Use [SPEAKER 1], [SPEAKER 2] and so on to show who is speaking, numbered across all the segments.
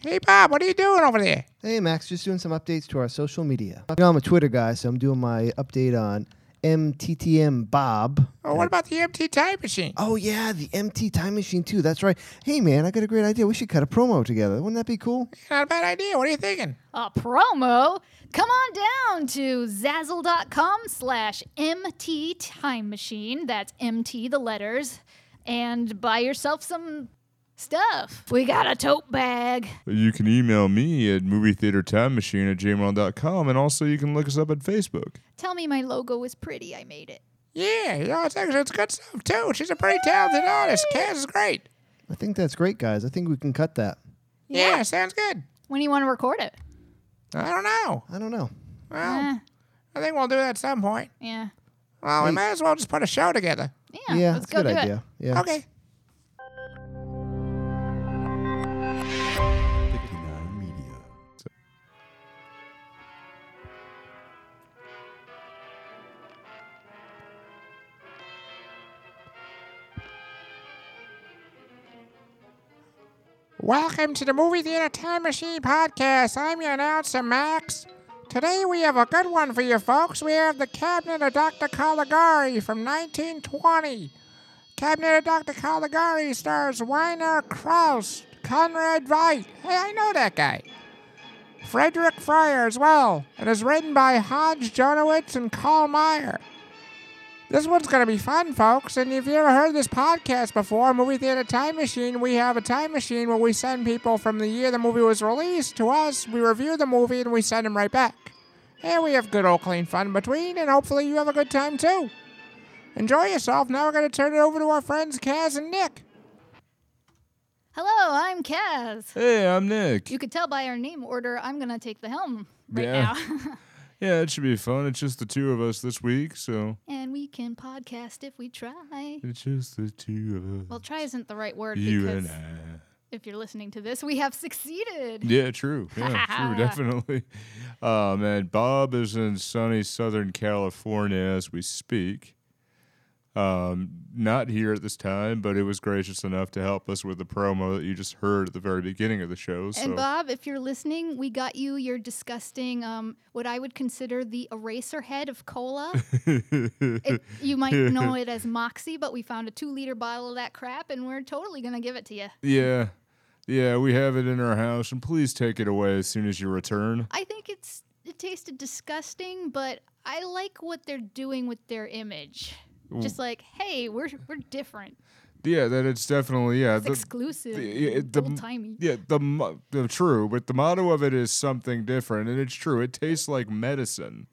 [SPEAKER 1] Hey, Bob, what are you doing over there?
[SPEAKER 2] Hey, Max, just doing some updates to our social media. You know, I'm a Twitter guy, so I'm doing my update on MTTM Bob.
[SPEAKER 1] Oh, what about the MT time machine?
[SPEAKER 2] Oh, yeah, the MT Time Machine, too. That's right. Hey, man, I got a great idea. We should cut a promo together. Wouldn't that be cool?
[SPEAKER 1] Not a bad idea. What are you thinking?
[SPEAKER 3] a promo, come on down to Zazzle.com slash MT Time Machine. That's MT, the letters. And buy yourself some stuff. We got a tote bag.
[SPEAKER 4] You can email me at movie theater time machine at gmail.com, and also you can look us up at Facebook.
[SPEAKER 3] Tell me my logo is pretty. I made it.
[SPEAKER 1] Yeah, you know, it's, actually- it's good stuff, too. She's a pretty talented artist. Cass is great.
[SPEAKER 2] I think that's great, guys. I think we can cut that.
[SPEAKER 1] Yeah, sounds good.
[SPEAKER 3] When do you want to record it?
[SPEAKER 1] I don't know.
[SPEAKER 2] I don't know.
[SPEAKER 1] Well,
[SPEAKER 3] Eh,
[SPEAKER 1] I think we'll do that at some point.
[SPEAKER 3] yeah.
[SPEAKER 1] Well, we might as well just put a show together.
[SPEAKER 3] Yeah.
[SPEAKER 2] yeah,
[SPEAKER 3] let's
[SPEAKER 2] that's
[SPEAKER 3] go
[SPEAKER 2] a good
[SPEAKER 3] do
[SPEAKER 2] idea. Yeah.
[SPEAKER 1] Okay.
[SPEAKER 4] 59 Media.
[SPEAKER 1] Welcome to the Movie Theater Time Machine Podcast. I'm your announcer, Max. Today we have a good one for you folks. We have the Cabinet of Dr. Caligari from 1920. Cabinet of Dr. Caligari stars Weiner Krauss, Conrad Veidt. Hey, I know that guy. Frederick Fryer as well, and is written by Hodge Jonowitz and Carl Meyer. This one's going to be fun, folks. And if you ever heard this podcast before, Movie Theater Time Machine, we have a time machine where we send people from the year the movie was released to us. We review the movie and we send them right back. And we have good old clean fun in between, and hopefully you have a good time too. Enjoy yourself. Now we're going to turn it over to our friends Kaz and Nick.
[SPEAKER 3] Hello, I'm Kaz.
[SPEAKER 4] Hey, I'm Nick.
[SPEAKER 3] You could tell by our name order, I'm going to take the helm right
[SPEAKER 4] Yeah.
[SPEAKER 3] now.
[SPEAKER 4] Yeah, it should be fun. It's just the two of us this week, so
[SPEAKER 3] and we can podcast if we try.
[SPEAKER 4] it's just the two of us.
[SPEAKER 3] Well, try isn't the right word
[SPEAKER 4] you
[SPEAKER 3] because
[SPEAKER 4] and I.
[SPEAKER 3] if you're listening to this, we have succeeded.
[SPEAKER 4] Yeah, true. Yeah, true, definitely. Um, and Bob is in sunny Southern California as we speak. Um, not here at this time, but it was gracious enough to help us with the promo that you just heard at the very beginning of the show. So
[SPEAKER 3] And Bob, if you're listening, we got you your disgusting, um, what I would consider the eraser head of cola. It- you might know it as Moxie, but we found a two liter bottle of that crap and we're totally going to give it to you.
[SPEAKER 4] yeah, yeah, we have it in our house, and please take it away as soon as you return.
[SPEAKER 3] I think it's it tasted disgusting, but I like what they're doing with their image. Just like, hey, we're, we're different.
[SPEAKER 4] Yeah, that it's definitely yeah.
[SPEAKER 3] It's
[SPEAKER 4] the-
[SPEAKER 3] exclusive.
[SPEAKER 4] the- it- the-
[SPEAKER 3] old timey.
[SPEAKER 4] Yeah, the, mo- the true, but the motto of it is something different, and it's true. It tastes like medicine.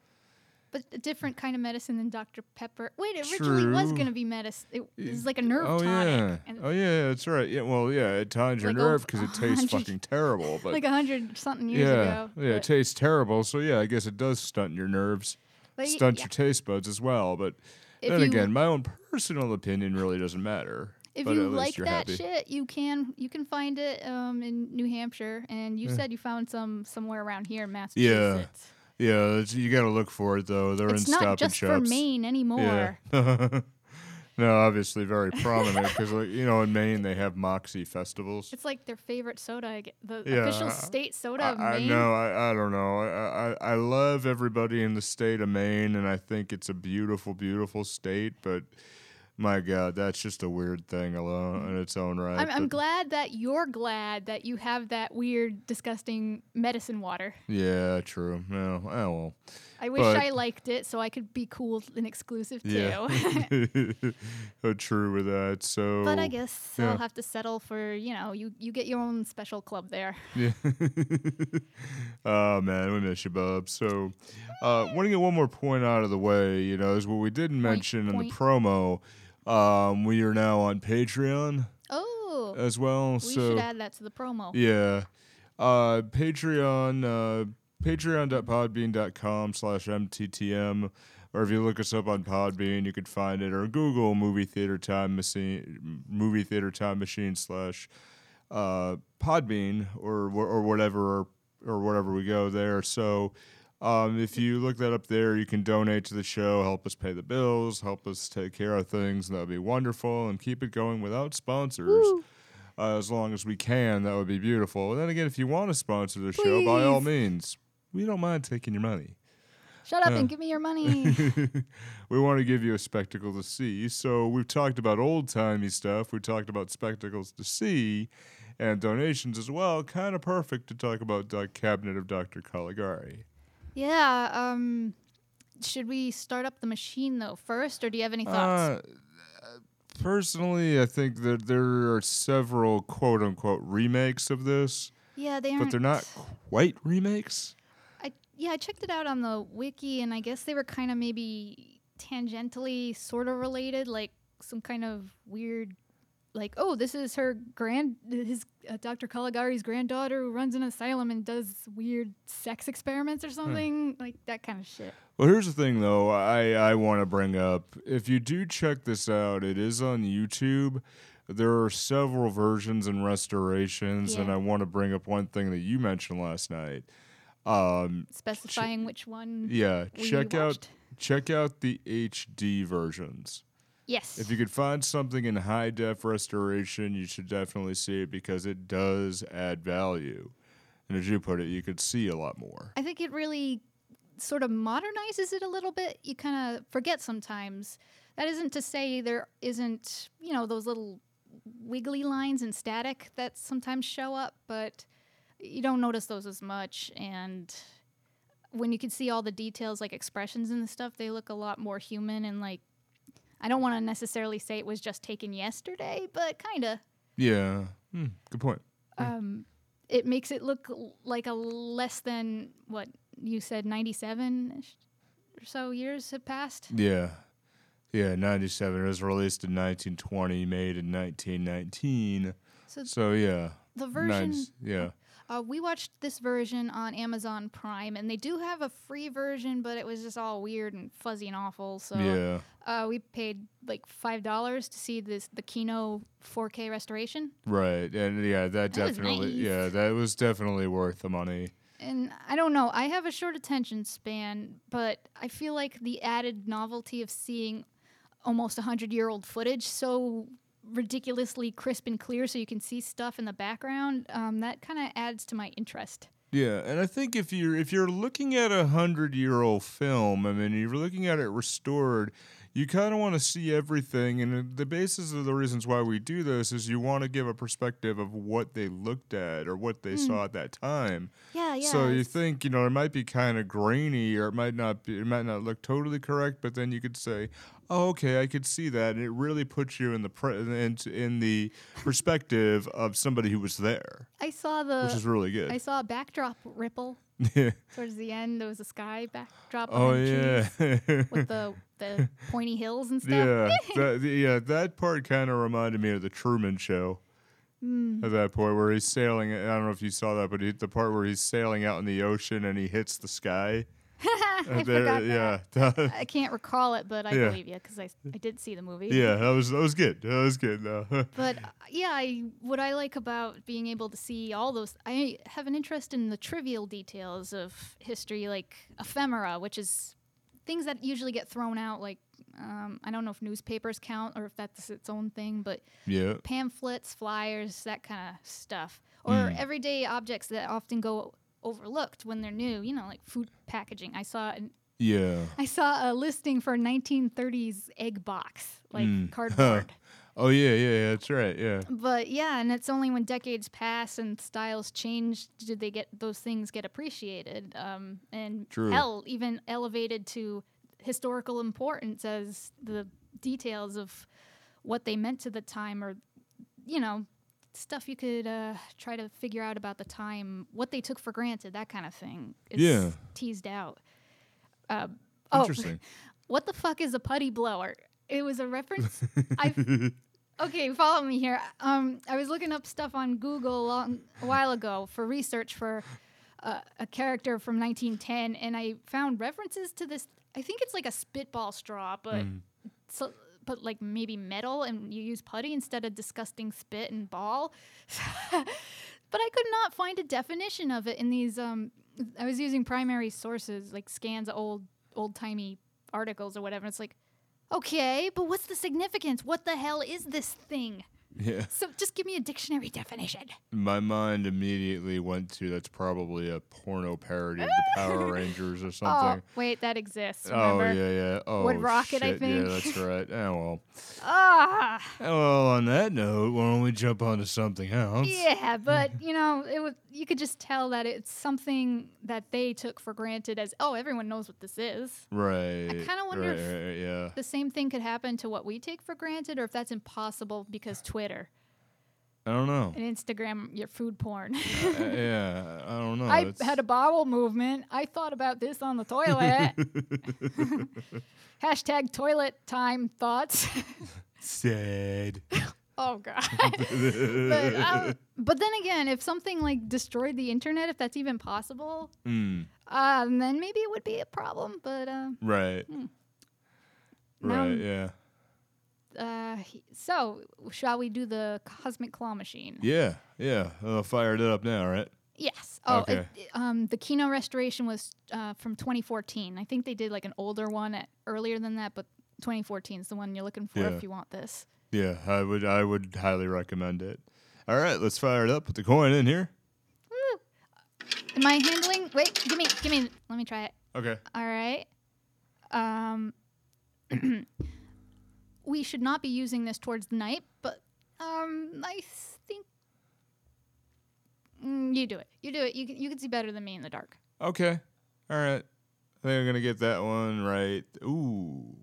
[SPEAKER 3] But a different kind of medicine than Dr. Pepper. Wait, it originally was
[SPEAKER 4] True.
[SPEAKER 3] going to be medicine. It was like a nerve
[SPEAKER 4] oh
[SPEAKER 3] tonic.
[SPEAKER 4] yeah,
[SPEAKER 3] And
[SPEAKER 4] oh yeah, that's right. Yeah, well, yeah, it times your
[SPEAKER 3] Like over
[SPEAKER 4] nerve because it tastes
[SPEAKER 3] 100
[SPEAKER 4] fucking terrible. But
[SPEAKER 3] like a hundred something years
[SPEAKER 4] yeah,
[SPEAKER 3] ago.
[SPEAKER 4] yeah, it
[SPEAKER 3] but-
[SPEAKER 4] tastes terrible. So yeah, I guess it does stunt your nerves,
[SPEAKER 3] but y-
[SPEAKER 4] stunt
[SPEAKER 3] yeah,
[SPEAKER 4] your taste buds as well. But
[SPEAKER 3] If
[SPEAKER 4] then
[SPEAKER 3] you-
[SPEAKER 4] again, my own personal opinion really doesn't matter.
[SPEAKER 3] If
[SPEAKER 4] but
[SPEAKER 3] you
[SPEAKER 4] at least
[SPEAKER 3] like
[SPEAKER 4] you're
[SPEAKER 3] that
[SPEAKER 4] happy.
[SPEAKER 3] shit, you can you can find it um, in New Hampshire, and you said you found some somewhere around here in Massachusetts.
[SPEAKER 4] yeah, it's, you got to look for it though. They're
[SPEAKER 3] it's
[SPEAKER 4] in
[SPEAKER 3] not
[SPEAKER 4] stop
[SPEAKER 3] just
[SPEAKER 4] and shops.
[SPEAKER 3] for Maine anymore.
[SPEAKER 4] Yeah. no, obviously very prominent because like, you know in Maine they have Moxie festivals.
[SPEAKER 3] It's like their favorite soda, I get- the
[SPEAKER 4] Yeah,
[SPEAKER 3] official
[SPEAKER 4] I-
[SPEAKER 3] state soda
[SPEAKER 4] I,
[SPEAKER 3] of
[SPEAKER 4] I
[SPEAKER 3] Maine.
[SPEAKER 4] know. I, I don't know. I, I I love everybody in the state of Maine, and I think it's a beautiful, beautiful state. But my God, that's just a weird thing alone in its own right.
[SPEAKER 3] I'm, I'm
[SPEAKER 4] but-
[SPEAKER 3] glad that you're glad that you have that weird, disgusting medicine water.
[SPEAKER 4] Yeah, true. No, oh well.
[SPEAKER 3] I wish
[SPEAKER 4] But-
[SPEAKER 3] I liked it so I could be cool and exclusive too.
[SPEAKER 4] Yeah. Oh, true with that. So.
[SPEAKER 3] but I guess
[SPEAKER 4] yeah.
[SPEAKER 3] I'll have to settle for you know you you get your own special club there.
[SPEAKER 4] Yeah. oh man, we miss you, Bob. So, uh, want to get one more point out of the way. You know, is what we didn't mention in
[SPEAKER 3] point.
[SPEAKER 4] the promo. Um, we are now on Patreon
[SPEAKER 3] Oh,
[SPEAKER 4] as well.
[SPEAKER 3] we
[SPEAKER 4] Uh, so
[SPEAKER 3] should add that to the promo.
[SPEAKER 4] Yeah. Uh, Patreon, uh, patreon.podbean.com slash MTTM. Or if you look us up on Podbean, you could find it. Or Google movie theater time machine, movie theater time machine slash uh, Podbean or, wh- or whatever, or, or whatever we go there. So um, if you look that up there, you can donate to the show, help us pay the bills, help us take care of things. That would be wonderful and keep it going without sponsors. uh, as long as we can. That would be beautiful. And then again, if you want to sponsor the show, by all
[SPEAKER 3] Please.
[SPEAKER 4] means, we don't mind taking your money.
[SPEAKER 3] Shut up
[SPEAKER 4] uh,
[SPEAKER 3] and give me your money.
[SPEAKER 4] we want to give you a spectacle to see. So we've talked about old timey stuff. We talked about spectacles to see and donations as well. Kind of perfect to talk about the cabinet of Dr. Caligari.
[SPEAKER 3] yeah. Um, should we start up the machine though first, or do you have any thoughts?
[SPEAKER 4] Uh, personally, I think that there are several quote unquote remakes of this,
[SPEAKER 3] yeah, they aren't.
[SPEAKER 4] but they're not quite remakes.
[SPEAKER 3] I yeah, I checked it out on the wiki, and I guess they were kind of maybe tangentially sort of related, like some kind of weird, like oh, this is her grand, his uh, Dr. Caligari's granddaughter who runs an asylum and does weird sex experiments
[SPEAKER 4] Hmm.
[SPEAKER 3] or something, like that kind of shit.
[SPEAKER 4] Well, here's the thing, though. I, I want to bring up if you do check this out, it is on YouTube. There are several versions and restorations, and
[SPEAKER 3] Yeah.
[SPEAKER 4] I want to bring up one thing that you mentioned last night. Um,
[SPEAKER 3] Specifying which one.
[SPEAKER 4] yeah,
[SPEAKER 3] We
[SPEAKER 4] check out
[SPEAKER 3] watched.
[SPEAKER 4] check out the HD versions.
[SPEAKER 3] Yes.
[SPEAKER 4] If you could find something in high def restoration, you should definitely see it because it does add value. And as you put it, you could see a lot more.
[SPEAKER 3] I think it really sort of modernizes it a little bit. You kind of forget sometimes. That isn't to say there isn't, you know, those little wiggly lines and static that sometimes show up, but you don't notice those as much. And when you can see all the details, like expressions and stuff, they look a lot more human and like. I don't want to necessarily say it was just taken yesterday, but kind of.
[SPEAKER 4] Yeah. Hmm, good point.
[SPEAKER 3] Um, it makes it look l- like a less than what you said, 97 or so years had passed.
[SPEAKER 4] Yeah. Yeah, 97. It was released in 1920, made in 1919.
[SPEAKER 3] So
[SPEAKER 4] So, yeah.
[SPEAKER 3] the version
[SPEAKER 4] Nice. Yeah.
[SPEAKER 3] uh, we watched this version on Amazon Prime, and they do have a free version, but it was just all weird and fuzzy and awful. So
[SPEAKER 4] yeah.
[SPEAKER 3] uh, we paid like five dollars to see this the Kino 4K restoration.
[SPEAKER 4] Right. And yeah, that
[SPEAKER 3] That was
[SPEAKER 4] definitely,
[SPEAKER 3] nice.
[SPEAKER 4] yeah, that was definitely worth the money.
[SPEAKER 3] And I don't know, I have a short attention span, but I feel like the added novelty of seeing almost 100 year old footage so ridiculously crisp and clear so you can see stuff in the background, um, that kind of adds to my interest.
[SPEAKER 4] Yeah, and I think if you're if you're looking at a hundred year old film, I mean, if you're looking at it restored, you kind of want to see everything. And uh, the basis of the reasons why we do this is you want to give a perspective of what they looked at or what
[SPEAKER 3] Hmm.
[SPEAKER 4] they saw at that time.
[SPEAKER 3] Yeah,
[SPEAKER 4] So you think you know it might be kind of grainy, or it might not be, it might not look totally correct, but then you could say, "Oh, okay, I could see that," and it really puts you in the pre- in, in the perspective of somebody who was there,
[SPEAKER 3] I saw the.
[SPEAKER 4] which is really
[SPEAKER 3] I
[SPEAKER 4] good.
[SPEAKER 3] saw a backdrop ripple
[SPEAKER 4] Yeah.
[SPEAKER 3] towards the end. There was a sky backdrop.
[SPEAKER 4] Oh
[SPEAKER 3] behind the trees
[SPEAKER 4] yeah,
[SPEAKER 3] With the, the pointy hills and stuff.
[SPEAKER 4] yeah, that, the- yeah. That part kind of reminded me of the Truman Show.
[SPEAKER 3] Mm.
[SPEAKER 4] At that point, where he's sailing, I don't know if you saw that, but he, the part where he's sailing out in the ocean and he hits the sky.
[SPEAKER 3] I
[SPEAKER 4] There-
[SPEAKER 3] forgot that.
[SPEAKER 4] yeah, that,
[SPEAKER 3] I can't recall it, but I
[SPEAKER 4] Yeah.
[SPEAKER 3] believe you because I, I did see the movie.
[SPEAKER 4] yeah. That was that was good. That was good. though.
[SPEAKER 3] But uh, yeah, I, what I like about being able to see all those, I have an interest in the trivial details of history, like ephemera, which is things that usually get thrown out. Like um, I don't know if newspapers count or if that's its own thing, but
[SPEAKER 4] yeah,
[SPEAKER 3] pamphlets, flyers, that kind of stuff, or everyday objects that often go overlooked when they're new. You know, like food packaging. I saw an
[SPEAKER 4] yeah.
[SPEAKER 3] I saw a listing for a 1930s egg box, like
[SPEAKER 4] Huh.
[SPEAKER 3] cardboard.
[SPEAKER 4] Oh yeah, yeah, yeah. That's right. Yeah,
[SPEAKER 3] But yeah, and it's only when decades pass and styles change did they get those things get appreciated um, and
[SPEAKER 4] True.
[SPEAKER 3] hell even elevated to historical importance as the details of what they meant to the time or you know stuff you could uh, try to figure out about the time what they took for granted that kind of thing is
[SPEAKER 4] Yeah.
[SPEAKER 3] teased out. Uh,
[SPEAKER 4] Interesting.
[SPEAKER 3] what the fuck is a putty blower? It was a reference. I okay, follow me here. Um, I was looking up stuff on Google a long, a while ago for research for uh, a character from 1910, and I found references to this. I think it's like a spitball straw, but so, but like maybe metal, and you use putty instead of disgusting spit and ball. but I could not find a definition of it in these. Um, I was using primary sources like scans of old old timey articles or whatever. It's like, okay, but what's the significance? What the hell is this thing?
[SPEAKER 4] Yeah.
[SPEAKER 3] So just give me a dictionary definition.
[SPEAKER 4] My mind immediately went to that's probably a porno parody of the Power Rangers or
[SPEAKER 3] Oh,
[SPEAKER 4] something.
[SPEAKER 3] wait, that exists.
[SPEAKER 4] Oh,
[SPEAKER 3] Remember?
[SPEAKER 4] yeah, yeah. Oh,
[SPEAKER 3] Would Rocket, I
[SPEAKER 4] shit,
[SPEAKER 3] think.
[SPEAKER 4] Yeah, that's right. Oh well.
[SPEAKER 3] Ah.
[SPEAKER 4] Oh, well, on that note, why don't we jump onto something else?
[SPEAKER 3] Yeah, but you know, it was you could just tell that it's something that they took for granted as oh, everyone knows what this is.
[SPEAKER 4] Right.
[SPEAKER 3] kinda wonder
[SPEAKER 4] Right,
[SPEAKER 3] if-
[SPEAKER 4] right, right, yeah.
[SPEAKER 3] The same thing could happen to what we take for granted, or if that's impossible because Twitter
[SPEAKER 4] I don't know.
[SPEAKER 3] and Instagram, your food porn.
[SPEAKER 4] Uh, yeah, I don't know.
[SPEAKER 3] I
[SPEAKER 4] Oh, That's-
[SPEAKER 3] had a bowel movement. I thought about this on the toilet. Hashtag toilet time thoughts.
[SPEAKER 4] sad.
[SPEAKER 3] oh god. but, um, but then again, if something like destroyed the internet, if that's even possible,
[SPEAKER 4] Mm,
[SPEAKER 3] um, then maybe it would be a problem. But um,
[SPEAKER 4] right.
[SPEAKER 3] Now
[SPEAKER 4] Right.
[SPEAKER 3] I'm-
[SPEAKER 4] Yeah.
[SPEAKER 3] Uh, he- so shall we do the cosmic claw machine?
[SPEAKER 4] Yeah. Yeah. I'll fire it up now. Right.
[SPEAKER 3] Yes. Oh,
[SPEAKER 4] Okay.
[SPEAKER 3] it- it- um, the Kino restoration was uh, from 2014. I think they did like an older one at, earlier than that, but 2014 is the one you're looking for
[SPEAKER 4] Yeah.
[SPEAKER 3] if you want this.
[SPEAKER 4] Yeah. I would. I would highly recommend it. All right. Let's fire it up. Put the coin in here.
[SPEAKER 3] Hmm. Am I handling? Wait, give me, give me. Let me try it.
[SPEAKER 4] Okay.
[SPEAKER 3] All right. Um, we should not be using this towards the night, but um, I s- think Mm, you do it. You do it. You can, you can see better than me in the dark.
[SPEAKER 4] Okay. All right. I think I'm gonna get that one right. Ooh.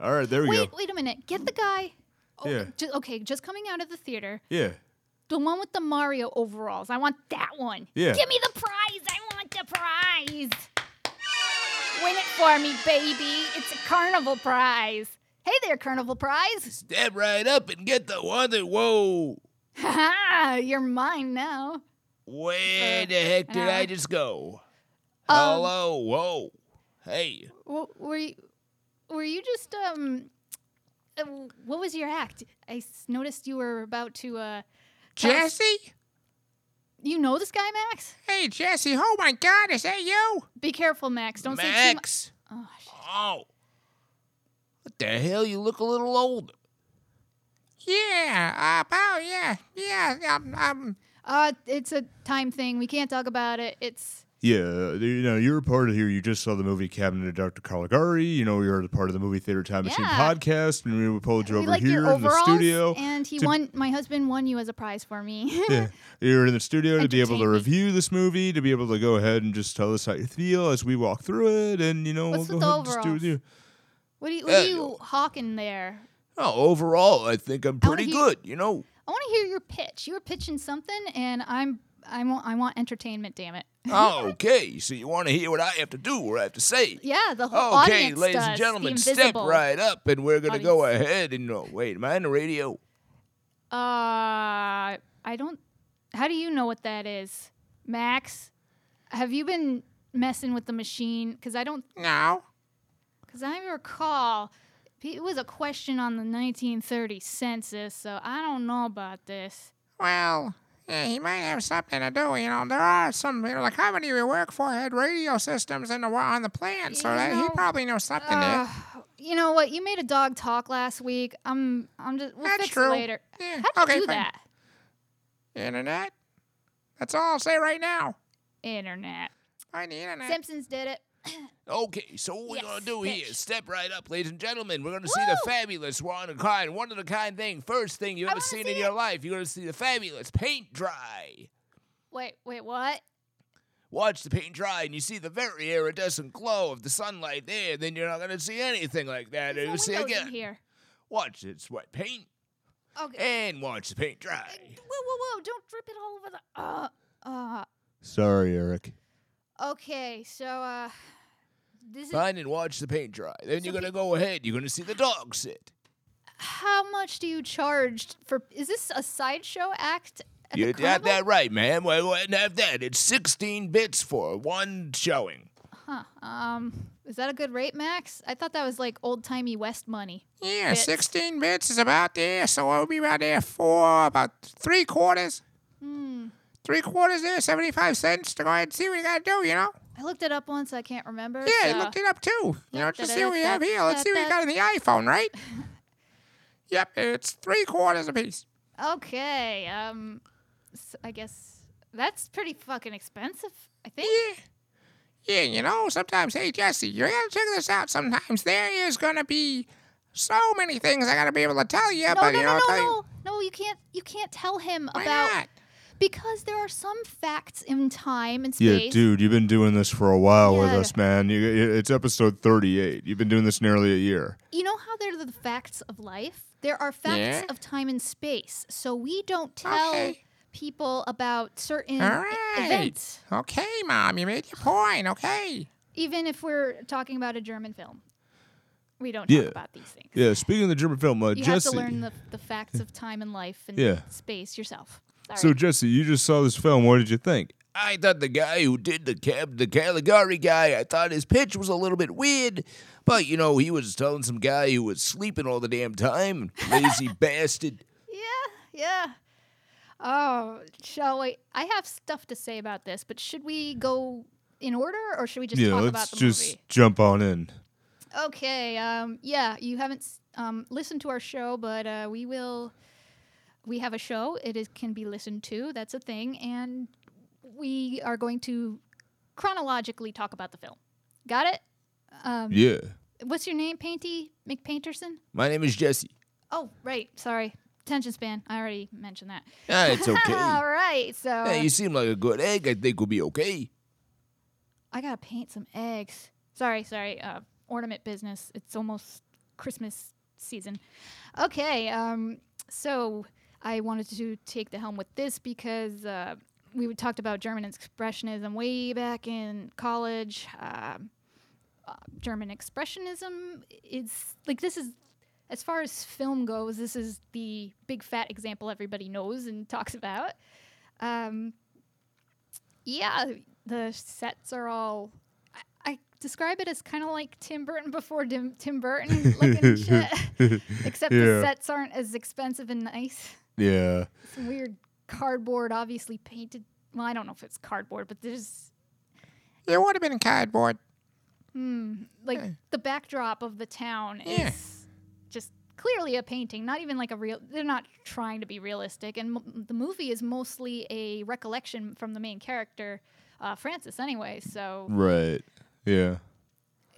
[SPEAKER 4] All right. There we
[SPEAKER 3] Wait,
[SPEAKER 4] go.
[SPEAKER 3] wait a minute. Get the guy. Oh,
[SPEAKER 4] Yeah.
[SPEAKER 3] ju- okay, just coming out of the theater.
[SPEAKER 4] Yeah.
[SPEAKER 3] The one with the Mario overalls. I want that one.
[SPEAKER 4] Yeah.
[SPEAKER 3] Give me the prize. I want the prize. Win it for me, baby. It's a carnival prize. Hey there, carnival prize.
[SPEAKER 4] Step right up and get the one that. Whoa.
[SPEAKER 3] Ha ha, You're mine now.
[SPEAKER 5] Where the heck
[SPEAKER 3] Uh-huh.
[SPEAKER 5] did I just go?
[SPEAKER 3] Um,
[SPEAKER 4] Oh,
[SPEAKER 5] Hello, whoa. Hey,
[SPEAKER 3] w- were you, were you just um, uh, what was your act? I s- noticed you were about to uh,
[SPEAKER 1] Jesse?
[SPEAKER 3] you know this guy, Max.
[SPEAKER 1] Hey, Jesse. Oh, my God. Is that you?
[SPEAKER 3] Be careful, Max. Don't say too much.
[SPEAKER 5] Max.
[SPEAKER 3] Oh, shit.
[SPEAKER 5] Oh. What the hell? You look a little old.
[SPEAKER 1] Yeah. Uh, oh, yeah. Yeah. Um, um,
[SPEAKER 3] Uh, it's a time thing. We can't talk about it. It's
[SPEAKER 4] Yeah, uh, you know, you're a part of here. You just saw the movie Cabinet of Dr. Caligari. You know, you're a part of the Movie Theater Time Machine
[SPEAKER 3] Yeah.
[SPEAKER 4] podcast, and we pulled you
[SPEAKER 3] we
[SPEAKER 4] over
[SPEAKER 3] like
[SPEAKER 4] here
[SPEAKER 3] your
[SPEAKER 4] in the
[SPEAKER 3] overalls,
[SPEAKER 4] studio.
[SPEAKER 3] and he
[SPEAKER 4] to-
[SPEAKER 3] won. My husband won you as a prize for me.
[SPEAKER 4] yeah, you're in the studio to be able to
[SPEAKER 3] Entertain me.
[SPEAKER 4] review this movie, to be able to go ahead and just tell us how you feel as we walk through it, and you know,
[SPEAKER 3] What's
[SPEAKER 4] we'll
[SPEAKER 3] with
[SPEAKER 4] go
[SPEAKER 3] the
[SPEAKER 4] ahead and just do it with you.
[SPEAKER 3] overalls? what are you, what are
[SPEAKER 5] Uh,
[SPEAKER 3] you hawking there?
[SPEAKER 5] Oh, overall, I think I'm
[SPEAKER 3] wanna
[SPEAKER 5] pretty
[SPEAKER 3] hear-
[SPEAKER 5] good, you know.
[SPEAKER 3] I want to hear your pitch. You were pitching something, and I'm I want I want entertainment. Damn it.
[SPEAKER 5] Oh, okay, so you want to hear what I have to do or I have to say?
[SPEAKER 3] Yeah, the whole
[SPEAKER 5] Okay,
[SPEAKER 3] audience
[SPEAKER 5] ladies
[SPEAKER 3] does,
[SPEAKER 5] and gentlemen,
[SPEAKER 3] the
[SPEAKER 5] step
[SPEAKER 3] invisible.
[SPEAKER 5] right up, and we're going to go ahead and. Oh, wait, am I on the radio?
[SPEAKER 3] Uh, I don't. How do you know what that is, Max? Have you been messing with the machine? Because I don't
[SPEAKER 1] no.
[SPEAKER 3] Because I recall it was a question on the 1930 census, so I don't know about this.
[SPEAKER 1] Well, yeah, he might have something to do. You know, there are some, you know, the company we work for had radio systems in the, wa- on the plant, so
[SPEAKER 3] You
[SPEAKER 1] that he
[SPEAKER 3] know,
[SPEAKER 1] probably knows something
[SPEAKER 3] Uh,
[SPEAKER 1] there.
[SPEAKER 3] you know what? You made a dog talk last week. I'm, I'm just. We'll
[SPEAKER 1] That's
[SPEAKER 3] fix
[SPEAKER 1] true.
[SPEAKER 3] it later.
[SPEAKER 1] Yeah,
[SPEAKER 3] How do
[SPEAKER 1] okay,
[SPEAKER 3] you do
[SPEAKER 1] fine.
[SPEAKER 3] that?
[SPEAKER 1] Internet? That's all I'll say right now.
[SPEAKER 3] Internet.
[SPEAKER 1] On the internet.
[SPEAKER 3] Simpsons did it.
[SPEAKER 5] Okay, so what we're gonna
[SPEAKER 3] Yes,
[SPEAKER 5] do here
[SPEAKER 3] bitch.
[SPEAKER 5] is step right up, ladies and gentlemen. We're gonna see the
[SPEAKER 3] Woo!
[SPEAKER 5] fabulous one of a kind, one of the kind thing. First thing you ever
[SPEAKER 3] wanna
[SPEAKER 5] seen
[SPEAKER 3] see
[SPEAKER 5] in your life, you're gonna see the fabulous paint dry.
[SPEAKER 3] Wait, wait, what?
[SPEAKER 5] Watch the paint dry, and you see the very iridescent glow of the sunlight there. Then you're not gonna see anything like that.
[SPEAKER 3] There's
[SPEAKER 5] You'll
[SPEAKER 3] no
[SPEAKER 5] see
[SPEAKER 3] windows in
[SPEAKER 5] again.
[SPEAKER 3] here.
[SPEAKER 5] Watch it sweat paint,
[SPEAKER 3] Okay.
[SPEAKER 5] and watch the paint dry.
[SPEAKER 3] Whoa, whoa, whoa! Don't drip it all over the. Uh, uh.
[SPEAKER 4] Sorry, Eric.
[SPEAKER 3] Okay, so uh, this is
[SPEAKER 5] Fine, and watch the paint dry. Then you're gonna go ahead. You're gonna see the dog sit.
[SPEAKER 3] how much do you charge for? Is this a sideshow act? at the
[SPEAKER 5] You got
[SPEAKER 3] carnival?
[SPEAKER 5] that right, ma'am. We wouldn't have that. It's 16 bits for one showing.
[SPEAKER 3] Huh. Um, is that a good rate, Max? I thought that was like old timey West money.
[SPEAKER 1] Yeah,
[SPEAKER 3] Bits.
[SPEAKER 1] 16 bits is about there, so it would be about there for about three quarters.
[SPEAKER 3] Hmm.
[SPEAKER 1] Three quarters there, 75 cents to go ahead and see what you gotta do, you know?
[SPEAKER 3] I looked it up once. I can't remember.
[SPEAKER 1] Yeah,
[SPEAKER 3] so-
[SPEAKER 1] I looked it up too. You know, just see what we have here. Let's see what you
[SPEAKER 3] Da-da-da-da-da-da.
[SPEAKER 1] got in the iPhone, right? Yep, it's three quarters apiece.
[SPEAKER 3] Okay. Um, s I I guess that's pretty fucking expensive. I think.
[SPEAKER 1] Yeah. Yeah, you know, sometimes, hey, Jesse, you gotta check this out. Sometimes there is gonna be so many things I gotta be able to tell you,
[SPEAKER 3] No,
[SPEAKER 1] but
[SPEAKER 3] no,
[SPEAKER 1] you
[SPEAKER 3] no,
[SPEAKER 1] know, I'll
[SPEAKER 3] no,
[SPEAKER 1] tell you.
[SPEAKER 3] no, no. You can't. You can't tell him
[SPEAKER 1] Why
[SPEAKER 3] about
[SPEAKER 1] not?
[SPEAKER 3] because there are some facts in time and
[SPEAKER 4] Yeah,
[SPEAKER 3] space.
[SPEAKER 4] dude, you've been doing this for a while with
[SPEAKER 3] Yeah.
[SPEAKER 4] us, man. You, you- it's episode 38. You've been doing this nearly a year.
[SPEAKER 3] You know how there are the facts of life? There are facts
[SPEAKER 1] Yeah.
[SPEAKER 3] of time and space. So we don't tell
[SPEAKER 1] Okay.
[SPEAKER 3] people about certain
[SPEAKER 1] All
[SPEAKER 3] i-
[SPEAKER 1] right.
[SPEAKER 3] events,
[SPEAKER 1] Okay, Mom, you made your point, okay?
[SPEAKER 3] even if we're talking about a German film. We don't
[SPEAKER 4] Yeah.
[SPEAKER 3] talk about these things.
[SPEAKER 4] Yeah, speaking of the German film, uh,
[SPEAKER 3] You
[SPEAKER 4] Jesse.
[SPEAKER 3] have to learn the, the facts of time and life and
[SPEAKER 4] Yeah.
[SPEAKER 3] space yourself. Sorry.
[SPEAKER 4] so, Jesse, you just saw this film. What did you think?
[SPEAKER 5] I thought the guy who did the cab, the Caligari guy, I thought his pitch was a little bit weird, but you know he was telling some guy who was sleeping all the damn time, lazy bastard.
[SPEAKER 3] yeah. Oh, shall we? I have stuff to say about this, but should we go in order or should we just
[SPEAKER 4] yeah,
[SPEAKER 3] talk
[SPEAKER 4] let's
[SPEAKER 3] about the
[SPEAKER 4] just
[SPEAKER 3] movie?
[SPEAKER 4] jump on in.
[SPEAKER 3] Okay. Um, yeah, you haven't s- um, listened to our show, but uh, we will. We have a show. It is, can be listened to. That's a thing, and we are going to chronologically talk about the film. Got it? Um,
[SPEAKER 4] Yeah.
[SPEAKER 3] What's your name, Painty McPainterson?
[SPEAKER 5] My name is Jesse.
[SPEAKER 3] Oh, right. Sorry, attention span. I already mentioned that.
[SPEAKER 5] Ah, it's okay.
[SPEAKER 3] All right. So
[SPEAKER 5] Yeah, you seem like a good egg. I think we'll be okay.
[SPEAKER 3] I gotta paint some eggs. Sorry, sorry. Uh, ornament business. It's almost Christmas season. Okay. Um, so I wanted to take the helm with this because uh, we would- talked about German expressionism way back in college. Um uh, German expressionism is like this is. As far as film goes, this is the big fat example everybody knows and talks about. Um, yeah, the sets are all. I, I describe it as kind of like Tim Burton before Dim, Tim Burton looking shit, except the
[SPEAKER 4] Yeah.
[SPEAKER 3] sets aren't as expensive and nice.
[SPEAKER 4] Yeah.
[SPEAKER 3] Some weird cardboard, obviously painted. Well, I don't know if it's cardboard, but there's
[SPEAKER 1] It would have been cardboard.
[SPEAKER 3] hmm, like
[SPEAKER 1] Yeah.
[SPEAKER 3] the backdrop of the town
[SPEAKER 1] Yeah.
[SPEAKER 3] is just clearly a painting, not even like a real. They're not trying to be realistic, and m- the movie is mostly a recollection from the main character, uh, Francis, anyway. So
[SPEAKER 4] Right. Yeah.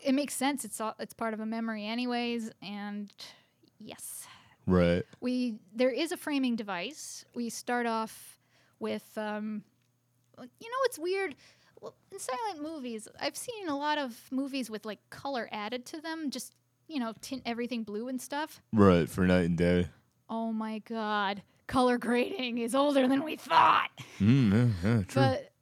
[SPEAKER 3] it makes sense. It's all, it's part of a memory, anyways. And yes,
[SPEAKER 4] Right.
[SPEAKER 3] we there is a framing device. We start off with, um, you know, it's weird. Well, in silent movies, I've seen a lot of movies with like color added to them, just you know, tint everything blue and stuff.
[SPEAKER 4] Right. For night and day.
[SPEAKER 3] Oh my god, color grading is older than we thought.
[SPEAKER 4] Mm, yeah, yeah, true.
[SPEAKER 3] But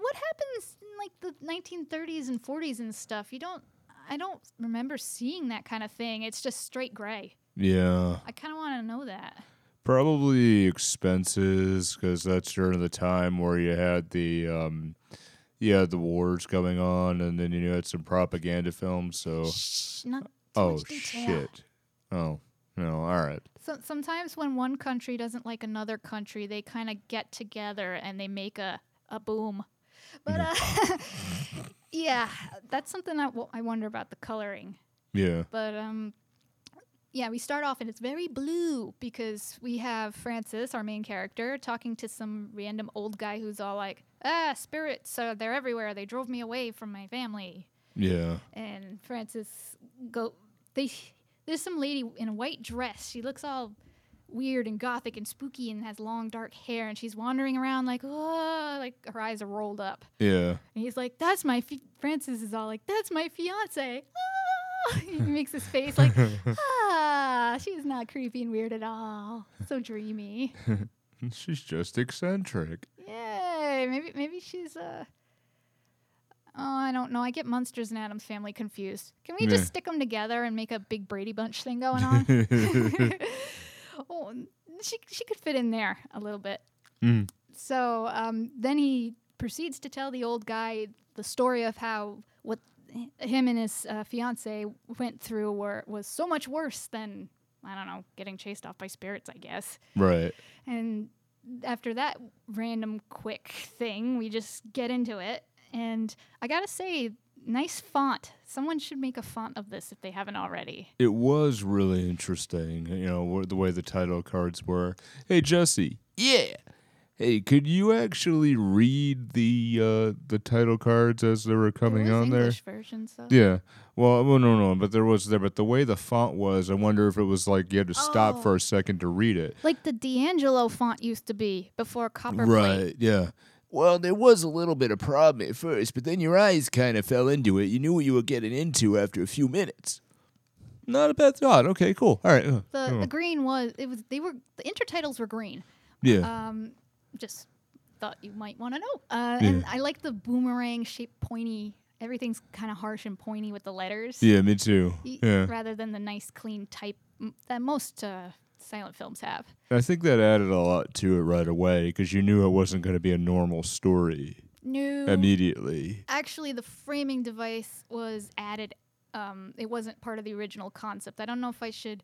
[SPEAKER 3] what happens in like the 1930s and 40s and stuff? You don't. I don't remember seeing that kind of thing. It's just straight gray.
[SPEAKER 4] yeah.
[SPEAKER 3] I kind of want to know that.
[SPEAKER 4] Probably expenses, because that's during the time where you had the um, you had the wars going on, and then you had some propaganda films. So,
[SPEAKER 3] Shh, not too
[SPEAKER 4] oh
[SPEAKER 3] much detail.
[SPEAKER 4] shit, oh no, all right,
[SPEAKER 3] So, sometimes when one country doesn't like another country, they kind of get together and they make a, a boom. But uh, yeah, that's something I, wo- I wonder about the coloring.
[SPEAKER 4] yeah,
[SPEAKER 3] But um, yeah, we start off and it's very blue because we have Francis, our main character, talking to some random old guy who's all like, "Ah, spirits, uh, they're everywhere. They drove me away from my family."
[SPEAKER 4] yeah,
[SPEAKER 3] And Francis go they there's some lady in a white dress. She looks all weird and gothic and spooky and has long dark hair and she's wandering around like, "Oh," like her eyes are rolled up.
[SPEAKER 4] yeah,
[SPEAKER 3] And he's like, "That's my fi-. Francis is all like, "That's my fiance." Ah! he makes his face like, "Ah, she's not creepy and weird at all. So dreamy."
[SPEAKER 4] she's just eccentric.
[SPEAKER 3] Yay! Maybe maybe she's uh Oh, I don't know. I get Munsters and Adam's Family confused. Can we just
[SPEAKER 4] Yeah.
[SPEAKER 3] stick them together and make a big Brady Bunch thing going on? um, oh, n- she she could fit in there a little bit.
[SPEAKER 4] Mm.
[SPEAKER 3] So um, then he proceeds to tell the old guy the story of how what h- him and his uh, fiance went through were was so much worse than I don't know getting chased off by spirits. I guess.
[SPEAKER 4] Right,
[SPEAKER 3] And after that random quick thing, we just get into it. And I gotta say, Nice font. Someone should make a font of this if they haven't already.
[SPEAKER 4] It was really interesting, you know, wh- the way the title cards were. Hey, Jesse.
[SPEAKER 5] Yeah.
[SPEAKER 4] Hey, could you actually read the uh, the title cards as they were coming
[SPEAKER 3] There is
[SPEAKER 4] on there?
[SPEAKER 3] English version, so.
[SPEAKER 4] Yeah. Well, well, no, no, but there was there, but the way the font was, I wonder if it was like you had to stop
[SPEAKER 5] Oh.
[SPEAKER 4] for a second to read it.
[SPEAKER 3] Like the D'Angelo font used to be before copperplate.
[SPEAKER 4] Yeah.
[SPEAKER 5] Well, there was a little bit of problem at first, but then your eyes kind of fell into it. You knew what you were getting into after a few minutes.
[SPEAKER 4] Not a bad thought. Okay, cool. All right. uh,
[SPEAKER 3] The,
[SPEAKER 4] oh,
[SPEAKER 3] the green was it was they were the intertitles were green.
[SPEAKER 4] yeah.
[SPEAKER 3] Um, just thought you might want to know. Uh, And I like the boomerang shaped pointy. Everything's kind of harsh and pointy with the letters.
[SPEAKER 4] yeah, me too.
[SPEAKER 3] y-
[SPEAKER 4] Yeah.
[SPEAKER 3] rather than the nice clean type m- that most uh, silent films have.
[SPEAKER 4] I think that added a lot to it right away because you knew it wasn't going to be a normal story
[SPEAKER 3] No,
[SPEAKER 4] immediately.
[SPEAKER 3] actually, the framing device was added. Um, it wasn't part of the original concept. I don't know if I should.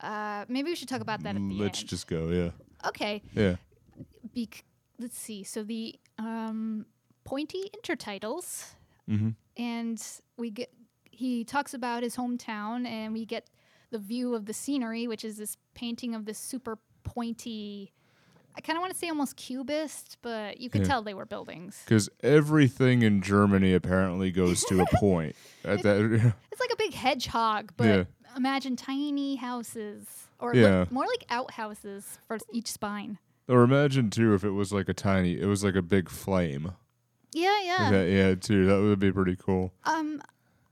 [SPEAKER 3] Uh, maybe we should talk about that at the
[SPEAKER 4] Mm, Let's
[SPEAKER 3] end.
[SPEAKER 4] just go. Yeah.
[SPEAKER 3] okay.
[SPEAKER 4] Yeah.
[SPEAKER 3] Bec- let's see. So the um, pointy intertitles,
[SPEAKER 4] Mhm.
[SPEAKER 3] and we get he talks about his hometown, and we get the view of the scenery, which is this painting of this super pointy. I kind of want to say almost cubist, but you could
[SPEAKER 4] Yeah.
[SPEAKER 3] tell they were buildings.
[SPEAKER 4] Because everything in Germany apparently goes to a point at that.
[SPEAKER 3] It's like a big hedgehog, but
[SPEAKER 4] Yeah.
[SPEAKER 3] imagine tiny houses, or
[SPEAKER 4] Yeah.
[SPEAKER 3] like, more like outhouses for each spine.
[SPEAKER 4] Or imagine too if it was like a tiny, it was like a big flame.
[SPEAKER 3] Yeah, yeah.
[SPEAKER 4] That- yeah, too. That would be pretty cool.
[SPEAKER 3] Um,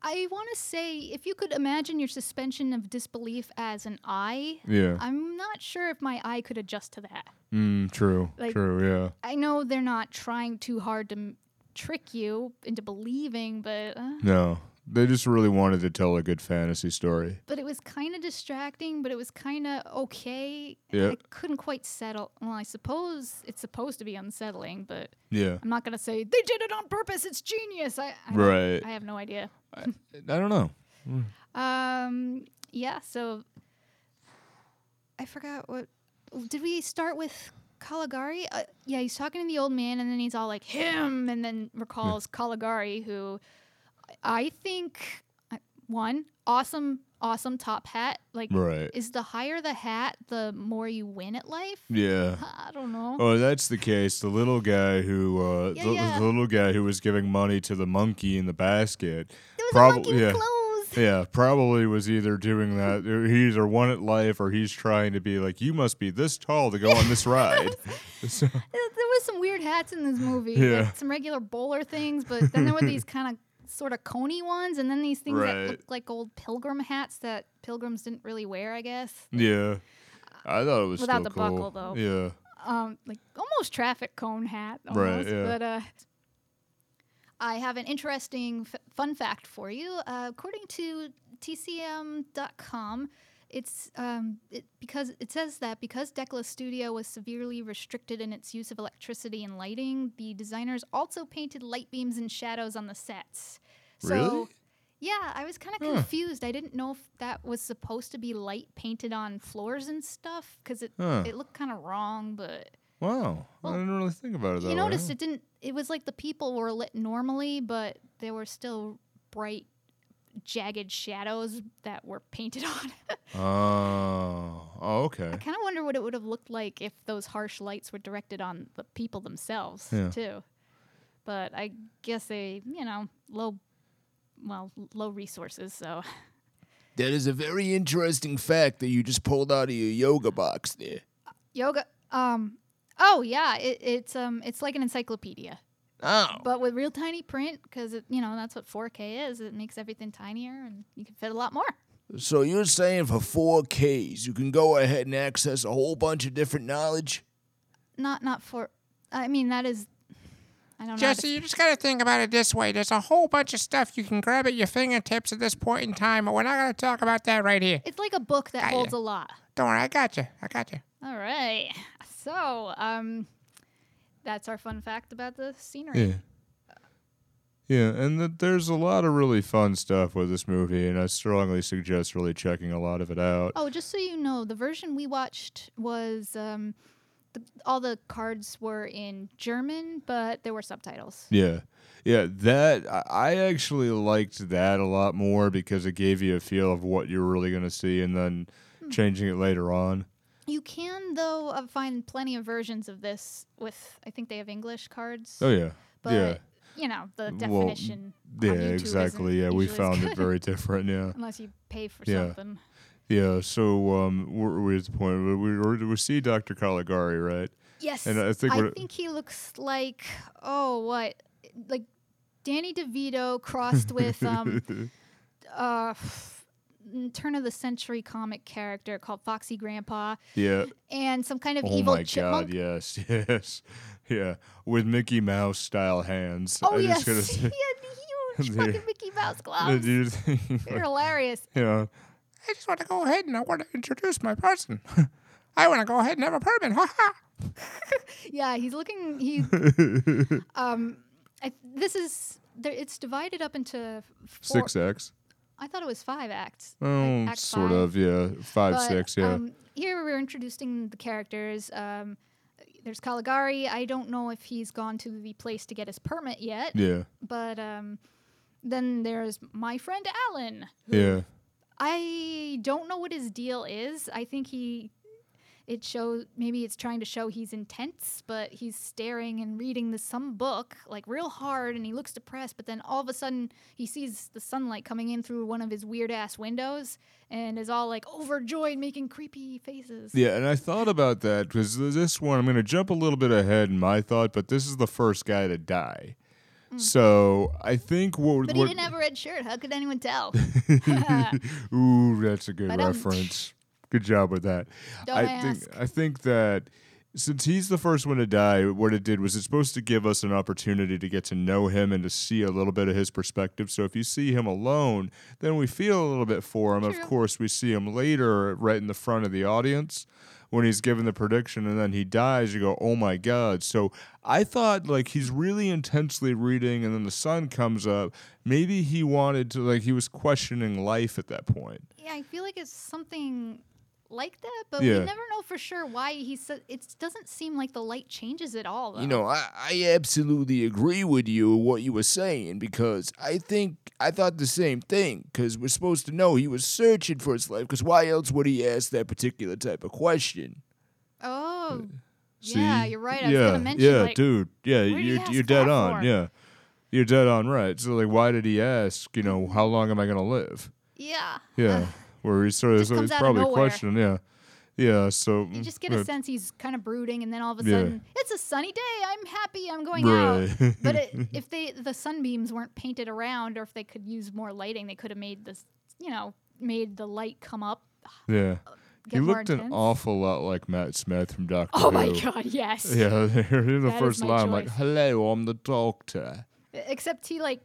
[SPEAKER 3] I want to say if you could imagine your suspension of disbelief as an eye,
[SPEAKER 4] Yeah.
[SPEAKER 3] I'm not sure if my eye could adjust to that.
[SPEAKER 4] Mm, true.
[SPEAKER 3] Like-
[SPEAKER 4] true. Yeah.
[SPEAKER 3] I know they're not trying too hard to m- trick you into believing, but uh,
[SPEAKER 4] No, they just really wanted to tell a good fantasy story.
[SPEAKER 3] but it was kind of distracting, but it was kind of okay.
[SPEAKER 4] Yeah.
[SPEAKER 3] I couldn't quite settle. Well, I suppose it's supposed to be unsettling, but
[SPEAKER 4] Yeah.
[SPEAKER 3] I'm not gonna say they did it on purpose. It's genius. I, I don't-
[SPEAKER 4] Right.
[SPEAKER 3] I have no idea.
[SPEAKER 4] I don't know.
[SPEAKER 3] Um. Yeah. So I forgot what. Did we start with Caligari? Uh, yeah, he's talking to the old man, and then he's all like him, and then
[SPEAKER 4] Hmm.
[SPEAKER 3] recalls Caligari, who I think uh, one awesome, awesome top hat. Like,
[SPEAKER 4] Right.
[SPEAKER 3] is the higher the hat, the more you win at life?
[SPEAKER 4] Yeah.
[SPEAKER 3] I don't know.
[SPEAKER 4] Oh, that's the case. The little guy who, uh,
[SPEAKER 3] Yeah,
[SPEAKER 4] the,
[SPEAKER 3] yeah.
[SPEAKER 4] the little guy who was giving money to the monkey in the basket.
[SPEAKER 3] there was
[SPEAKER 4] prob-
[SPEAKER 3] a monkey with
[SPEAKER 4] yeah.
[SPEAKER 3] clothes.
[SPEAKER 4] Yeah, probably was either doing that. He either won at life or he's trying to be like, you must be this tall to go on this ride. So-
[SPEAKER 3] There there was some weird hats in this movie.
[SPEAKER 4] Yeah.
[SPEAKER 3] like some regular bowler things, but then there were these kind of sort of coney ones, and then these things that
[SPEAKER 4] Right.
[SPEAKER 3] looked like old pilgrim hats that pilgrims didn't really wear, I guess.
[SPEAKER 4] yeah. I thought it was
[SPEAKER 3] Without
[SPEAKER 4] still
[SPEAKER 3] the buckle,
[SPEAKER 4] cool.
[SPEAKER 3] though.
[SPEAKER 4] Yeah.
[SPEAKER 3] Um, like almost traffic cone hat,
[SPEAKER 4] Right,
[SPEAKER 3] almost.
[SPEAKER 4] yeah.
[SPEAKER 3] But uh, I have an interesting f- fun fact for you. Uh, according to TCM.com, it's um, it, because it says that because Decla's studio was severely restricted in its use of electricity and lighting, the designers also painted light beams and shadows on the sets. So,
[SPEAKER 4] Really?
[SPEAKER 3] Yeah, I was kind of confused. I didn't know if that was supposed to be light painted on floors and stuff because it
[SPEAKER 4] Huh.
[SPEAKER 3] it looked kind of wrong, but
[SPEAKER 4] Wow.
[SPEAKER 3] Well,
[SPEAKER 4] I didn't really think about it that
[SPEAKER 3] you noticed
[SPEAKER 4] way.
[SPEAKER 3] it didn't it was like the people were lit normally but there were still bright jagged shadows that were painted on
[SPEAKER 4] Oh. Oh,
[SPEAKER 3] i
[SPEAKER 4] okay.
[SPEAKER 3] kind of wonder what it would have looked like if those harsh lights were directed on the people themselves
[SPEAKER 4] Yeah.
[SPEAKER 3] too but i guess they you know low well low resources so
[SPEAKER 5] That is a very interesting fact that you just pulled out of your yoga box there.
[SPEAKER 3] yoga um oh yeah it, it's um it's like an encyclopedia
[SPEAKER 5] Oh.
[SPEAKER 3] but with real tiny print because it you know that's what 4k is it makes everything tinier and you can fit a lot more
[SPEAKER 5] So you're saying for 4Ks, you can go ahead and access a whole bunch of different knowledge?
[SPEAKER 3] not not for i mean that is i don't know how to
[SPEAKER 1] Jesse, you just got to think about it this way. There's a whole bunch of stuff you can grab at your fingertips at this point in time, but we're not going to talk about that right here.
[SPEAKER 3] It's like a book that
[SPEAKER 1] Got ya.
[SPEAKER 3] holds a lot.
[SPEAKER 1] Don't worry, I got you. I got you.
[SPEAKER 3] All right. So, um, that's our fun fact about the scenery.
[SPEAKER 4] Yeah. Yeah, and that there's a lot of really fun stuff with this movie, and I strongly suggest really checking a lot of it out.
[SPEAKER 3] Oh, just so you know, the version we watched was um, the, all the cards were in German, but there were subtitles.
[SPEAKER 4] Yeah. Yeah, that I- I actually liked that a lot more because it gave you a feel of what you're really going to see and then
[SPEAKER 3] Hmm.
[SPEAKER 4] changing it later on.
[SPEAKER 3] You can though uh, find plenty of versions of this with I think they have English cards.
[SPEAKER 4] Oh yeah.
[SPEAKER 3] But
[SPEAKER 4] yeah.
[SPEAKER 3] you know, the
[SPEAKER 4] Well, mm.
[SPEAKER 3] definition
[SPEAKER 4] Yeah,
[SPEAKER 3] on YouTube isn't
[SPEAKER 4] exactly. Yeah, we
[SPEAKER 3] usually as
[SPEAKER 4] found it
[SPEAKER 3] good,
[SPEAKER 4] very different, yeah.
[SPEAKER 3] unless you pay for
[SPEAKER 4] Yeah.
[SPEAKER 3] something.
[SPEAKER 4] Yeah, so um we're, we're at the point where we we we see Dr. Caligari, right?
[SPEAKER 3] Yes.
[SPEAKER 4] And uh, I think
[SPEAKER 3] I
[SPEAKER 4] we're-
[SPEAKER 3] think he looks like oh what like Danny DeVito crossed with um uh turn of the century comic character called Foxy Grandpa
[SPEAKER 4] Yeah.
[SPEAKER 3] and some kind of
[SPEAKER 4] Oh
[SPEAKER 3] evil
[SPEAKER 4] my
[SPEAKER 3] chipmunk.
[SPEAKER 4] god, yes. Yes. Yeah, with Mickey Mouse style hands.
[SPEAKER 3] Oh
[SPEAKER 4] I
[SPEAKER 3] yes,
[SPEAKER 4] just
[SPEAKER 3] he
[SPEAKER 4] gotta say-
[SPEAKER 3] had huge
[SPEAKER 4] Dude.
[SPEAKER 3] fucking Mickey Mouse
[SPEAKER 4] the
[SPEAKER 3] gloves.
[SPEAKER 4] dude thing,
[SPEAKER 3] They're
[SPEAKER 4] like,
[SPEAKER 3] hilarious.
[SPEAKER 4] yeah.
[SPEAKER 1] I just want to go ahead and I want to introduce my person. I want to go ahead and have a permit. Ha ha.
[SPEAKER 3] Yeah, he's looking. He um, I, this is there, it's divided up into four,
[SPEAKER 4] Six X.
[SPEAKER 3] I thought it was five acts. like
[SPEAKER 4] Oh,
[SPEAKER 3] act
[SPEAKER 4] sort
[SPEAKER 3] five.
[SPEAKER 4] of, yeah. Five,
[SPEAKER 3] But,
[SPEAKER 4] six, yeah.
[SPEAKER 3] Um, here we're introducing the characters. Um, there's Caligari. I don't know if he's gone to the place to get his permit yet,
[SPEAKER 4] yeah,
[SPEAKER 3] but um, then there's my friend Alan.
[SPEAKER 4] yeah.
[SPEAKER 3] I don't know what his deal is. I think he it shows maybe it's trying to show he's intense, but he's staring and reading this some book like real hard and he looks depressed, but then all of a sudden he sees the sunlight coming in through one of his weird ass windows and is all like overjoyed making creepy faces.
[SPEAKER 4] Yeah, and I thought about that because this one, I'm going to jump a little bit ahead in my thought, but this is the first guy to die. So I think what.
[SPEAKER 3] Mm. But he
[SPEAKER 4] what
[SPEAKER 3] didn't have a red shirt. How could anyone tell?
[SPEAKER 4] Ooh, that's a good
[SPEAKER 3] Ba-dum.
[SPEAKER 4] reference. Good job with that.
[SPEAKER 3] Don't
[SPEAKER 4] I
[SPEAKER 3] ask.
[SPEAKER 4] think I think that since he's the first one to die, what it did was it's supposed to give us an opportunity to get to know him and to see a little bit of his perspective. So if you see him alone, then we feel a little bit for him.
[SPEAKER 3] True.
[SPEAKER 4] Of course, we see him later right in the front of the audience when he's given the prediction and then he dies, you go, "Oh my god." So I thought like he's really intensely reading and then the sun comes up. Maybe he wanted to like he was questioning life at that point.
[SPEAKER 3] yeah, I feel like it's something like that, but we
[SPEAKER 4] Yeah.
[SPEAKER 3] never know for sure why he said it doesn't seem like the light changes at all. Though.
[SPEAKER 5] You know, I, I absolutely agree with you what you were saying because I think I thought the same thing because we're supposed to know he was searching for his life because why else would he ask that particular type of question?
[SPEAKER 3] Oh, yeah,
[SPEAKER 4] Uh, See?
[SPEAKER 3] you're right. I
[SPEAKER 4] yeah,
[SPEAKER 3] was gonna mention
[SPEAKER 4] yeah,
[SPEAKER 3] like,
[SPEAKER 4] dude. Yeah,
[SPEAKER 3] did he
[SPEAKER 4] you're
[SPEAKER 3] ask
[SPEAKER 4] you're dead
[SPEAKER 3] that
[SPEAKER 4] on.
[SPEAKER 3] for?
[SPEAKER 4] Yeah, you're dead on. Right. So like, why did he ask? You know, how long am I gonna live?
[SPEAKER 3] yeah.
[SPEAKER 4] Yeah. Where he sort of
[SPEAKER 3] just
[SPEAKER 4] so
[SPEAKER 3] comes
[SPEAKER 4] he's
[SPEAKER 3] out of
[SPEAKER 4] probably
[SPEAKER 3] nowhere.
[SPEAKER 4] questioning. Yeah. Yeah. So
[SPEAKER 3] You just get a sense he's kind of brooding, and then all of a sudden, it's a sunny day. I'm happy. I'm going out.
[SPEAKER 4] Right.
[SPEAKER 3] But it, if they the sunbeams weren't painted around, or if they could use more lighting, they could have made this, you know, made the light come up.
[SPEAKER 4] Yeah.
[SPEAKER 3] Get
[SPEAKER 4] He
[SPEAKER 3] more
[SPEAKER 4] looked an
[SPEAKER 3] intense.
[SPEAKER 4] awful lot like Matt Smith from Doctor
[SPEAKER 3] Oh
[SPEAKER 4] Who.
[SPEAKER 3] my god! Yes.
[SPEAKER 4] Yeah, in the
[SPEAKER 3] That is
[SPEAKER 4] first
[SPEAKER 3] my
[SPEAKER 4] line, like,
[SPEAKER 3] choice.
[SPEAKER 4] "Hello, I'm the Doctor."
[SPEAKER 3] Except he like.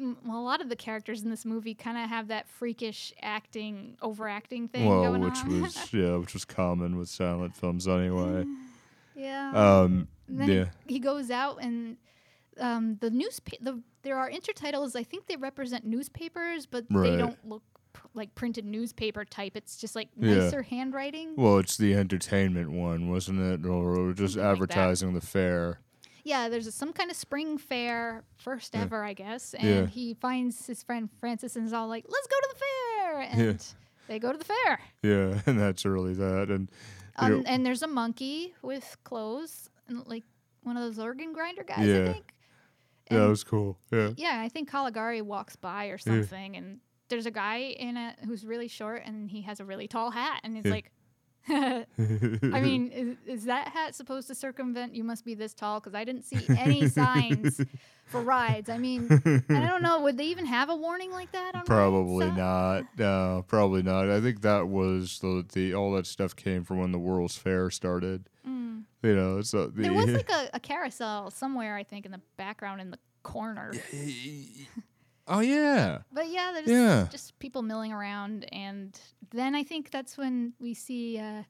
[SPEAKER 3] m- Well, a lot of the characters in this movie kind of have that freakish acting, overacting thing
[SPEAKER 4] Well,
[SPEAKER 3] going
[SPEAKER 4] which
[SPEAKER 3] on.
[SPEAKER 4] was yeah, which was common with silent films anyway.
[SPEAKER 3] yeah.
[SPEAKER 4] Um,
[SPEAKER 3] And then
[SPEAKER 4] yeah.
[SPEAKER 3] he, he goes out and um, the newspaper. The, there are intertitles. I think they represent newspapers, but they
[SPEAKER 4] Right.
[SPEAKER 3] don't look pr- like printed newspaper type. It's just like
[SPEAKER 4] Yeah.
[SPEAKER 3] nicer handwriting.
[SPEAKER 4] Well, it's the entertainment one, wasn't it? Or, or just
[SPEAKER 3] Something like that.
[SPEAKER 4] advertising the fair.
[SPEAKER 3] Yeah, there's a, some kind of spring fair, first ever, I guess. And
[SPEAKER 4] Yeah.
[SPEAKER 3] he finds his friend Francis and is all like, "Let's go to the fair!" And they go to the fair.
[SPEAKER 4] Yeah, and that's really that. And you
[SPEAKER 3] Um,
[SPEAKER 4] know,
[SPEAKER 3] and there's a monkey with clothes and like one of those organ grinder guys. I
[SPEAKER 4] Yeah.
[SPEAKER 3] think.
[SPEAKER 4] yeah,
[SPEAKER 3] and-
[SPEAKER 4] that was cool. Yeah.
[SPEAKER 3] Yeah, I think Caligari walks by or something, and there's a guy in a who's really short, and he has a really tall hat, and it's
[SPEAKER 4] Yeah.
[SPEAKER 3] like, I mean, is, is that hat supposed to circumvent? You must be this tall because I didn't see any signs for rides. I mean, and I don't know. Would they even have a warning like that? On
[SPEAKER 4] Probably
[SPEAKER 3] rides? Uh,
[SPEAKER 4] not. No, probably not. I think that was the, the all that stuff came from when the World's Fair started. You know, so
[SPEAKER 3] mm.
[SPEAKER 4] the,
[SPEAKER 3] There was like a, a carousel somewhere, I think, in the background in the corner.
[SPEAKER 4] oh yeah,
[SPEAKER 3] But yeah, there's
[SPEAKER 4] Yeah.
[SPEAKER 3] just people milling around, and then I think that's when we see uh,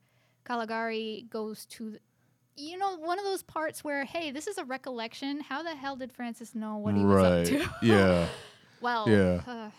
[SPEAKER 3] Caligari goes to, th- you know, one of those parts where, hey, this is a recollection. How the hell did Francis know what he
[SPEAKER 4] right.
[SPEAKER 3] was up to?
[SPEAKER 4] yeah,
[SPEAKER 3] Well,
[SPEAKER 4] Yeah.
[SPEAKER 3] uh,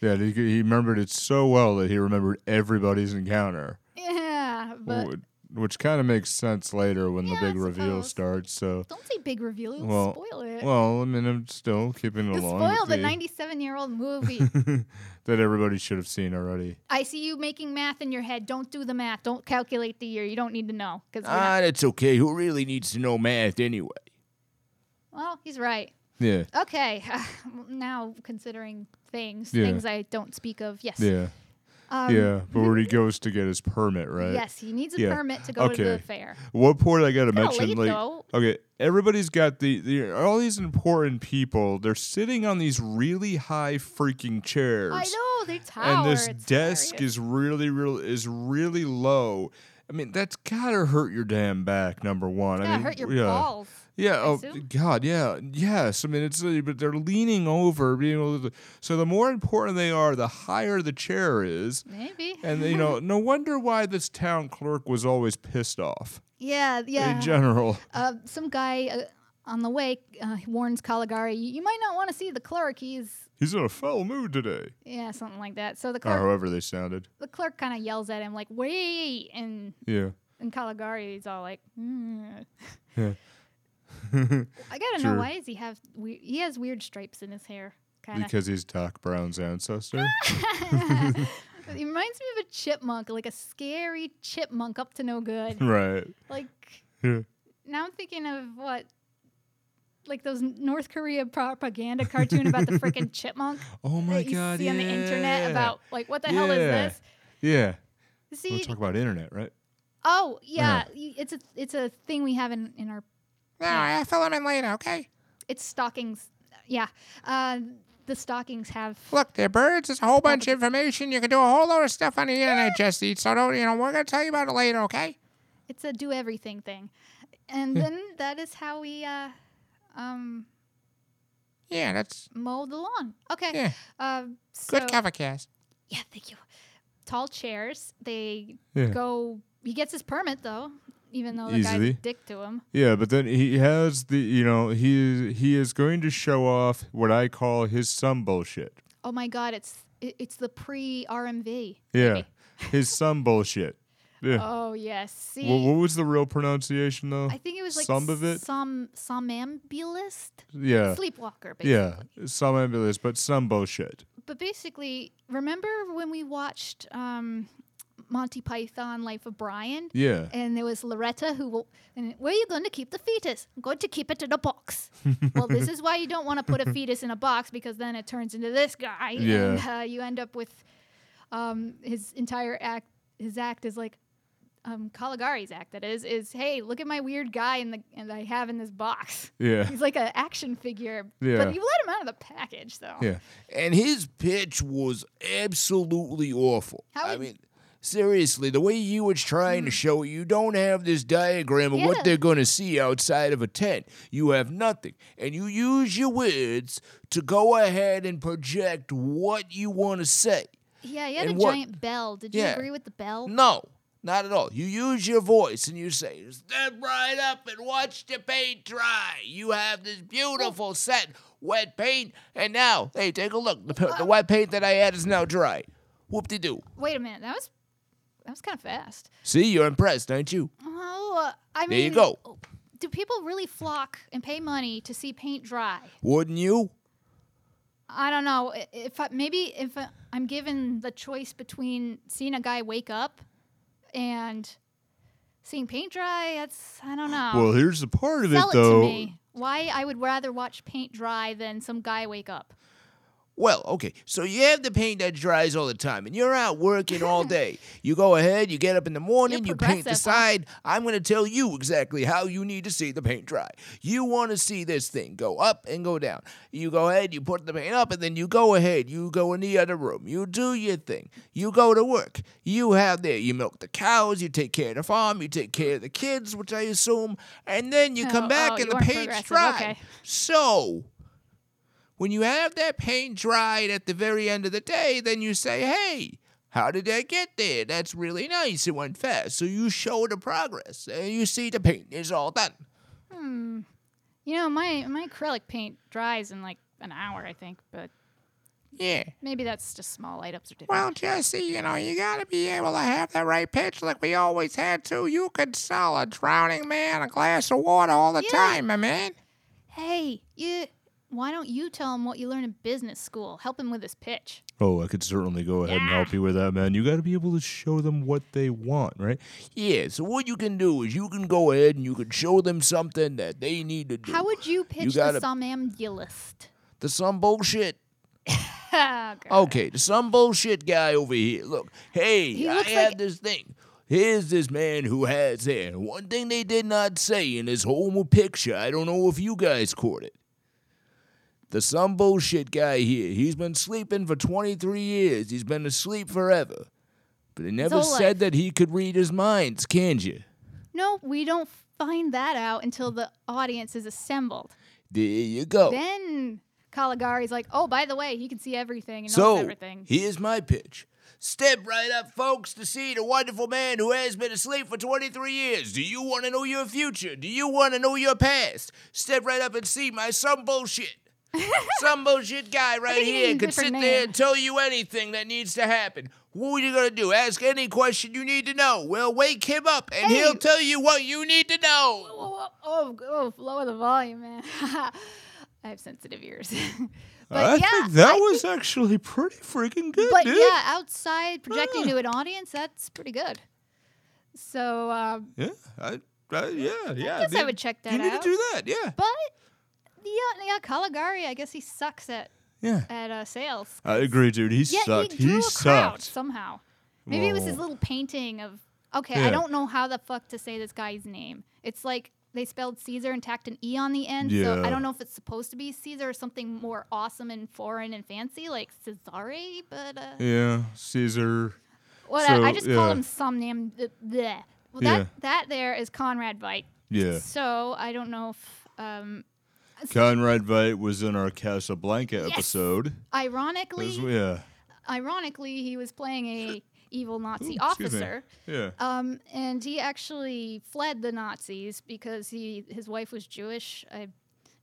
[SPEAKER 4] yeah. He, he remembered it so well that he remembered everybody's encounter.
[SPEAKER 3] yeah, but
[SPEAKER 4] Would- which kind of makes sense later when
[SPEAKER 3] Yeah,
[SPEAKER 4] the
[SPEAKER 3] I
[SPEAKER 4] big reveal
[SPEAKER 3] suppose.
[SPEAKER 4] starts. So,
[SPEAKER 3] Don't say big reveal. You'll
[SPEAKER 4] Well,
[SPEAKER 3] spoil it.
[SPEAKER 4] well, I mean, I'm still keeping it
[SPEAKER 3] You'll
[SPEAKER 4] along.
[SPEAKER 3] spoil
[SPEAKER 4] with
[SPEAKER 3] the
[SPEAKER 4] the-
[SPEAKER 3] 97 year old movie.
[SPEAKER 4] that everybody should have seen already.
[SPEAKER 3] I see you making math in your head. Don't do the math. Don't calculate the year. You don't need to know. Cause we're
[SPEAKER 5] Ah,
[SPEAKER 3] not-
[SPEAKER 5] that's okay. Who really needs to know math anyway?
[SPEAKER 3] well, he's right.
[SPEAKER 4] Yeah,
[SPEAKER 3] Okay. now considering things,
[SPEAKER 4] Yeah.
[SPEAKER 3] things I don't speak of. Yes.
[SPEAKER 4] yeah,
[SPEAKER 3] Um,
[SPEAKER 4] yeah. But where he goes to get his permit, right?
[SPEAKER 3] Yes, he needs a
[SPEAKER 4] Yeah.
[SPEAKER 3] permit to go to the
[SPEAKER 4] Okay.
[SPEAKER 3] fair.
[SPEAKER 4] What point I gotta
[SPEAKER 3] Kinda
[SPEAKER 4] mention?
[SPEAKER 3] late,
[SPEAKER 4] like,
[SPEAKER 3] though.
[SPEAKER 4] okay, everybody's got the, the all these important people. They're sitting on these really high freaking chairs.
[SPEAKER 3] I know they're tired.
[SPEAKER 4] and this desk is really real is really low. I mean, that's gotta hurt your damn back. Number one, I
[SPEAKER 3] gonna
[SPEAKER 4] mean,
[SPEAKER 3] hurt your
[SPEAKER 4] yeah.
[SPEAKER 3] balls.
[SPEAKER 4] Yeah. Oh
[SPEAKER 3] assume.
[SPEAKER 4] God. Yeah. Yes. I mean, it's uh, but they're leaning over, being able to, so the more important they are, the higher the chair is,
[SPEAKER 3] Maybe.
[SPEAKER 4] and you know, no wonder why this town clerk was always pissed off
[SPEAKER 3] yeah, yeah.
[SPEAKER 4] in general.
[SPEAKER 3] uh, some guy uh, on the way uh, warns Caligari, "You- you might not want to see the clerk. He's
[SPEAKER 4] He's in a foul mood today,
[SPEAKER 3] yeah, something like that. So the
[SPEAKER 4] or
[SPEAKER 3] clerk,
[SPEAKER 4] however they sounded.
[SPEAKER 3] the clerk kind of yells at him like, "Wait!" and
[SPEAKER 4] Yeah.
[SPEAKER 3] and Caligari's all like, "Mm."
[SPEAKER 4] Yeah.
[SPEAKER 3] "I gotta
[SPEAKER 4] Sure.
[SPEAKER 3] know why does he have we- he has weird stripes in his hair." Kind of.
[SPEAKER 4] Because he's Doc Brown's ancestor.
[SPEAKER 3] He reminds me of a chipmunk, like a scary chipmunk up to no good.
[SPEAKER 4] right.
[SPEAKER 3] like
[SPEAKER 4] Yeah.
[SPEAKER 3] now I'm thinking of what like those North Korea propaganda cartoon about the freaking chipmunk
[SPEAKER 4] Oh my
[SPEAKER 3] that you
[SPEAKER 4] God.
[SPEAKER 3] see
[SPEAKER 4] yeah.
[SPEAKER 3] on the internet about like what the hell
[SPEAKER 4] Yeah.
[SPEAKER 3] is
[SPEAKER 4] Yeah.
[SPEAKER 3] this?
[SPEAKER 4] We'll
[SPEAKER 3] See,
[SPEAKER 4] talk about internet, right?
[SPEAKER 3] oh yeah, y it's a it's a thing we have in in our
[SPEAKER 1] No, I fill them in later, okay?
[SPEAKER 3] it's stockings. Yeah, uh, the stockings have
[SPEAKER 1] Look, they're birds. There's a whole bunch of information. You can do a whole lot of stuff on the internet, Jesse. So don't, you know, we're gonna tell you about it later, okay?
[SPEAKER 3] it's a do everything thing, and then that is how we uh, um,
[SPEAKER 1] Yeah, that's
[SPEAKER 3] mow the lawn. Okay,
[SPEAKER 1] Yeah.
[SPEAKER 3] uh, so,
[SPEAKER 1] good cover, Cass.
[SPEAKER 3] Yeah, thank you. Tall chairs. They
[SPEAKER 4] Yeah.
[SPEAKER 3] go. He gets his permit though, even though the
[SPEAKER 4] Easily.
[SPEAKER 3] guy's dick to him.
[SPEAKER 4] Yeah, but then he has the you know he he is going to show off what I call his some bullshit.
[SPEAKER 3] Oh my God, it's it, it's the pre RMV.
[SPEAKER 4] Yeah, his some bullshit. Yeah.
[SPEAKER 3] Oh yes. See,
[SPEAKER 4] Wha- what, was the real pronunciation though?
[SPEAKER 3] I think it was like
[SPEAKER 4] some of it.
[SPEAKER 3] Some somnambulist,
[SPEAKER 4] yeah.
[SPEAKER 3] sleepwalker. Basically.
[SPEAKER 4] Yeah, some ambulance, but some bullshit.
[SPEAKER 3] But basically, remember when we watched um, Monty Python: Life of Brian?
[SPEAKER 4] Yeah,
[SPEAKER 3] And there was Loretta who, will, and where are you going to keep the fetus? I'm going to keep it in a box. well, this is why you don't want to put a fetus in a box because then it turns into this guy, and
[SPEAKER 4] Yeah.
[SPEAKER 3] uh, you end up with um, his entire act. His act is like um, Caligari's act. That is, is hey, look at my weird guy in the and I have in this box.
[SPEAKER 4] yeah,
[SPEAKER 3] He's like an action figure,
[SPEAKER 4] Yeah.
[SPEAKER 3] but you let him out of the package though.
[SPEAKER 4] yeah.
[SPEAKER 5] And his pitch was absolutely awful.
[SPEAKER 3] How
[SPEAKER 5] I
[SPEAKER 3] would- Mm.
[SPEAKER 5] mean, seriously, the way you was trying to show it, you don't have this diagram of
[SPEAKER 3] Yeah.
[SPEAKER 5] what they're going to see outside of a tent. You have nothing. And you use your words to go ahead and project what you want to say.
[SPEAKER 3] Yeah, he had
[SPEAKER 5] And
[SPEAKER 3] a
[SPEAKER 5] what-
[SPEAKER 3] giant bell. Did you
[SPEAKER 5] Yeah.
[SPEAKER 3] agree with the bell?
[SPEAKER 5] No, not at all. You use your voice and you say, Step right up and watch the paint dry. You have this beautiful set, wet paint, and now, hey, take a look. The, pa- the wet paint that I had is now dry. Whoop de doo.
[SPEAKER 3] Wait a minute, that was that was kind of fast.
[SPEAKER 5] See, you're impressed, aren't you?
[SPEAKER 3] Oh, I mean,
[SPEAKER 5] There you go.
[SPEAKER 3] Do people really flock and pay money to see paint dry?
[SPEAKER 5] Wouldn't you?
[SPEAKER 3] I don't know. I- If I, maybe if I, I'm given the choice between seeing a guy wake up and seeing paint dry, that's I don't know.
[SPEAKER 4] Well, here's the part of
[SPEAKER 3] Sell
[SPEAKER 4] it
[SPEAKER 3] it
[SPEAKER 4] though.
[SPEAKER 3] to me. Why I would rather watch paint dry than some guy wake up.
[SPEAKER 5] Well, okay, so you have the paint that dries all the time, and you're out working all day. You go ahead, you get up in the morning, you paint
[SPEAKER 3] progressive,
[SPEAKER 5] the
[SPEAKER 3] huh?
[SPEAKER 5] side. I'm going to tell you exactly how you need to see the paint dry. You want to see this thing go up and go down. You go ahead, you put the paint up, and then you go ahead, you go in the other room, you do your thing, you go to work. You have there, you milk the cows, you take care of the farm, you take care of the kids, which I assume, and then you
[SPEAKER 3] Oh,
[SPEAKER 5] come back
[SPEAKER 3] oh, you
[SPEAKER 5] and the
[SPEAKER 3] weren't
[SPEAKER 5] paint's
[SPEAKER 3] progressive,
[SPEAKER 5] dry.
[SPEAKER 3] okay.
[SPEAKER 5] So, when you have that paint dried at the very end of the day, then you say, hey, how did that get there? That's really nice. It went fast. So you show the progress and you see the paint is all done.
[SPEAKER 3] You know, my my acrylic paint dries in like an hour, I think, but
[SPEAKER 1] Yeah.
[SPEAKER 3] Maybe that's just small items are different.
[SPEAKER 1] Well, Jesse, you know, you gotta be able to have the right pitch like we always had to. You could sell a drowning man a glass of water all the
[SPEAKER 3] Yeah.
[SPEAKER 1] time, my man.
[SPEAKER 3] hey, you. Why don't you tell him what you learned in business school? Help him with his pitch.
[SPEAKER 4] Oh, I could certainly go ahead and help you with that, man. You got to be able to show them what they want, right?
[SPEAKER 5] Yeah, so what you can do is you can go ahead and you can show them something that they need to do.
[SPEAKER 3] How would you pitch
[SPEAKER 5] gotta-
[SPEAKER 3] the somnambulist?
[SPEAKER 5] the some bullshit?
[SPEAKER 3] Ah, God.
[SPEAKER 5] Okay, the some bullshit guy over here. Look, hey,
[SPEAKER 3] He
[SPEAKER 5] I
[SPEAKER 3] looks
[SPEAKER 5] had
[SPEAKER 3] like-
[SPEAKER 5] this thing. Here's this man who has hair. One thing they did not say in this whole picture, I don't know if you guys caught it. The some bullshit guy here, he's been sleeping for 23 years. He's been asleep forever. But they never
[SPEAKER 3] whole
[SPEAKER 5] said
[SPEAKER 3] life.
[SPEAKER 5] that he could read his minds, can you?
[SPEAKER 3] No, we don't find that out until the audience is assembled.
[SPEAKER 5] There you
[SPEAKER 4] Oh.
[SPEAKER 5] go.
[SPEAKER 3] Then Caligari's like, oh, by the way, he can see everything and knows
[SPEAKER 5] So,
[SPEAKER 3] everything.
[SPEAKER 5] here's my pitch. Step right up, folks, to see the wonderful man who has been asleep for 23 years. Do you want to know your future? Do you want to know your past? Step right up and see my some bullshit. some bullshit guy right
[SPEAKER 3] think you need
[SPEAKER 5] here
[SPEAKER 3] a
[SPEAKER 5] could sit
[SPEAKER 3] different
[SPEAKER 5] there
[SPEAKER 3] name.
[SPEAKER 5] and tell you anything that needs to happen. What are you going to do? Ask any question you need to know. Well, wake him up and
[SPEAKER 3] Hey.
[SPEAKER 5] he'll tell you what you need to know.
[SPEAKER 3] oh, oh, oh, oh, lower the volume, man. I have sensitive ears. but
[SPEAKER 4] I
[SPEAKER 3] yeah,
[SPEAKER 4] think that
[SPEAKER 3] I
[SPEAKER 4] was
[SPEAKER 3] think-
[SPEAKER 4] actually pretty freaking good,
[SPEAKER 3] But
[SPEAKER 4] dude. Ah.
[SPEAKER 3] yeah, outside projecting to an audience, that's pretty good. So, um,
[SPEAKER 4] Yeah, I, I, yeah, yeah.
[SPEAKER 3] guess I
[SPEAKER 4] dude.
[SPEAKER 3] would check that
[SPEAKER 4] You need
[SPEAKER 3] out.
[SPEAKER 4] to do that, yeah.
[SPEAKER 3] but yeah, yeah, Caligari, I guess he sucks at
[SPEAKER 4] Yeah.
[SPEAKER 3] at uh, sales.
[SPEAKER 4] I agree, dude. He
[SPEAKER 3] Yet
[SPEAKER 4] sucked.
[SPEAKER 3] he drew a crowd
[SPEAKER 4] sucked.
[SPEAKER 3] somehow. Maybe it was his
[SPEAKER 4] Whoa.
[SPEAKER 3] little painting of. Okay,
[SPEAKER 4] Yeah.
[SPEAKER 3] I don't know how the fuck to say this guy's name. It's like they spelled Caesar and tacked an e on the end, so
[SPEAKER 4] Yeah.
[SPEAKER 3] I don't know if it's supposed to be Caesar or something more awesome and foreign and fancy like Cesare, but uh,
[SPEAKER 4] Yeah, Caesar.
[SPEAKER 3] what
[SPEAKER 4] So,
[SPEAKER 3] I just call
[SPEAKER 4] yeah.
[SPEAKER 3] him somnium. Bleh. Well, that
[SPEAKER 4] Yeah.
[SPEAKER 3] that there is Conrad Veidt.
[SPEAKER 4] Yeah.
[SPEAKER 3] So I don't know if um,
[SPEAKER 4] Conrad Veidt was in our Casablanca episode.
[SPEAKER 3] ironically,
[SPEAKER 4] It was- yeah.
[SPEAKER 3] ironically he was playing a evil Nazi
[SPEAKER 4] Ooh, excuse me.
[SPEAKER 3] officer.
[SPEAKER 4] Yeah.
[SPEAKER 3] Um, and he actually fled the Nazis because he his wife was Jewish. I'm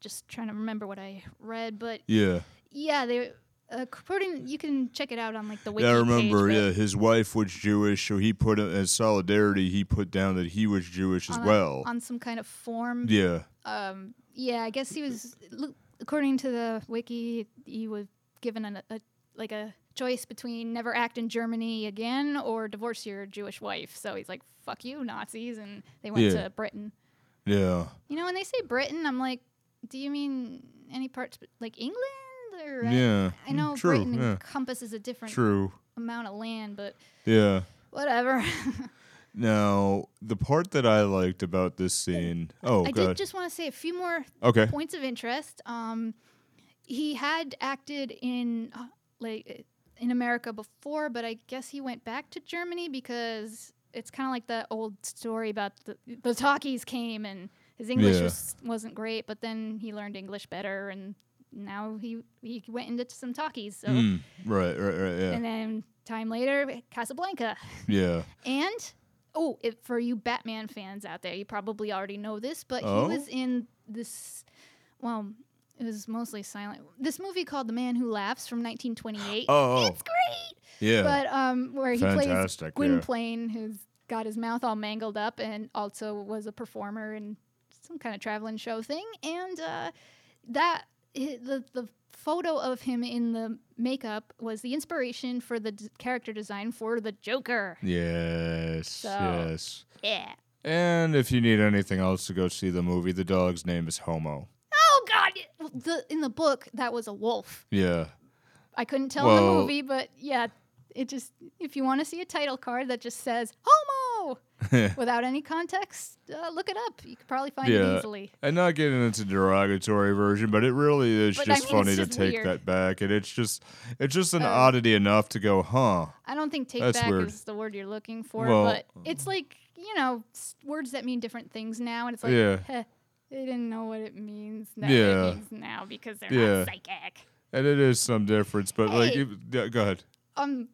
[SPEAKER 3] just trying to remember what I read, but
[SPEAKER 4] Yeah.
[SPEAKER 3] yeah, they according you can check it out on like the wiki.
[SPEAKER 4] yeah, I
[SPEAKER 3] page,
[SPEAKER 4] remember.
[SPEAKER 3] but
[SPEAKER 4] yeah, his wife was Jewish, so he put in as solidarity. He put down that he was Jewish as
[SPEAKER 3] on a-
[SPEAKER 4] well.
[SPEAKER 3] on some kind of form.
[SPEAKER 4] yeah,
[SPEAKER 3] Um, yeah, I guess he was lo- according to the wiki, he was given an, a like a choice between never act in Germany again or divorce your Jewish wife. So he's like, "Fuck you, Nazis," and they went
[SPEAKER 4] Yeah.
[SPEAKER 3] to Britain.
[SPEAKER 4] yeah,
[SPEAKER 3] You know, when they say Britain, I'm like, do you mean any parts b- like England? Or I-
[SPEAKER 4] yeah. Mm,
[SPEAKER 3] I know
[SPEAKER 4] true.
[SPEAKER 3] Britain
[SPEAKER 4] yeah,
[SPEAKER 3] encompasses a different
[SPEAKER 4] true.
[SPEAKER 3] amount of land, but
[SPEAKER 4] Yeah.
[SPEAKER 3] whatever.
[SPEAKER 4] Now, the part that I liked about this scene. Oh,
[SPEAKER 3] I did
[SPEAKER 4] God.
[SPEAKER 3] just want to say a few more
[SPEAKER 4] okay.
[SPEAKER 3] points of interest. Um, he had acted in uh, like uh, in America before, but I guess he went back to Germany because it's kind of like the old story about the, the talkies came and his English
[SPEAKER 4] Yeah.
[SPEAKER 3] was, wasn't great, but then he learned English better and now he he went into some talkies. So
[SPEAKER 4] Mm, right, right, right. Yeah.
[SPEAKER 3] and then time later Casablanca.
[SPEAKER 4] yeah.
[SPEAKER 3] And oh, if, for you Batman fans out there, you probably already know this, but
[SPEAKER 4] Oh?
[SPEAKER 3] he was in this. Well, it was mostly silent. This movie called The Man Who Laughs from 1928.
[SPEAKER 4] Oh,
[SPEAKER 3] It's great,
[SPEAKER 4] yeah.
[SPEAKER 3] but um, where he
[SPEAKER 4] Fantastic, yeah.
[SPEAKER 3] plays Gwynplaine, who's got his mouth all mangled up, and also was a performer in some kind of traveling show thing, and uh, that hi- the the photo of him in the makeup was the inspiration for the d- character design for the Joker.
[SPEAKER 4] yes,
[SPEAKER 3] So-
[SPEAKER 4] yes.
[SPEAKER 3] Yeah.
[SPEAKER 4] And if you need anything else to go see the movie, the dog's name is Homo.
[SPEAKER 3] Oh God! Well, The, in the book, that was a wolf.
[SPEAKER 4] Yeah.
[SPEAKER 3] I couldn't tell in
[SPEAKER 4] Well-
[SPEAKER 3] the movie, but yeah, it just if you want to see a title card that just says "homo" without any context, uh, look it up. You could probably find
[SPEAKER 4] Yeah.
[SPEAKER 3] it easily.
[SPEAKER 4] And not getting into derogatory version, but it really is
[SPEAKER 3] But I
[SPEAKER 4] just
[SPEAKER 3] mean,
[SPEAKER 4] funny
[SPEAKER 3] it's
[SPEAKER 4] to
[SPEAKER 3] just
[SPEAKER 4] take
[SPEAKER 3] weird.
[SPEAKER 4] that back, and it's just it's just an
[SPEAKER 3] Uh,
[SPEAKER 4] oddity enough to go, huh?
[SPEAKER 3] I don't think "take
[SPEAKER 4] That's
[SPEAKER 3] back"
[SPEAKER 4] weird.
[SPEAKER 3] is the word you're looking for,
[SPEAKER 4] Well-
[SPEAKER 3] but it's like you know s- words that mean different things now, and it's like
[SPEAKER 4] Yeah.
[SPEAKER 3] "Heh, they didn't know what it means. That
[SPEAKER 4] Yeah.
[SPEAKER 3] it means now because they're
[SPEAKER 4] Yeah.
[SPEAKER 3] not psychic.
[SPEAKER 4] And it is some difference, but like,
[SPEAKER 3] Hey.
[SPEAKER 4] you, yeah, go ahead.
[SPEAKER 3] um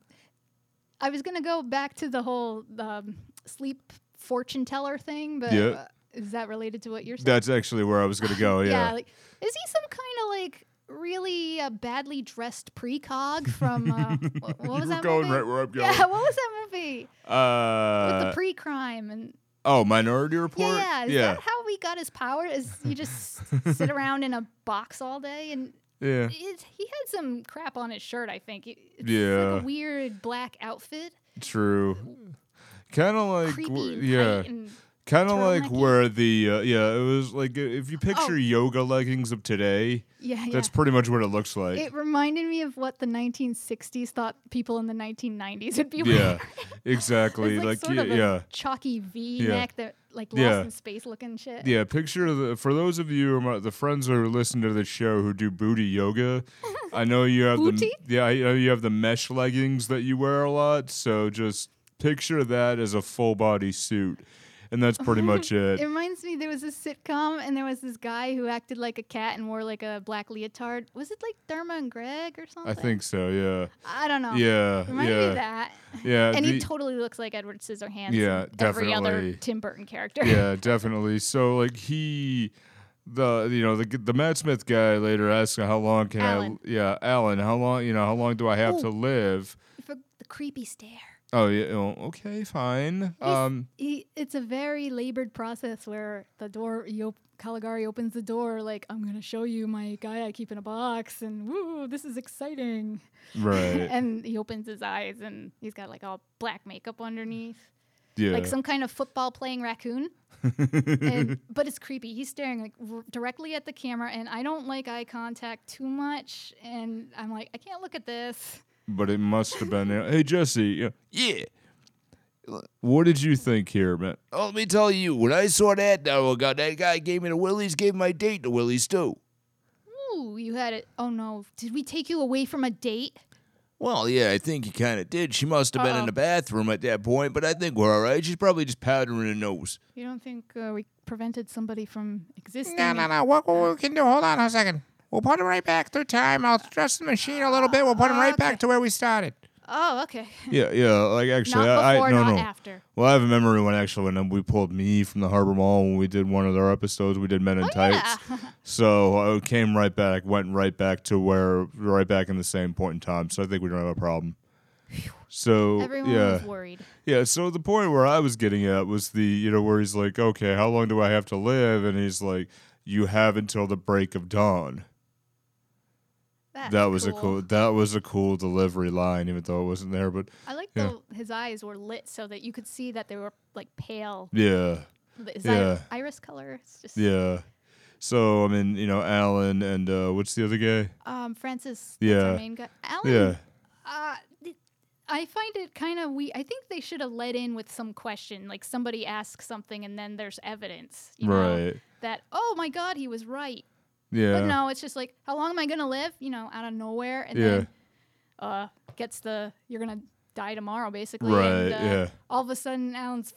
[SPEAKER 3] i was gonna go back to the whole um, sleep fortune teller thing but
[SPEAKER 4] Yeah.
[SPEAKER 3] uh, is that related to what you're saying
[SPEAKER 4] That's actually where I was gonna go. Yeah.
[SPEAKER 3] like is he some kind of like really uh, badly dressed precog from uh, what, what was
[SPEAKER 4] you were
[SPEAKER 3] that
[SPEAKER 4] going
[SPEAKER 3] movie?
[SPEAKER 4] right where I'm going.
[SPEAKER 3] yeah, what was that movie with
[SPEAKER 4] Uh,
[SPEAKER 3] the pre-crime and
[SPEAKER 4] oh, Minority Report.
[SPEAKER 3] yeah, yeah. Is
[SPEAKER 4] yeah,
[SPEAKER 3] that how we got his power? Is you just sit around in a box all day and
[SPEAKER 4] yeah.
[SPEAKER 3] it's, he had some crap on his shirt. I think It- it's
[SPEAKER 4] Yeah.
[SPEAKER 3] like a weird black outfit,
[SPEAKER 4] True. Kind of like
[SPEAKER 3] creepy,
[SPEAKER 4] w-
[SPEAKER 3] and
[SPEAKER 4] yeah,
[SPEAKER 3] tight and
[SPEAKER 4] kind of like
[SPEAKER 3] turtlenecky.
[SPEAKER 4] where the uh, yeah it was like uh, if you picture yoga leggings of today,
[SPEAKER 3] Oh. yeah, yeah.
[SPEAKER 4] that's pretty much what it looks like.
[SPEAKER 3] It reminded me of what the 1960s thought people in the 1990s would be
[SPEAKER 4] yeah,
[SPEAKER 3] wearing.
[SPEAKER 4] exactly.
[SPEAKER 3] It's like, sort
[SPEAKER 4] yeah,
[SPEAKER 3] of a
[SPEAKER 4] yeah.
[SPEAKER 3] chalky V neck that like lost
[SPEAKER 4] Yeah.
[SPEAKER 3] in space looking shit.
[SPEAKER 4] Yeah, picture the, for those of you, who are my- the friends who are listening to the show who do booty yoga. I know you have
[SPEAKER 3] Booty?
[SPEAKER 4] the yeah, I know you have the mesh leggings that you wear a lot. So just picture that as a full body suit, and that's pretty much
[SPEAKER 3] It
[SPEAKER 4] it.
[SPEAKER 3] reminds me there was this sitcom and there was this guy who acted like a cat and wore like a black leotard. Was it like Therma and Greg or something?
[SPEAKER 4] I think so. Yeah,
[SPEAKER 3] I don't know.
[SPEAKER 4] yeah,
[SPEAKER 3] Reminded Oh, me
[SPEAKER 4] yeah,
[SPEAKER 3] of that.
[SPEAKER 4] yeah.
[SPEAKER 3] And
[SPEAKER 4] the-
[SPEAKER 3] he totally looks like Edward Scissorhands.
[SPEAKER 4] Yeah,
[SPEAKER 3] and Every other
[SPEAKER 4] definitely.
[SPEAKER 3] Tim Burton character.
[SPEAKER 4] yeah, definitely. So like he, the you know the the Matt Smith guy later asked how long can
[SPEAKER 3] Alan.
[SPEAKER 4] I yeah Alan how long you know how long do I have to live?
[SPEAKER 3] For the creepy stare.
[SPEAKER 4] Oh yeah, oh, okay, fine.
[SPEAKER 3] He's-
[SPEAKER 4] Um,
[SPEAKER 3] he, e, it's a very labored process where the door he op- Caligari opens the door like I'm gonna show you my guy I keep in a box and woo this is exciting
[SPEAKER 4] right,
[SPEAKER 3] and he opens his eyes and he's got like all black makeup underneath
[SPEAKER 4] yeah,
[SPEAKER 3] like some kind of football playing raccoon and, but it's creepy he's staring like r- directly at the camera and I don't like eye contact too much and I'm like I can't look at this
[SPEAKER 4] but it must have been. Hey Jesse, yeah,
[SPEAKER 5] Yeah.
[SPEAKER 4] what did you think here, man?
[SPEAKER 5] Oh, let me tell you, when I saw that, oh god, that guy gave me the willies, gave my date the willies too.
[SPEAKER 3] ooh you had it oh no did we take you away from a date
[SPEAKER 5] Well, yeah, I think he kind of did. She must have been
[SPEAKER 3] Uh-oh.
[SPEAKER 5] in the bathroom at that point, but I think we're all right. She's probably just powdering her nose.
[SPEAKER 3] You don't think uh, we prevented somebody from existing?
[SPEAKER 1] No, no, no. What, what we can do? Hold on a second. We'll put him right back through time. I'll stress the machine a little bit. We'll put him right back to where we started.
[SPEAKER 3] Oh, okay.
[SPEAKER 4] Yeah, yeah, like actually,
[SPEAKER 3] Not
[SPEAKER 4] I,
[SPEAKER 3] before,
[SPEAKER 4] I no
[SPEAKER 3] not
[SPEAKER 4] no.
[SPEAKER 3] after.
[SPEAKER 4] Well, I have a memory when actually when um, we pulled me from the Harbor Mall when we did one of their episodes, we did Men
[SPEAKER 3] Oh,
[SPEAKER 4] in Tights. So I came right back, went right back to where, right back in the same point in time. So I think we don't have a problem. So
[SPEAKER 3] Everyone
[SPEAKER 4] yeah,
[SPEAKER 3] was worried.
[SPEAKER 4] yeah. So the point where I was getting at was the you know where he's like, okay, how long do I have to live? And he's like, you have until the break of dawn.
[SPEAKER 3] That's
[SPEAKER 4] that was a cool. That was a cool delivery line, even though it wasn't there. But
[SPEAKER 3] I like
[SPEAKER 4] yeah.
[SPEAKER 3] the his eyes were lit so that you could see that they were like pale.
[SPEAKER 4] yeah.
[SPEAKER 3] His
[SPEAKER 4] Yeah.
[SPEAKER 3] iri- iris color. It's just
[SPEAKER 4] Yeah. So I mean, you know, Alan and uh, what's the other guy?
[SPEAKER 3] um Francis. That's
[SPEAKER 4] Yeah.
[SPEAKER 3] our main guy. Alan.
[SPEAKER 4] Yeah.
[SPEAKER 3] Uh, th- I find it kind of we. I think they should have let in with some question, like somebody asks something and then there's evidence. You Know,
[SPEAKER 4] Right.
[SPEAKER 3] that oh my god, he was right. But
[SPEAKER 4] Yeah.
[SPEAKER 3] no, it's just like, how long am I gonna live? You know, out of nowhere, and
[SPEAKER 4] Yeah.
[SPEAKER 3] then uh, gets the you're gonna die tomorrow, basically.
[SPEAKER 4] Right,
[SPEAKER 3] And, uh,
[SPEAKER 4] yeah.
[SPEAKER 3] All of a sudden, Alan's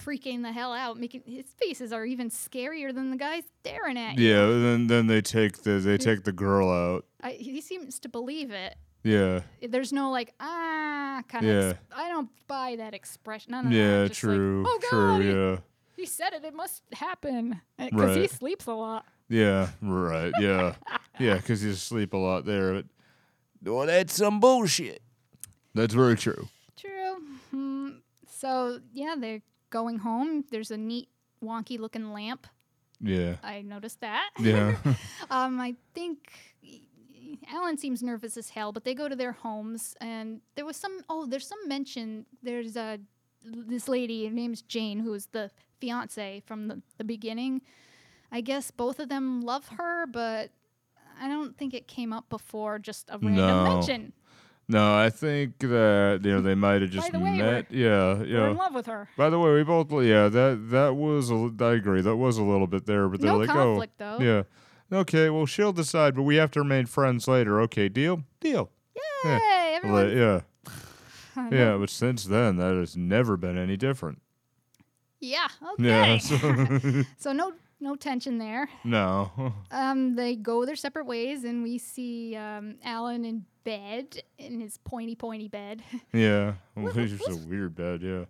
[SPEAKER 3] freaking the hell out, making his faces are even scarier than the guys staring at you.
[SPEAKER 4] Yeah. and Then then they take the they take the girl out.
[SPEAKER 3] I, he seems to believe it.
[SPEAKER 4] Yeah.
[SPEAKER 3] There's no like ah kind
[SPEAKER 4] Yeah.
[SPEAKER 3] of. I don't buy that expression. No, no, no,
[SPEAKER 4] Yeah.
[SPEAKER 3] just like,
[SPEAKER 4] True.
[SPEAKER 3] oh god,
[SPEAKER 4] true.
[SPEAKER 3] he,
[SPEAKER 4] Yeah.
[SPEAKER 3] he said it. It must happen because he
[SPEAKER 4] Right.
[SPEAKER 3] sleeps a lot.
[SPEAKER 4] Yeah. Right. Yeah. yeah. Because you sleep a lot there. But
[SPEAKER 5] Well, that's some bullshit.
[SPEAKER 4] that's very true.
[SPEAKER 3] True. Mm, so yeah, they're going home. There's a neat, wonky-looking lamp.
[SPEAKER 4] Yeah.
[SPEAKER 3] I noticed that.
[SPEAKER 4] Yeah.
[SPEAKER 3] um, I think Alan seems nervous as hell, but they go to their homes, and there was some. Oh, there's some mention. There's a this lady. Her name's Jane, who is the fiance from the, the beginning. I guess both of them love her, but I don't think it came up before. Just a random
[SPEAKER 4] No.
[SPEAKER 3] mention.
[SPEAKER 4] no, I think that you know they might have just
[SPEAKER 3] the way, we're-
[SPEAKER 4] met. Yeah.
[SPEAKER 3] We're in
[SPEAKER 4] Yeah.
[SPEAKER 3] love with her.
[SPEAKER 4] By the way, we both yeah that that was a, li- I agree that was a little bit there, but they're
[SPEAKER 3] No
[SPEAKER 4] like
[SPEAKER 3] conflict,
[SPEAKER 4] oh
[SPEAKER 3] though.
[SPEAKER 4] yeah okay well she'll decide, but we have to remain friends later. Okay, deal deal. Yeah.
[SPEAKER 3] Hey,
[SPEAKER 4] Li-
[SPEAKER 3] everyone
[SPEAKER 4] yeah.
[SPEAKER 3] Uh-huh. Mm-hmm.
[SPEAKER 4] Yeah, but since then, that has never been any different.
[SPEAKER 3] Yeah. Okay.
[SPEAKER 4] Yeah. so-
[SPEAKER 3] So no no tension there.
[SPEAKER 4] no.
[SPEAKER 3] Um, they go their separate ways, and we see um, Alan in bed in his pointy pointy bed.
[SPEAKER 4] Yeah. Well, it's just a weird bed. Yeah.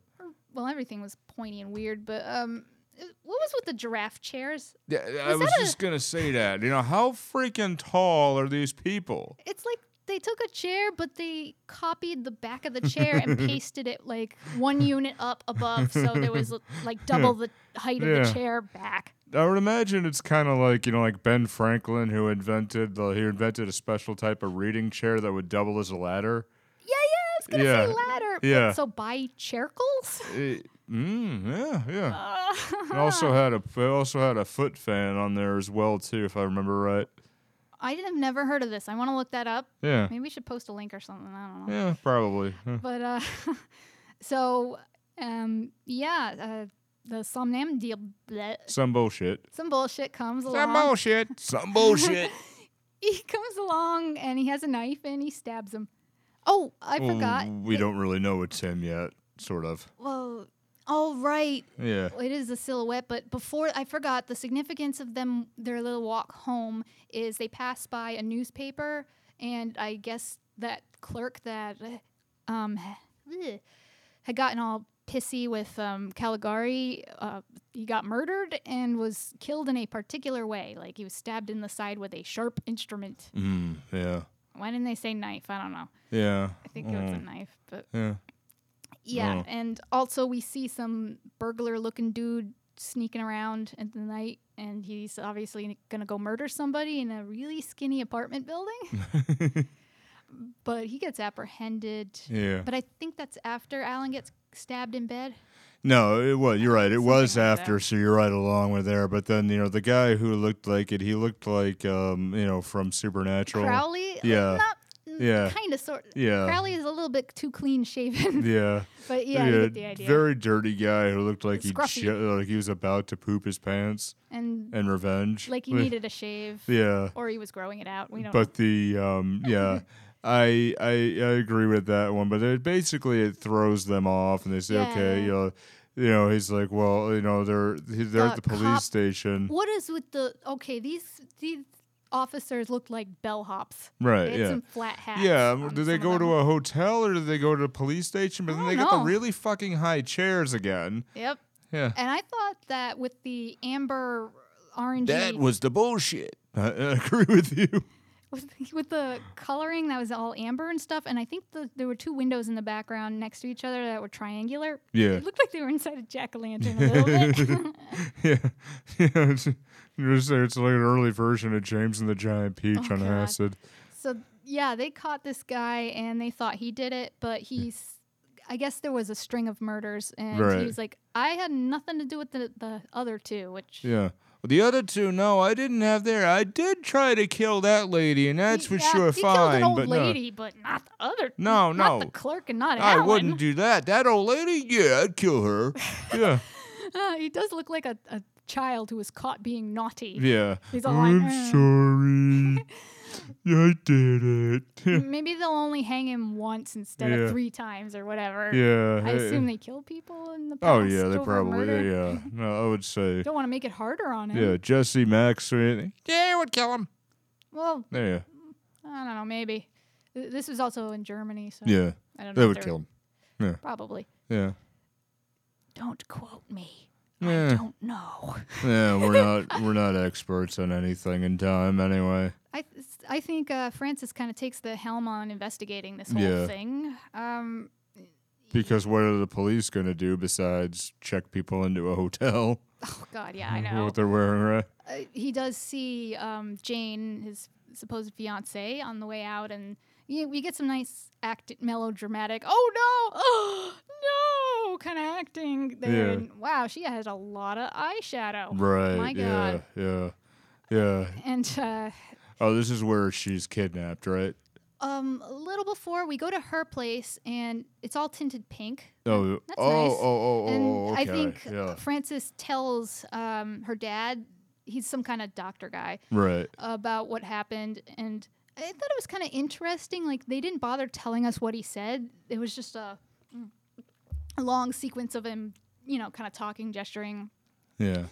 [SPEAKER 3] well, everything was pointy and weird, but um, uh, what was with the giraffe chairs?
[SPEAKER 4] Yeah, I
[SPEAKER 3] Was
[SPEAKER 4] was
[SPEAKER 3] that a-
[SPEAKER 4] just gonna say that. You know, how freaking tall are these people?
[SPEAKER 3] It's like they took a chair, but they copied the back of the chair and pasted it like one unit up above, so there was like double the height of
[SPEAKER 4] Yeah.
[SPEAKER 3] the chair back.
[SPEAKER 4] I would imagine it's kind of like you know, like Ben Franklin who invented the he invented a special type of reading chair that would double as a ladder.
[SPEAKER 3] Yeah, yeah, I was gonna
[SPEAKER 4] Yeah.
[SPEAKER 3] say ladder. but
[SPEAKER 4] Yeah.
[SPEAKER 3] so by circles.
[SPEAKER 4] It, mm, yeah, yeah. It
[SPEAKER 1] Ah.
[SPEAKER 4] also had a it also had a foot fan on there as well too, if I remember right.
[SPEAKER 3] I have never heard of this. I want to look that up.
[SPEAKER 4] Yeah,
[SPEAKER 3] Maybe we should post a link or something. I don't know.
[SPEAKER 4] yeah, probably. Huh.
[SPEAKER 3] But uh, so um, yeah, uh, the somnambule, bleh,
[SPEAKER 4] Some bullshit.
[SPEAKER 3] some bullshit comes along.
[SPEAKER 1] Some bullshit.
[SPEAKER 5] Some bullshit.
[SPEAKER 3] he comes along and he has a knife and he stabs him. Oh, I
[SPEAKER 4] Well,
[SPEAKER 3] forgot.
[SPEAKER 4] We don't really know it's him yet, sort of.
[SPEAKER 3] Well, all right.
[SPEAKER 4] Yeah.
[SPEAKER 3] It is a silhouette, but before I forgot the significance of them their little walk home is they pass by a newspaper and I guess that clerk that uh, um ugh, had gotten all pissy with um Caligari uh, he got murdered and was killed in a particular way like he was stabbed in the side with a sharp instrument.
[SPEAKER 4] Mm, yeah.
[SPEAKER 3] Why didn't they say knife? I don't know.
[SPEAKER 4] Yeah. Mm-hmm,
[SPEAKER 3] I think it
[SPEAKER 4] Hmm.
[SPEAKER 3] was a knife, but
[SPEAKER 4] Yeah.
[SPEAKER 3] yeah.
[SPEAKER 4] Oh.
[SPEAKER 3] And also, we see some burglar-looking dude sneaking around in the night, and he's obviously gonna go murder somebody in a really skinny apartment building. but he gets apprehended.
[SPEAKER 4] Yeah.
[SPEAKER 3] But I think that's after Alan gets stabbed in bed.
[SPEAKER 4] No, it was. You're right. It was
[SPEAKER 3] like that.
[SPEAKER 4] after, so you're right along with there. But then you know the guy who looked like it, he looked like um you know from Supernatural.
[SPEAKER 3] Crowley,
[SPEAKER 4] Yeah.
[SPEAKER 3] not,
[SPEAKER 4] Yeah.
[SPEAKER 3] kind of sort.
[SPEAKER 4] Yeah.
[SPEAKER 3] Crowley is a little bit too clean shaven,
[SPEAKER 4] Yeah.
[SPEAKER 3] but yeah, you get the idea.
[SPEAKER 4] Very dirty guy who looked like he
[SPEAKER 3] Scruffy.
[SPEAKER 4] ju- like he was about to poop his pants
[SPEAKER 3] and
[SPEAKER 4] and revenge.
[SPEAKER 3] like he needed a shave,
[SPEAKER 4] Yeah.
[SPEAKER 3] or he was growing it out. We don't. know.
[SPEAKER 4] but the um yeah I, I I agree with that one but it basically it throws them off and they say okay
[SPEAKER 3] Yeah.
[SPEAKER 4] you know you know he's like well you know they're he- they're at
[SPEAKER 3] The
[SPEAKER 4] the police
[SPEAKER 3] cop-
[SPEAKER 4] station
[SPEAKER 3] What is with the okay? These these officers look like bellhops. They
[SPEAKER 4] right
[SPEAKER 3] had
[SPEAKER 4] Uh, yeah
[SPEAKER 3] some flat hats.
[SPEAKER 4] yeah, um,
[SPEAKER 3] on
[SPEAKER 4] do they
[SPEAKER 3] some
[SPEAKER 4] go
[SPEAKER 3] of them.
[SPEAKER 4] to a hotel or do they go to a police station? But then
[SPEAKER 3] don't
[SPEAKER 4] they get the
[SPEAKER 3] know.
[SPEAKER 4] really fucking high chairs again.
[SPEAKER 3] Yep.
[SPEAKER 4] Yeah.
[SPEAKER 3] And I thought that with the amber orange
[SPEAKER 5] that was the bullshit.
[SPEAKER 4] I, I agree with you.
[SPEAKER 3] with, with the coloring that was all amber and stuff, and I think the, there were two windows in the background next to each other that were triangular.
[SPEAKER 4] Yeah.
[SPEAKER 3] It looked like they were inside a jack o' lantern a little bit.
[SPEAKER 4] Yeah. yeah. It's, it's like an early version of James and the Giant Peach on
[SPEAKER 3] Oh, God.
[SPEAKER 4] acid.
[SPEAKER 3] So yeah, they caught this guy and they thought he did it, but he's I guess there was a string of murders and
[SPEAKER 4] Right.
[SPEAKER 3] he was like, I had nothing to do with the, the other two, which
[SPEAKER 4] Yeah.
[SPEAKER 5] Well, the other two, no, I didn't have there. I did try to kill that lady, and that's for
[SPEAKER 3] Yeah,
[SPEAKER 5] sure
[SPEAKER 3] he
[SPEAKER 5] fine.
[SPEAKER 3] Killed an old
[SPEAKER 5] but no.
[SPEAKER 3] lady, but not the other
[SPEAKER 5] No,
[SPEAKER 3] n- not
[SPEAKER 5] no.
[SPEAKER 3] the clerk and not
[SPEAKER 5] I
[SPEAKER 3] Alan.
[SPEAKER 5] wouldn't do that. That old lady, yeah, I'd kill her.
[SPEAKER 4] Yeah.
[SPEAKER 3] Uh, he does look like a, a child who was caught being naughty.
[SPEAKER 4] Yeah.
[SPEAKER 3] He's all like,
[SPEAKER 4] I'm
[SPEAKER 3] "Uh."
[SPEAKER 4] sorry. I did it.
[SPEAKER 3] Maybe they'll only hang him once instead
[SPEAKER 4] Yeah.
[SPEAKER 3] of three times or whatever.
[SPEAKER 4] yeah.
[SPEAKER 3] I
[SPEAKER 4] eh,
[SPEAKER 3] assume they kill people in the past.
[SPEAKER 4] Oh yeah, they
[SPEAKER 3] over
[SPEAKER 4] probably
[SPEAKER 3] murder.
[SPEAKER 4] yeah. No, I would say
[SPEAKER 3] Don't want to make it harder on him.
[SPEAKER 4] yeah. Jesse Max or anything.
[SPEAKER 1] Yeah, it would kill him.
[SPEAKER 3] Well,
[SPEAKER 4] Yeah.
[SPEAKER 3] I don't know. Maybe Th- this was also in Germany, so
[SPEAKER 4] Yeah.
[SPEAKER 3] I don't know.
[SPEAKER 4] That
[SPEAKER 3] if
[SPEAKER 4] would
[SPEAKER 3] they're-
[SPEAKER 4] kill him.
[SPEAKER 3] Probably.
[SPEAKER 4] Yeah.
[SPEAKER 3] Don't quote me. I
[SPEAKER 4] Yeah.
[SPEAKER 3] don't know.
[SPEAKER 4] Yeah. We're not we're not experts on anything in time anyway.
[SPEAKER 3] I th- I think uh, Francis kind of takes the helm on investigating this whole
[SPEAKER 4] Yeah.
[SPEAKER 3] thing. Um,
[SPEAKER 4] Because what are the police gonna do besides check people into a hotel?
[SPEAKER 3] oh God, yeah, I
[SPEAKER 4] for
[SPEAKER 3] know.
[SPEAKER 4] What they're wearing, right?
[SPEAKER 3] Uh, he does see um, Jane, his supposed fiance, on the way out, and you, we get some nice act melodramatic. Oh no, oh no, kind of acting there.
[SPEAKER 4] Yeah.
[SPEAKER 3] And, wow, she has a lot of eyeshadow.
[SPEAKER 4] Right.
[SPEAKER 3] Oh My
[SPEAKER 4] yeah.
[SPEAKER 3] God.
[SPEAKER 4] Yeah. Yeah.
[SPEAKER 3] And uh,
[SPEAKER 4] Oh, this is where she's kidnapped, right?
[SPEAKER 3] um, a little before we go to her place, and it's all tinted pink.
[SPEAKER 4] Oh,
[SPEAKER 3] That's
[SPEAKER 4] oh,
[SPEAKER 3] nice.
[SPEAKER 4] oh, oh,
[SPEAKER 3] and
[SPEAKER 4] oh, okay.
[SPEAKER 3] I think
[SPEAKER 4] yeah.
[SPEAKER 3] Francis tells um, her dad, he's some kind of doctor guy,
[SPEAKER 4] Right.
[SPEAKER 3] about what happened. And I thought it was kind of interesting. Like, they didn't bother telling us what he said, it was just a, mm, a long sequence of him, you know, kind of talking, gesturing.
[SPEAKER 4] Yeah.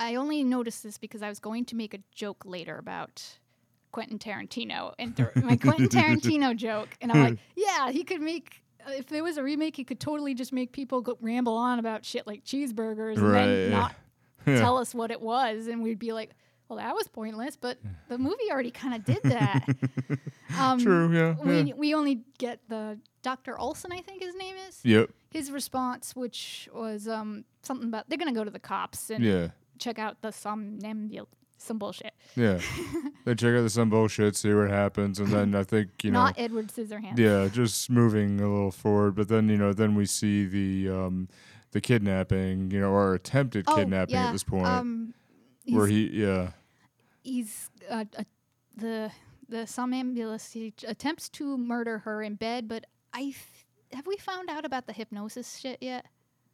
[SPEAKER 3] I only noticed this because I was going to make a joke later about Quentin Tarantino and th- my Quentin Tarantino joke, and I'm like, yeah, he could make. uh, If there was a remake, he could totally just make people go ramble on about shit like cheeseburgers and
[SPEAKER 4] Right.
[SPEAKER 3] then not tell us what it was, and we'd be like, "Well, that was pointless," but the movie already kind of did that. um,
[SPEAKER 4] True, yeah,
[SPEAKER 3] We
[SPEAKER 4] yeah.
[SPEAKER 3] we only get the Dr. Olson, I think his name is.
[SPEAKER 4] Yep.
[SPEAKER 3] His response, which was um, something about they're gonna go to the cops and
[SPEAKER 4] Yeah.
[SPEAKER 3] check out the somnambule, some bullshit.
[SPEAKER 4] Yeah. they check out the some bullshit, see what happens, and then I think you know.
[SPEAKER 3] Not Edward Scissorhands.
[SPEAKER 4] yeah, just moving a little forward, but then you know, then we see the um, the kidnapping, you know, or attempted
[SPEAKER 3] Oh,
[SPEAKER 4] kidnapping
[SPEAKER 3] yeah,
[SPEAKER 4] at this point,
[SPEAKER 3] Um, he's
[SPEAKER 4] where he, yeah,
[SPEAKER 3] he's uh, uh, the the somnambulist. He ch- attempts to murder her in bed, but I th- have we found out about the hypnosis shit yet?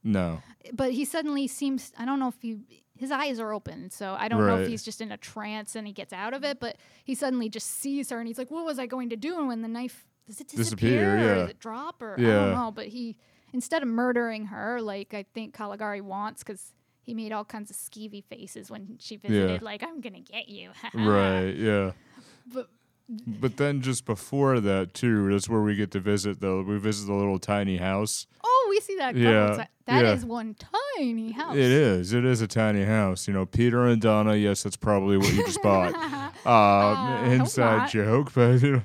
[SPEAKER 4] no,
[SPEAKER 3] But he suddenly seems. I don't know if he his eyes are open, so I don't know if
[SPEAKER 4] Right.
[SPEAKER 3] he's just in a trance and he gets out of it. But he suddenly just sees her and he's like, "What was I going to do?" And when the knife does it disappear,
[SPEAKER 4] Disappear,
[SPEAKER 3] or
[SPEAKER 4] yeah.
[SPEAKER 3] does it drop or I
[SPEAKER 4] Yeah.
[SPEAKER 3] don't know. But he instead of murdering her, like I think Caligari wants, because. He made all kinds of skeevy faces when she visited, like "I'm gonna get you."
[SPEAKER 4] right, yeah.
[SPEAKER 3] Ah. But
[SPEAKER 4] But then just before that too, that's where we get to visit the we visit the little tiny house.
[SPEAKER 3] Oh, we see that.
[SPEAKER 4] Yeah,
[SPEAKER 3] Yeah. That is
[SPEAKER 4] yeah.
[SPEAKER 3] one tiny house.
[SPEAKER 4] It is. It is a tiny house. You know, Peter and Donna. Yes, that's probably what you just bought.
[SPEAKER 3] I
[SPEAKER 4] Um,
[SPEAKER 3] Uh, hope
[SPEAKER 4] inside
[SPEAKER 3] not.
[SPEAKER 4] joke, but you know,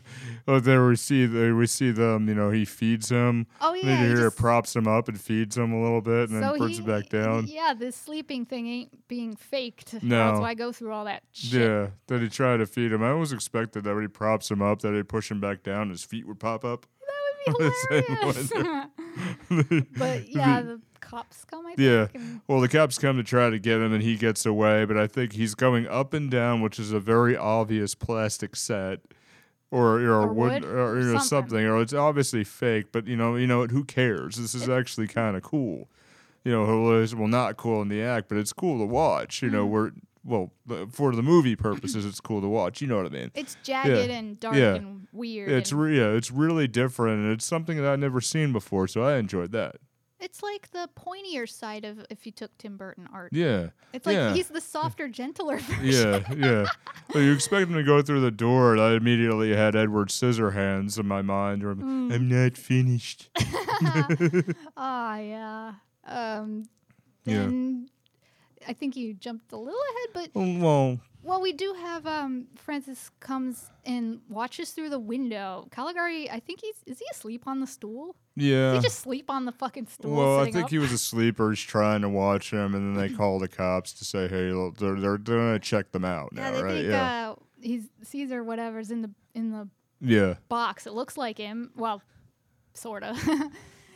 [SPEAKER 4] oh, there we see they, we see them. You know, he feeds them.
[SPEAKER 3] Oh,
[SPEAKER 4] And
[SPEAKER 3] yeah,
[SPEAKER 4] then
[SPEAKER 3] he
[SPEAKER 4] Peter
[SPEAKER 3] just-
[SPEAKER 4] props him up and feeds him a little bit, and then puts
[SPEAKER 3] he-
[SPEAKER 4] it back down.
[SPEAKER 3] Yeah, this sleeping thing ain't being faked. That's
[SPEAKER 4] No.
[SPEAKER 3] why I go through all that shit.
[SPEAKER 4] Yeah, that he tried to feed him. I always expected that when he props him up, that he'd push him back down, his feet would pop up.
[SPEAKER 3] That would be
[SPEAKER 4] This ain't
[SPEAKER 3] hilarious. but yeah, the cops come, I think.
[SPEAKER 4] Yeah.
[SPEAKER 3] and-
[SPEAKER 4] Well, the cops come to try to get him, and he gets away. But I think he's going up and down, which is a very obvious plastic set, or you know,
[SPEAKER 3] Or
[SPEAKER 4] wood,
[SPEAKER 3] wood,
[SPEAKER 4] or
[SPEAKER 3] or
[SPEAKER 4] you know,
[SPEAKER 3] something.
[SPEAKER 4] something. Or it's obviously fake, but you know, you know, who cares? This is actually kind of cool. You know, hilarious- well, not cool in the act, but it's cool to watch. You
[SPEAKER 3] Mm.
[SPEAKER 4] know, we're well the- for the movie purposes, it's cool to watch. You know what I mean?
[SPEAKER 3] It's jagged and dark
[SPEAKER 4] Yeah.
[SPEAKER 3] and weird.
[SPEAKER 4] It's
[SPEAKER 3] and
[SPEAKER 4] re- yeah, it's really different, and it's something that I've never seen before, so I enjoyed that.
[SPEAKER 3] it's like the pointier side of if you took Tim Burton art.
[SPEAKER 4] Yeah,
[SPEAKER 3] It's like
[SPEAKER 4] yeah.
[SPEAKER 3] he's the softer, gentler version.
[SPEAKER 4] yeah, yeah. Well, you expect him to go through the door, and I immediately had Edward Scissorhands in my mind. Or I'm,
[SPEAKER 3] Mm.
[SPEAKER 4] I'm not finished.
[SPEAKER 3] Ah, yeah. Um,
[SPEAKER 4] Yeah.
[SPEAKER 3] then I think you jumped a little ahead, but
[SPEAKER 4] Oh, well,
[SPEAKER 3] well, we do have um, Francis comes and watches through the window. Caligari, I think he's is he asleep on the stool? Does
[SPEAKER 4] yeah.
[SPEAKER 3] he just sleep on the fucking stool?
[SPEAKER 4] Uh. Well, I
[SPEAKER 3] sitting
[SPEAKER 4] think
[SPEAKER 3] up?
[SPEAKER 4] he was asleep or he's trying to watch him, and then they call the cops to say, "Hey, look, they're they're, they're gonna check them out now,
[SPEAKER 3] Yeah, they
[SPEAKER 4] right?
[SPEAKER 3] think
[SPEAKER 4] yeah,
[SPEAKER 3] uh, he's Caesar. Whatever's in the in the
[SPEAKER 4] yeah,
[SPEAKER 3] box. It looks like him. Well, sort of.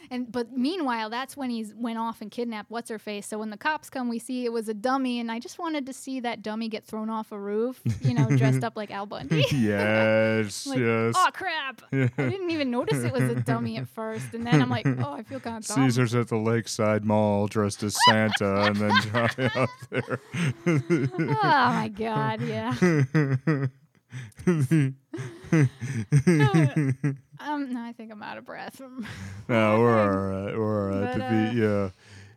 [SPEAKER 3] and but meanwhile, that's when he's went off and kidnapped what's her face. So when the cops come, we see it was a dummy, and I just wanted to see that dummy get thrown off a roof. You know, dressed up like Al Bundy.
[SPEAKER 4] yes,
[SPEAKER 3] Like,
[SPEAKER 4] yes."
[SPEAKER 3] oh crap! I didn't even notice it was a dummy at first, and then I'm like, oh, I feel kind of dumb.
[SPEAKER 4] Caesar's at the Lakeside Mall dressed as Santa, and then Johnny out there.
[SPEAKER 3] Oh my god, yeah. um, no, I think I'm out of breath.
[SPEAKER 4] No, we're all right. We're all right.
[SPEAKER 3] um, But, uh,
[SPEAKER 4] to be, yeah.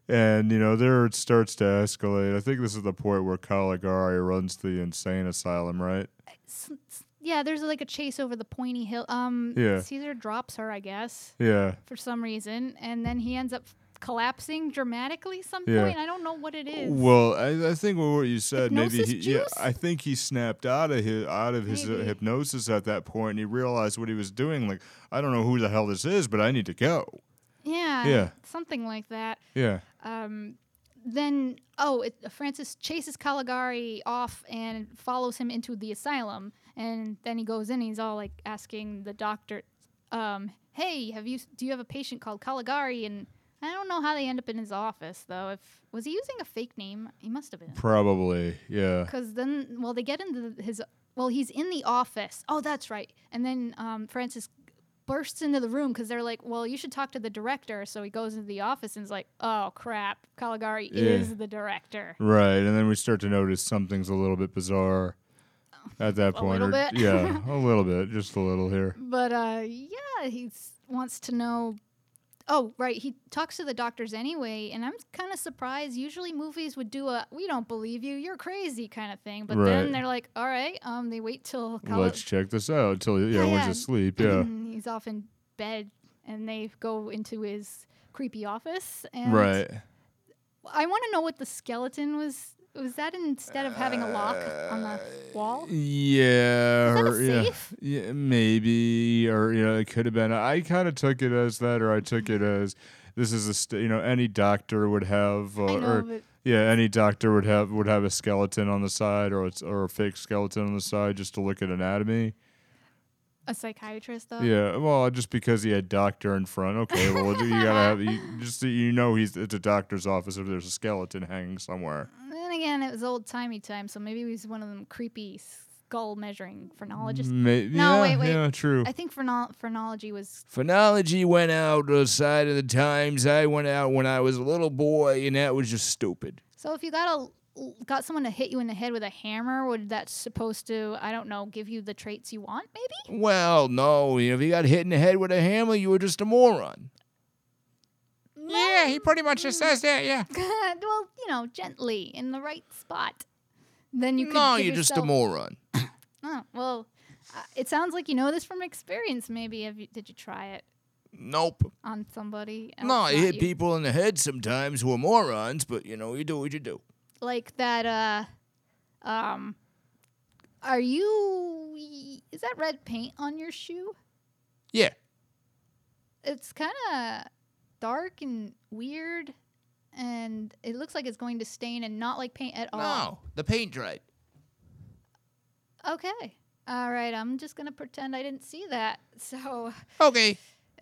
[SPEAKER 4] And, you know, there it starts to escalate. I think this is the point where Caligari runs the insane asylum, right?
[SPEAKER 3] S- s- yeah, there's like a chase over the pointy hill. Um,
[SPEAKER 4] Yeah.
[SPEAKER 3] Caesar drops her, I guess.
[SPEAKER 4] Yeah.
[SPEAKER 3] for some reason, and then he ends up collapsing dramatically some
[SPEAKER 4] Yeah.
[SPEAKER 3] point. I don't know what it is.
[SPEAKER 4] Well, I, I think what you said maybe
[SPEAKER 3] Hypnosis
[SPEAKER 4] he, yeah,
[SPEAKER 3] juice?
[SPEAKER 4] I think he snapped out of his out of his uh,
[SPEAKER 3] Maybe.
[SPEAKER 4] hypnosis at that point and he realized what he was doing like I don't know who the hell this is but I need to go.
[SPEAKER 3] yeah,
[SPEAKER 4] yeah.
[SPEAKER 3] something like that.
[SPEAKER 4] Yeah.
[SPEAKER 3] Um, then oh, it, Francis chases Caligari off and follows him into the asylum, and then he goes in. he's all like asking the doctor, um, "Hey, have you? Do you have a patient called Caligari?" And I don't know how they end up in his office though. If was he using a fake name? He must have been.
[SPEAKER 4] Probably. Yeah.
[SPEAKER 3] Because then, well, they get into his. Well, he's in the office. Oh, that's right. And then um, Francis bursts into the room because they're like, "Well, you should talk to the director." So he goes into the office and is like, "Oh crap, Caligari
[SPEAKER 4] Yeah.
[SPEAKER 3] is the director."
[SPEAKER 4] Right, and then we start to notice something's a little bit bizarre at that
[SPEAKER 3] Oh, A
[SPEAKER 4] point.
[SPEAKER 3] little
[SPEAKER 4] or-
[SPEAKER 3] bit.
[SPEAKER 4] Yeah, a little bit, just a little here.
[SPEAKER 3] But uh, yeah, he wants to know. Oh, right. He talks to the doctors anyway, and I'm kind of surprised. Usually, movies would do a "We don't believe you, you're crazy" kind of thing. But
[SPEAKER 4] Right.
[SPEAKER 3] then they're like, "All right." Um, they wait till Cali-
[SPEAKER 4] Let's check this out until yeah,
[SPEAKER 3] Yeah,
[SPEAKER 4] everyone's
[SPEAKER 3] yeah.
[SPEAKER 4] asleep. Yeah,
[SPEAKER 3] he's off in bed and they go into his creepy office and
[SPEAKER 4] right.
[SPEAKER 3] i want to know what the skeleton was Was that instead of having a lock on the wall?
[SPEAKER 4] Yeah,
[SPEAKER 3] Is that a
[SPEAKER 4] or, yeah,
[SPEAKER 3] safe?
[SPEAKER 4] yeah, maybe, or you know, it could have been. I kind of took it as that, or I took it as this is a st- you know any doctor would have, uh,
[SPEAKER 3] Mm-hmm. I know,
[SPEAKER 4] or
[SPEAKER 3] but-
[SPEAKER 4] yeah, any doctor would have would have a skeleton on the side, or it's or a fake skeleton on the side just to look at anatomy.
[SPEAKER 3] A psychiatrist, though.
[SPEAKER 4] Yeah, well, just because he had doctor in front, okay, well you gotta have you, just so you know he's it's a doctor's office if there's a skeleton hanging somewhere.
[SPEAKER 3] Then again, it was old timey time, so maybe he was one of them creepy skull measuring phrenologists.
[SPEAKER 4] Maybe,
[SPEAKER 3] No,
[SPEAKER 4] yeah,
[SPEAKER 3] wait, wait.
[SPEAKER 4] yeah, true.
[SPEAKER 3] I think phrenol- phrenology was
[SPEAKER 5] Phonology went out of the side of the times. I went out when I was a little boy, and that was just stupid.
[SPEAKER 3] So if you got a got someone to hit you in the head with a hammer, would that supposed to I don't know give you the traits you want? Maybe.
[SPEAKER 5] Well, no, if you got hit in the head with a hammer, you were just a moron.
[SPEAKER 1] Yeah, he pretty much just says that, yeah.
[SPEAKER 3] well, you know, gently in the right spot. Then you could.
[SPEAKER 5] no,
[SPEAKER 3] give
[SPEAKER 5] you're just a
[SPEAKER 3] yourself-
[SPEAKER 5] moron.
[SPEAKER 3] Oh, well, uh, it sounds like you know this from experience. Maybe have you, did you try it
[SPEAKER 5] Nope.
[SPEAKER 3] on somebody? else,
[SPEAKER 5] No, I
[SPEAKER 3] not
[SPEAKER 5] hit
[SPEAKER 3] you?
[SPEAKER 5] people in the head sometimes who are morons, but you know, you do what you do.
[SPEAKER 3] like that. Uh, um, are you? Is that red paint on your shoe?
[SPEAKER 5] Yeah.
[SPEAKER 3] it's kind of dark and weird and it looks like it's going to stain and not like paint at all
[SPEAKER 5] No, the paint dried.
[SPEAKER 3] okay all right i'm just gonna pretend i didn't see that so
[SPEAKER 5] Okay.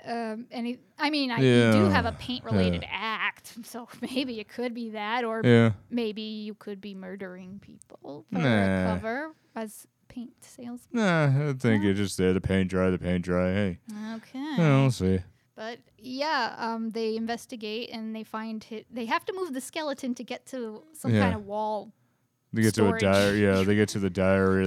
[SPEAKER 3] um any i mean i do
[SPEAKER 4] Yeah.
[SPEAKER 3] have a paint related act so maybe it could be that or
[SPEAKER 4] Yeah.
[SPEAKER 3] maybe you could be murdering people for a
[SPEAKER 4] Nah.
[SPEAKER 3] cover as paint sales
[SPEAKER 4] Nah, I think it just there. The paint dry, the paint dry. Hey,
[SPEAKER 3] okay
[SPEAKER 4] yeah, we'll see.
[SPEAKER 3] But yeah, um, they investigate and they find hit. They have to move the skeleton to get to some
[SPEAKER 4] Yeah.
[SPEAKER 3] kind of wall.
[SPEAKER 4] They get
[SPEAKER 3] Storage.
[SPEAKER 4] to a diary. Yeah, they get to the diary,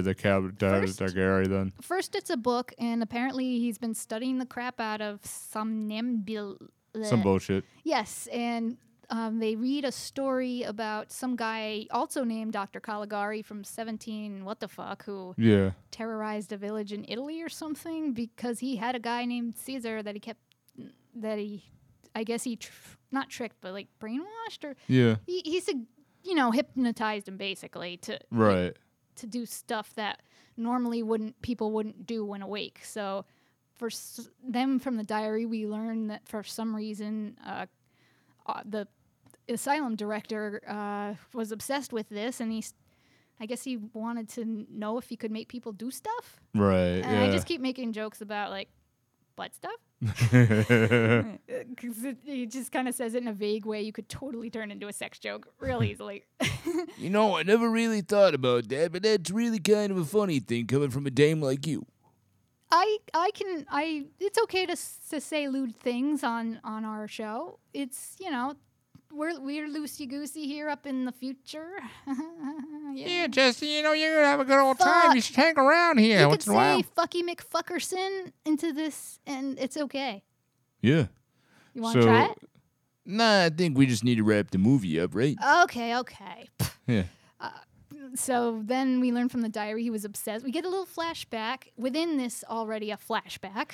[SPEAKER 4] the cab, diary,
[SPEAKER 3] First-
[SPEAKER 4] the diary. Then
[SPEAKER 3] First, it's a book, and apparently he's been studying the crap out of somnambul.
[SPEAKER 4] some bullshit.
[SPEAKER 3] Yes, and um, they read a story about some guy also named Dr. Caligari from 17 what the fuck who
[SPEAKER 4] Yeah,
[SPEAKER 3] terrorized a village in Italy or something because he had a guy named Caesar that he kept that he I guess he tr- not tricked but like brainwashed or
[SPEAKER 4] yeah,
[SPEAKER 3] he, he said you know hypnotized him basically to
[SPEAKER 4] right.
[SPEAKER 3] to do stuff that normally wouldn't people wouldn't do when awake so for s- them from the diary we learned that for some reason uh, uh, the asylum director uh, was obsessed with this and he s- i guess he wanted to n- know if he could make people do stuff
[SPEAKER 4] Right.
[SPEAKER 3] and uh, i just keep making jokes about like butt stuff
[SPEAKER 4] yeah.
[SPEAKER 3] because he just kind of says it in a vague way you could totally turn into a sex joke real easily
[SPEAKER 5] You know, I never really thought about that, but that's really kind of a funny thing coming from a dame like you.
[SPEAKER 3] I I can I it's okay to s- to say lewd things on on our show. It's you know we're we're loosey goosey here up in the future. yeah.
[SPEAKER 1] Yeah, Jesse, you know, you're gonna have a good old time. You
[SPEAKER 3] Fuck.
[SPEAKER 1] should hang around here
[SPEAKER 3] You could
[SPEAKER 1] once in a while.
[SPEAKER 3] say "fucky McFuckerson" into this, and it's okay.
[SPEAKER 4] yeah.
[SPEAKER 3] You want to
[SPEAKER 4] So-
[SPEAKER 3] try it?
[SPEAKER 5] Nah, I think we just need to wrap the movie up, right?
[SPEAKER 3] Okay, okay.
[SPEAKER 4] Yeah.
[SPEAKER 3] So then we learn from the diary he was obsessed. We get a little flashback within this already a flashback.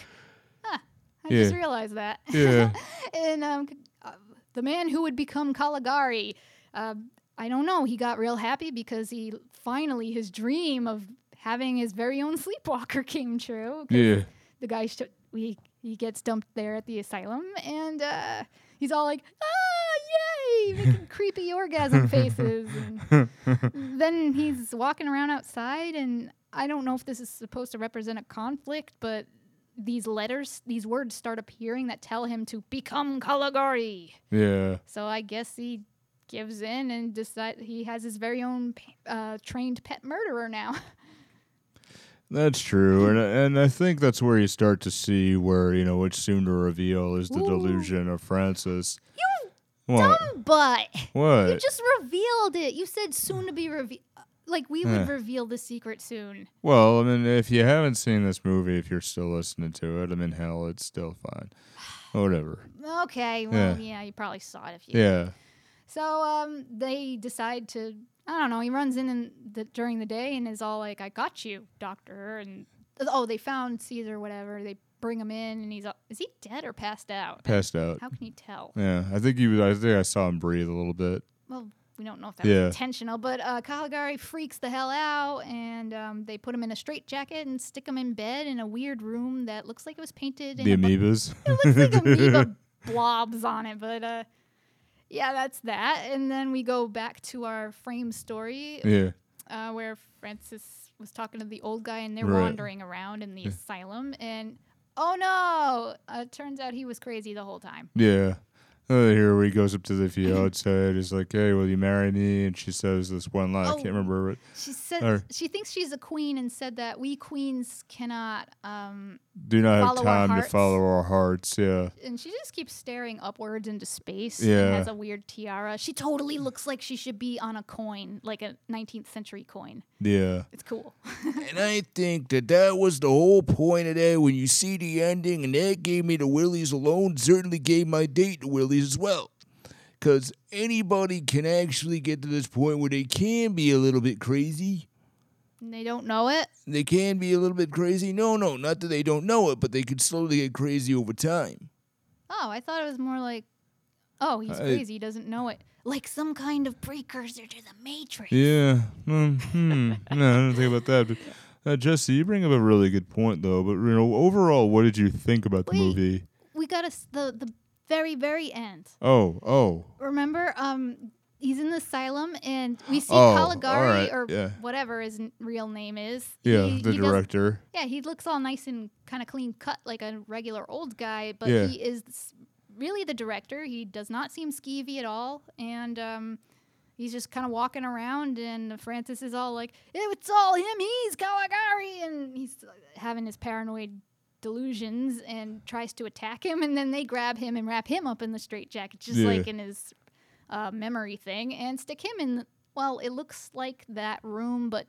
[SPEAKER 3] Ah, I just
[SPEAKER 4] Yeah.
[SPEAKER 3] realized that.
[SPEAKER 4] Yeah.
[SPEAKER 3] and um, c- uh, the man who would become Caligari, uh, I don't know. He got real happy because he finally his dream of having his very own sleepwalker came true. 'cause
[SPEAKER 4] Yeah.
[SPEAKER 3] The guy sh- we he gets dumped there at the asylum, and uh, he's all like, "Ah, yay!" making creepy orgasm faces. And then he's walking around outside, and I don't know if this is supposed to represent a conflict, but these letters, these words start appearing that tell him to become Caligari.
[SPEAKER 4] Yeah.
[SPEAKER 3] So I guess he gives in and decides he has his very own pa- uh, trained pet murderer now.
[SPEAKER 4] That's true, and and I think that's where you start to see where you know what's soon to reveal is the
[SPEAKER 3] Ooh.
[SPEAKER 4] delusion of Francis. You what?
[SPEAKER 3] but you
[SPEAKER 4] What?
[SPEAKER 3] just revealed it. You said soon to be revealed. Like we would reveal the secret soon.
[SPEAKER 4] Well, I mean, if you haven't seen this movie, if you're still listening to it, I mean, hell, it's still fine. Whatever.
[SPEAKER 3] Okay, well,
[SPEAKER 4] Yeah.
[SPEAKER 3] yeah, you probably saw it if you.
[SPEAKER 4] Yeah.
[SPEAKER 3] So um, they decide to. I don't know. He runs in, in the, during the day and is all like, "I got you, doctor." And oh, they found Caesar, whatever. They bring him in, and he's all, is he dead or passed out?
[SPEAKER 4] Passed out.
[SPEAKER 3] How can you tell?
[SPEAKER 4] Yeah, I think he was. I think I saw him breathe a little bit.
[SPEAKER 3] Well, We don't know if that
[SPEAKER 4] Yeah.
[SPEAKER 3] was intentional, but uh, Caligari freaks the hell out, and um, they put him in a straitjacket and stick him in bed in a weird room that looks like it was painted. in
[SPEAKER 4] The
[SPEAKER 3] a bu-
[SPEAKER 4] amoebas.
[SPEAKER 3] it looks like amoeba blobs on it, but uh, yeah, that's that. And then we go back to our frame story
[SPEAKER 4] yeah.
[SPEAKER 3] uh, where Francis was talking to the old guy, and they're
[SPEAKER 4] Right.
[SPEAKER 3] wandering around in the asylum. And oh no, uh, turns out he was crazy the whole time.
[SPEAKER 4] Yeah. Uh, here where he goes up to the fiance and is like, "Hey, will you marry me?" And she says this one line. I can't
[SPEAKER 3] Oh.
[SPEAKER 4] remember it.
[SPEAKER 3] She said
[SPEAKER 4] Or-
[SPEAKER 3] she thinks she's a queen, and said that we queens cannot. Um,
[SPEAKER 4] Do not have
[SPEAKER 3] Follow our
[SPEAKER 4] time to
[SPEAKER 3] hearts.
[SPEAKER 4] follow our hearts. Yeah.
[SPEAKER 3] and she just keeps staring upwards into space. and
[SPEAKER 4] Yeah.
[SPEAKER 3] has a weird tiara. She totally looks like she should be on a coin, like a 19th century coin.
[SPEAKER 4] Yeah.
[SPEAKER 3] It's cool.
[SPEAKER 5] And I think that that was the whole point of that. When you see the ending, and that gave me the willies alone, certainly gave my date the willies as well. Because anybody can actually get to this point where they can be a little bit crazy.
[SPEAKER 3] and they don't know it.
[SPEAKER 5] They can be a little bit crazy. No, no, not that they don't know it, but they could slowly get crazy over time.
[SPEAKER 3] Oh, I thought it was more like, oh, he's
[SPEAKER 4] I-
[SPEAKER 3] crazy. He doesn't know it. Like some kind of precursor to the Matrix.
[SPEAKER 4] Yeah. Mm, hmm. no, I didn't think about that. But, uh, Jesse, you bring up a really good point, though. But you know, overall, what did you think about the
[SPEAKER 3] Wait.
[SPEAKER 4] movie?
[SPEAKER 3] We got us the the very very end.
[SPEAKER 4] Oh, oh,
[SPEAKER 3] Remember, um, he's in the asylum, and we see
[SPEAKER 4] Oh,
[SPEAKER 3] Caligari
[SPEAKER 4] alright,
[SPEAKER 3] or
[SPEAKER 4] yeah.
[SPEAKER 3] whatever his n- real name is.
[SPEAKER 4] yeah,
[SPEAKER 3] He-
[SPEAKER 4] the
[SPEAKER 3] he does-
[SPEAKER 4] director.
[SPEAKER 3] Yeah, he looks all nice and kind of clean cut, like a regular old guy, but
[SPEAKER 4] Yeah.
[SPEAKER 3] he is s- really the director. He does not seem skeevy at all, and um, he's just kind of walking around. And Francis is all like, "Eh, "It's all him. He's Caligari," and he's uh, having his paranoid delusions and tries to attack him. And then they grab him and wrap him up in the straitjacket, just
[SPEAKER 4] Yeah.
[SPEAKER 3] like in his uh, memory thing, and stick him in. Well, it looks like that room, but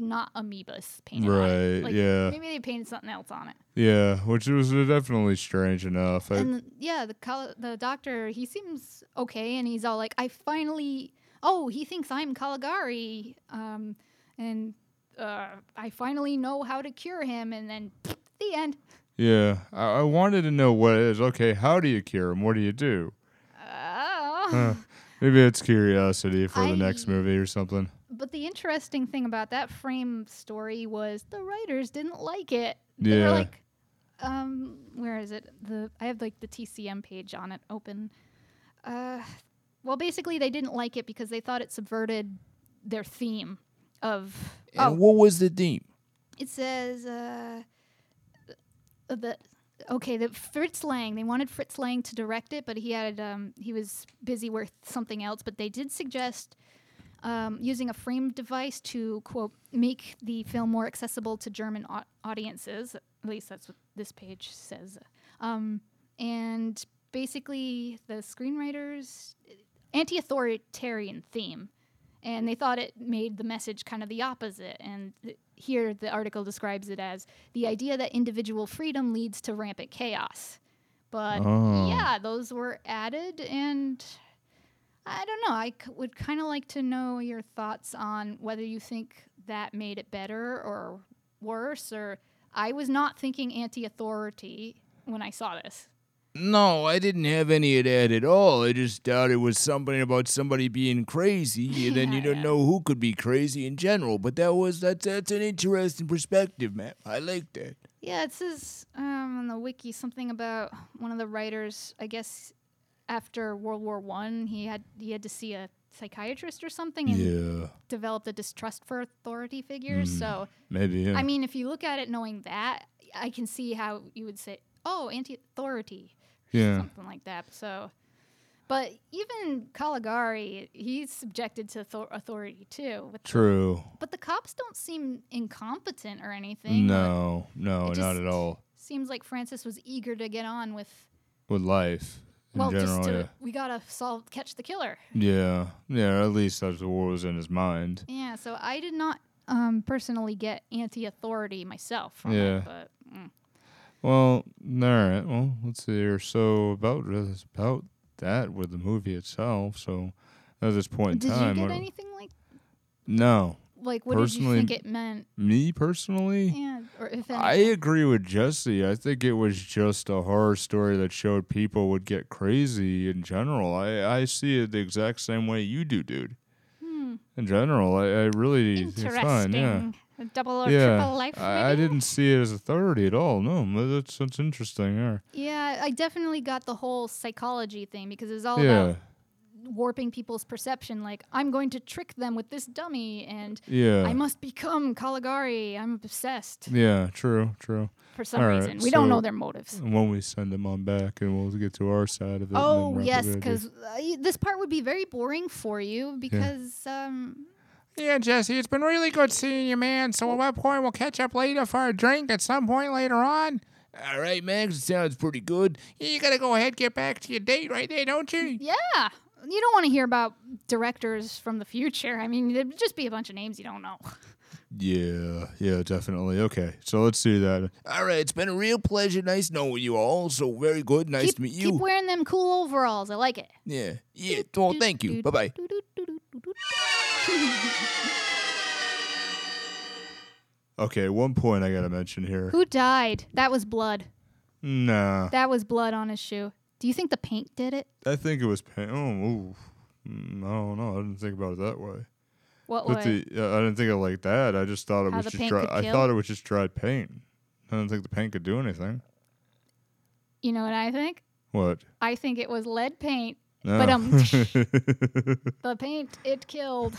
[SPEAKER 3] not amoebas painted on it.
[SPEAKER 4] Right,
[SPEAKER 3] Like,
[SPEAKER 4] yeah.
[SPEAKER 3] Maybe they painted something else on it.
[SPEAKER 4] Yeah, which was definitely strange enough. I,
[SPEAKER 3] and the- yeah, the col- the doctor he seems okay, and he's all like, "I finally." Oh, he thinks I'm Caligari, um, and uh, I finally know how to cure him. And then the end.
[SPEAKER 4] yeah, I, I wanted to know what it is. Okay, how do you cure him? What do you do?
[SPEAKER 3] Oh.
[SPEAKER 4] Huh. Maybe it's curiosity for
[SPEAKER 3] I-
[SPEAKER 4] the next movie or something.
[SPEAKER 3] But the interesting thing about that frame story was the writers didn't like it. They were
[SPEAKER 4] Yeah.
[SPEAKER 3] like, um, where is it? The I have like the TCM page on it open. Uh, well, basically they didn't like it because they thought it subverted their theme of
[SPEAKER 5] And
[SPEAKER 3] oh,
[SPEAKER 5] what was the theme?
[SPEAKER 3] it says uh, the okay the Fritz Lang. They wanted Fritz Lang to direct it, but he had um, he was busy with something else. But they did suggest um, using a framed device to quote make the film more accessible to German au- audiences. At least that's what this page says. Um, and basically, the screenwriters anti-authoritarian theme and they thought it made the message kind of the opposite. And th- here the article describes it as the idea that individual freedom leads to rampant chaos. But
[SPEAKER 4] Oh.
[SPEAKER 3] yeah, those were added, and I don't know. I c- would kind of like to know your thoughts on whether you think that made it better or worse. Or I was not thinking anti-authority when I saw this.
[SPEAKER 5] No, I didn't have any of that at all. I just thought it was something about somebody being crazy, and then you don't know who could be crazy in general. But that was that's that's an interesting perspective, man. I like that.
[SPEAKER 3] Yeah, it says um, on the wiki something about one of the writers. I guess after World War One, he had he had to see a psychiatrist or something and
[SPEAKER 4] Yeah,
[SPEAKER 3] developed a distrust for authority figures. So
[SPEAKER 4] maybe. Yeah.
[SPEAKER 3] I mean, if you look at it knowing that, I can see how you would say, "Oh, anti-authority,"
[SPEAKER 4] yeah.
[SPEAKER 3] something like that. So, but even Caligari, he's subjected to author- authority too. With
[SPEAKER 4] True.
[SPEAKER 3] but the cops don't seem incompetent or anything.
[SPEAKER 4] No, no,
[SPEAKER 3] It
[SPEAKER 4] not
[SPEAKER 3] just-
[SPEAKER 4] at all.
[SPEAKER 3] seems like Francis was eager to get on with
[SPEAKER 4] With life in
[SPEAKER 3] well,
[SPEAKER 4] general.
[SPEAKER 3] just to
[SPEAKER 4] yeah.
[SPEAKER 3] we gotta solve catch the killer.
[SPEAKER 4] Yeah, yeah. At least that's what was in his mind.
[SPEAKER 3] Yeah, so I did not um, personally get anti-authority myself. From it,
[SPEAKER 4] Yeah.
[SPEAKER 3] but mm.
[SPEAKER 4] Well, all right. Well, let's see here. So about that's about that with the movie itself. So at this point in
[SPEAKER 3] did
[SPEAKER 4] time,
[SPEAKER 3] you get
[SPEAKER 4] I-
[SPEAKER 3] anything like
[SPEAKER 4] no,
[SPEAKER 3] like what
[SPEAKER 4] Personally-
[SPEAKER 3] did you think it meant?
[SPEAKER 4] me personally,
[SPEAKER 3] Yeah, or if
[SPEAKER 4] I
[SPEAKER 3] anything.
[SPEAKER 4] agree with Jesse. I think it was just a horror story that showed people would get crazy in general. I I see it the exact same way you do, dude. in general. I, I really think it's fine. Yeah.
[SPEAKER 3] Hmm. Interesting. A double or
[SPEAKER 4] yeah,
[SPEAKER 3] triple life.
[SPEAKER 4] I, I
[SPEAKER 3] maybe?
[SPEAKER 4] didn't see it as authority at all. No, m- that's that's interesting. Yeah,
[SPEAKER 3] Yeah, I definitely got the whole psychology thing because it's all
[SPEAKER 4] yeah,
[SPEAKER 3] about warping people's perception. Like, I'm going to trick them with this dummy, and
[SPEAKER 4] yeah,
[SPEAKER 3] I must become Caligari. I'm obsessed
[SPEAKER 4] yeah. True, true.
[SPEAKER 3] for some
[SPEAKER 4] All right,
[SPEAKER 3] reason. We don't
[SPEAKER 4] so-
[SPEAKER 3] know their motives.
[SPEAKER 4] And when we send them on back, and we'll get to our side of it. and then
[SPEAKER 3] Oh
[SPEAKER 4] wrap
[SPEAKER 3] yes,
[SPEAKER 4] it up.
[SPEAKER 3] because this part would be very boring for you because um,
[SPEAKER 1] Yeah, Jesse, it's been really good seeing you, man. So at what point we'll catch up later for a drink at some point later on?
[SPEAKER 5] All right, Max, it sounds pretty good.
[SPEAKER 1] Yeah, you gotta go ahead get back to your date right there, don't you?
[SPEAKER 3] yeah, you don't want to hear about directors from the future. I mean, it'd just be a bunch of names you don't know.
[SPEAKER 4] yeah, yeah, definitely. Okay, so let's do that.
[SPEAKER 5] All right, it's been a real pleasure. Nice knowing you all. So very good. Nice
[SPEAKER 3] keep,
[SPEAKER 5] to meet
[SPEAKER 3] keep
[SPEAKER 5] you.
[SPEAKER 3] wearing them cool overalls. I like it.
[SPEAKER 5] yeah. Yeah. Well, thank you. Bye bye.
[SPEAKER 4] Okay, one point I gotta mention here.
[SPEAKER 3] Who died? That was blood.
[SPEAKER 4] Nah,
[SPEAKER 3] That was blood on his shoe. Do you think the paint did it?
[SPEAKER 4] I think it was pain. Oh, ooh. Mm, I don't know. I didn't think about it that way.
[SPEAKER 3] What
[SPEAKER 4] But
[SPEAKER 3] was?
[SPEAKER 4] the, uh, I didn't think of it like that. I just thought it
[SPEAKER 3] How
[SPEAKER 4] was
[SPEAKER 3] the
[SPEAKER 4] just
[SPEAKER 3] paint
[SPEAKER 4] dry.
[SPEAKER 3] could
[SPEAKER 4] I
[SPEAKER 3] kill?
[SPEAKER 4] thought it was just dried paint. I didn't think the paint could do anything.
[SPEAKER 3] you know what I think?
[SPEAKER 4] What?
[SPEAKER 3] I think it was lead paint.
[SPEAKER 4] No.
[SPEAKER 3] But, um, The paint it killed.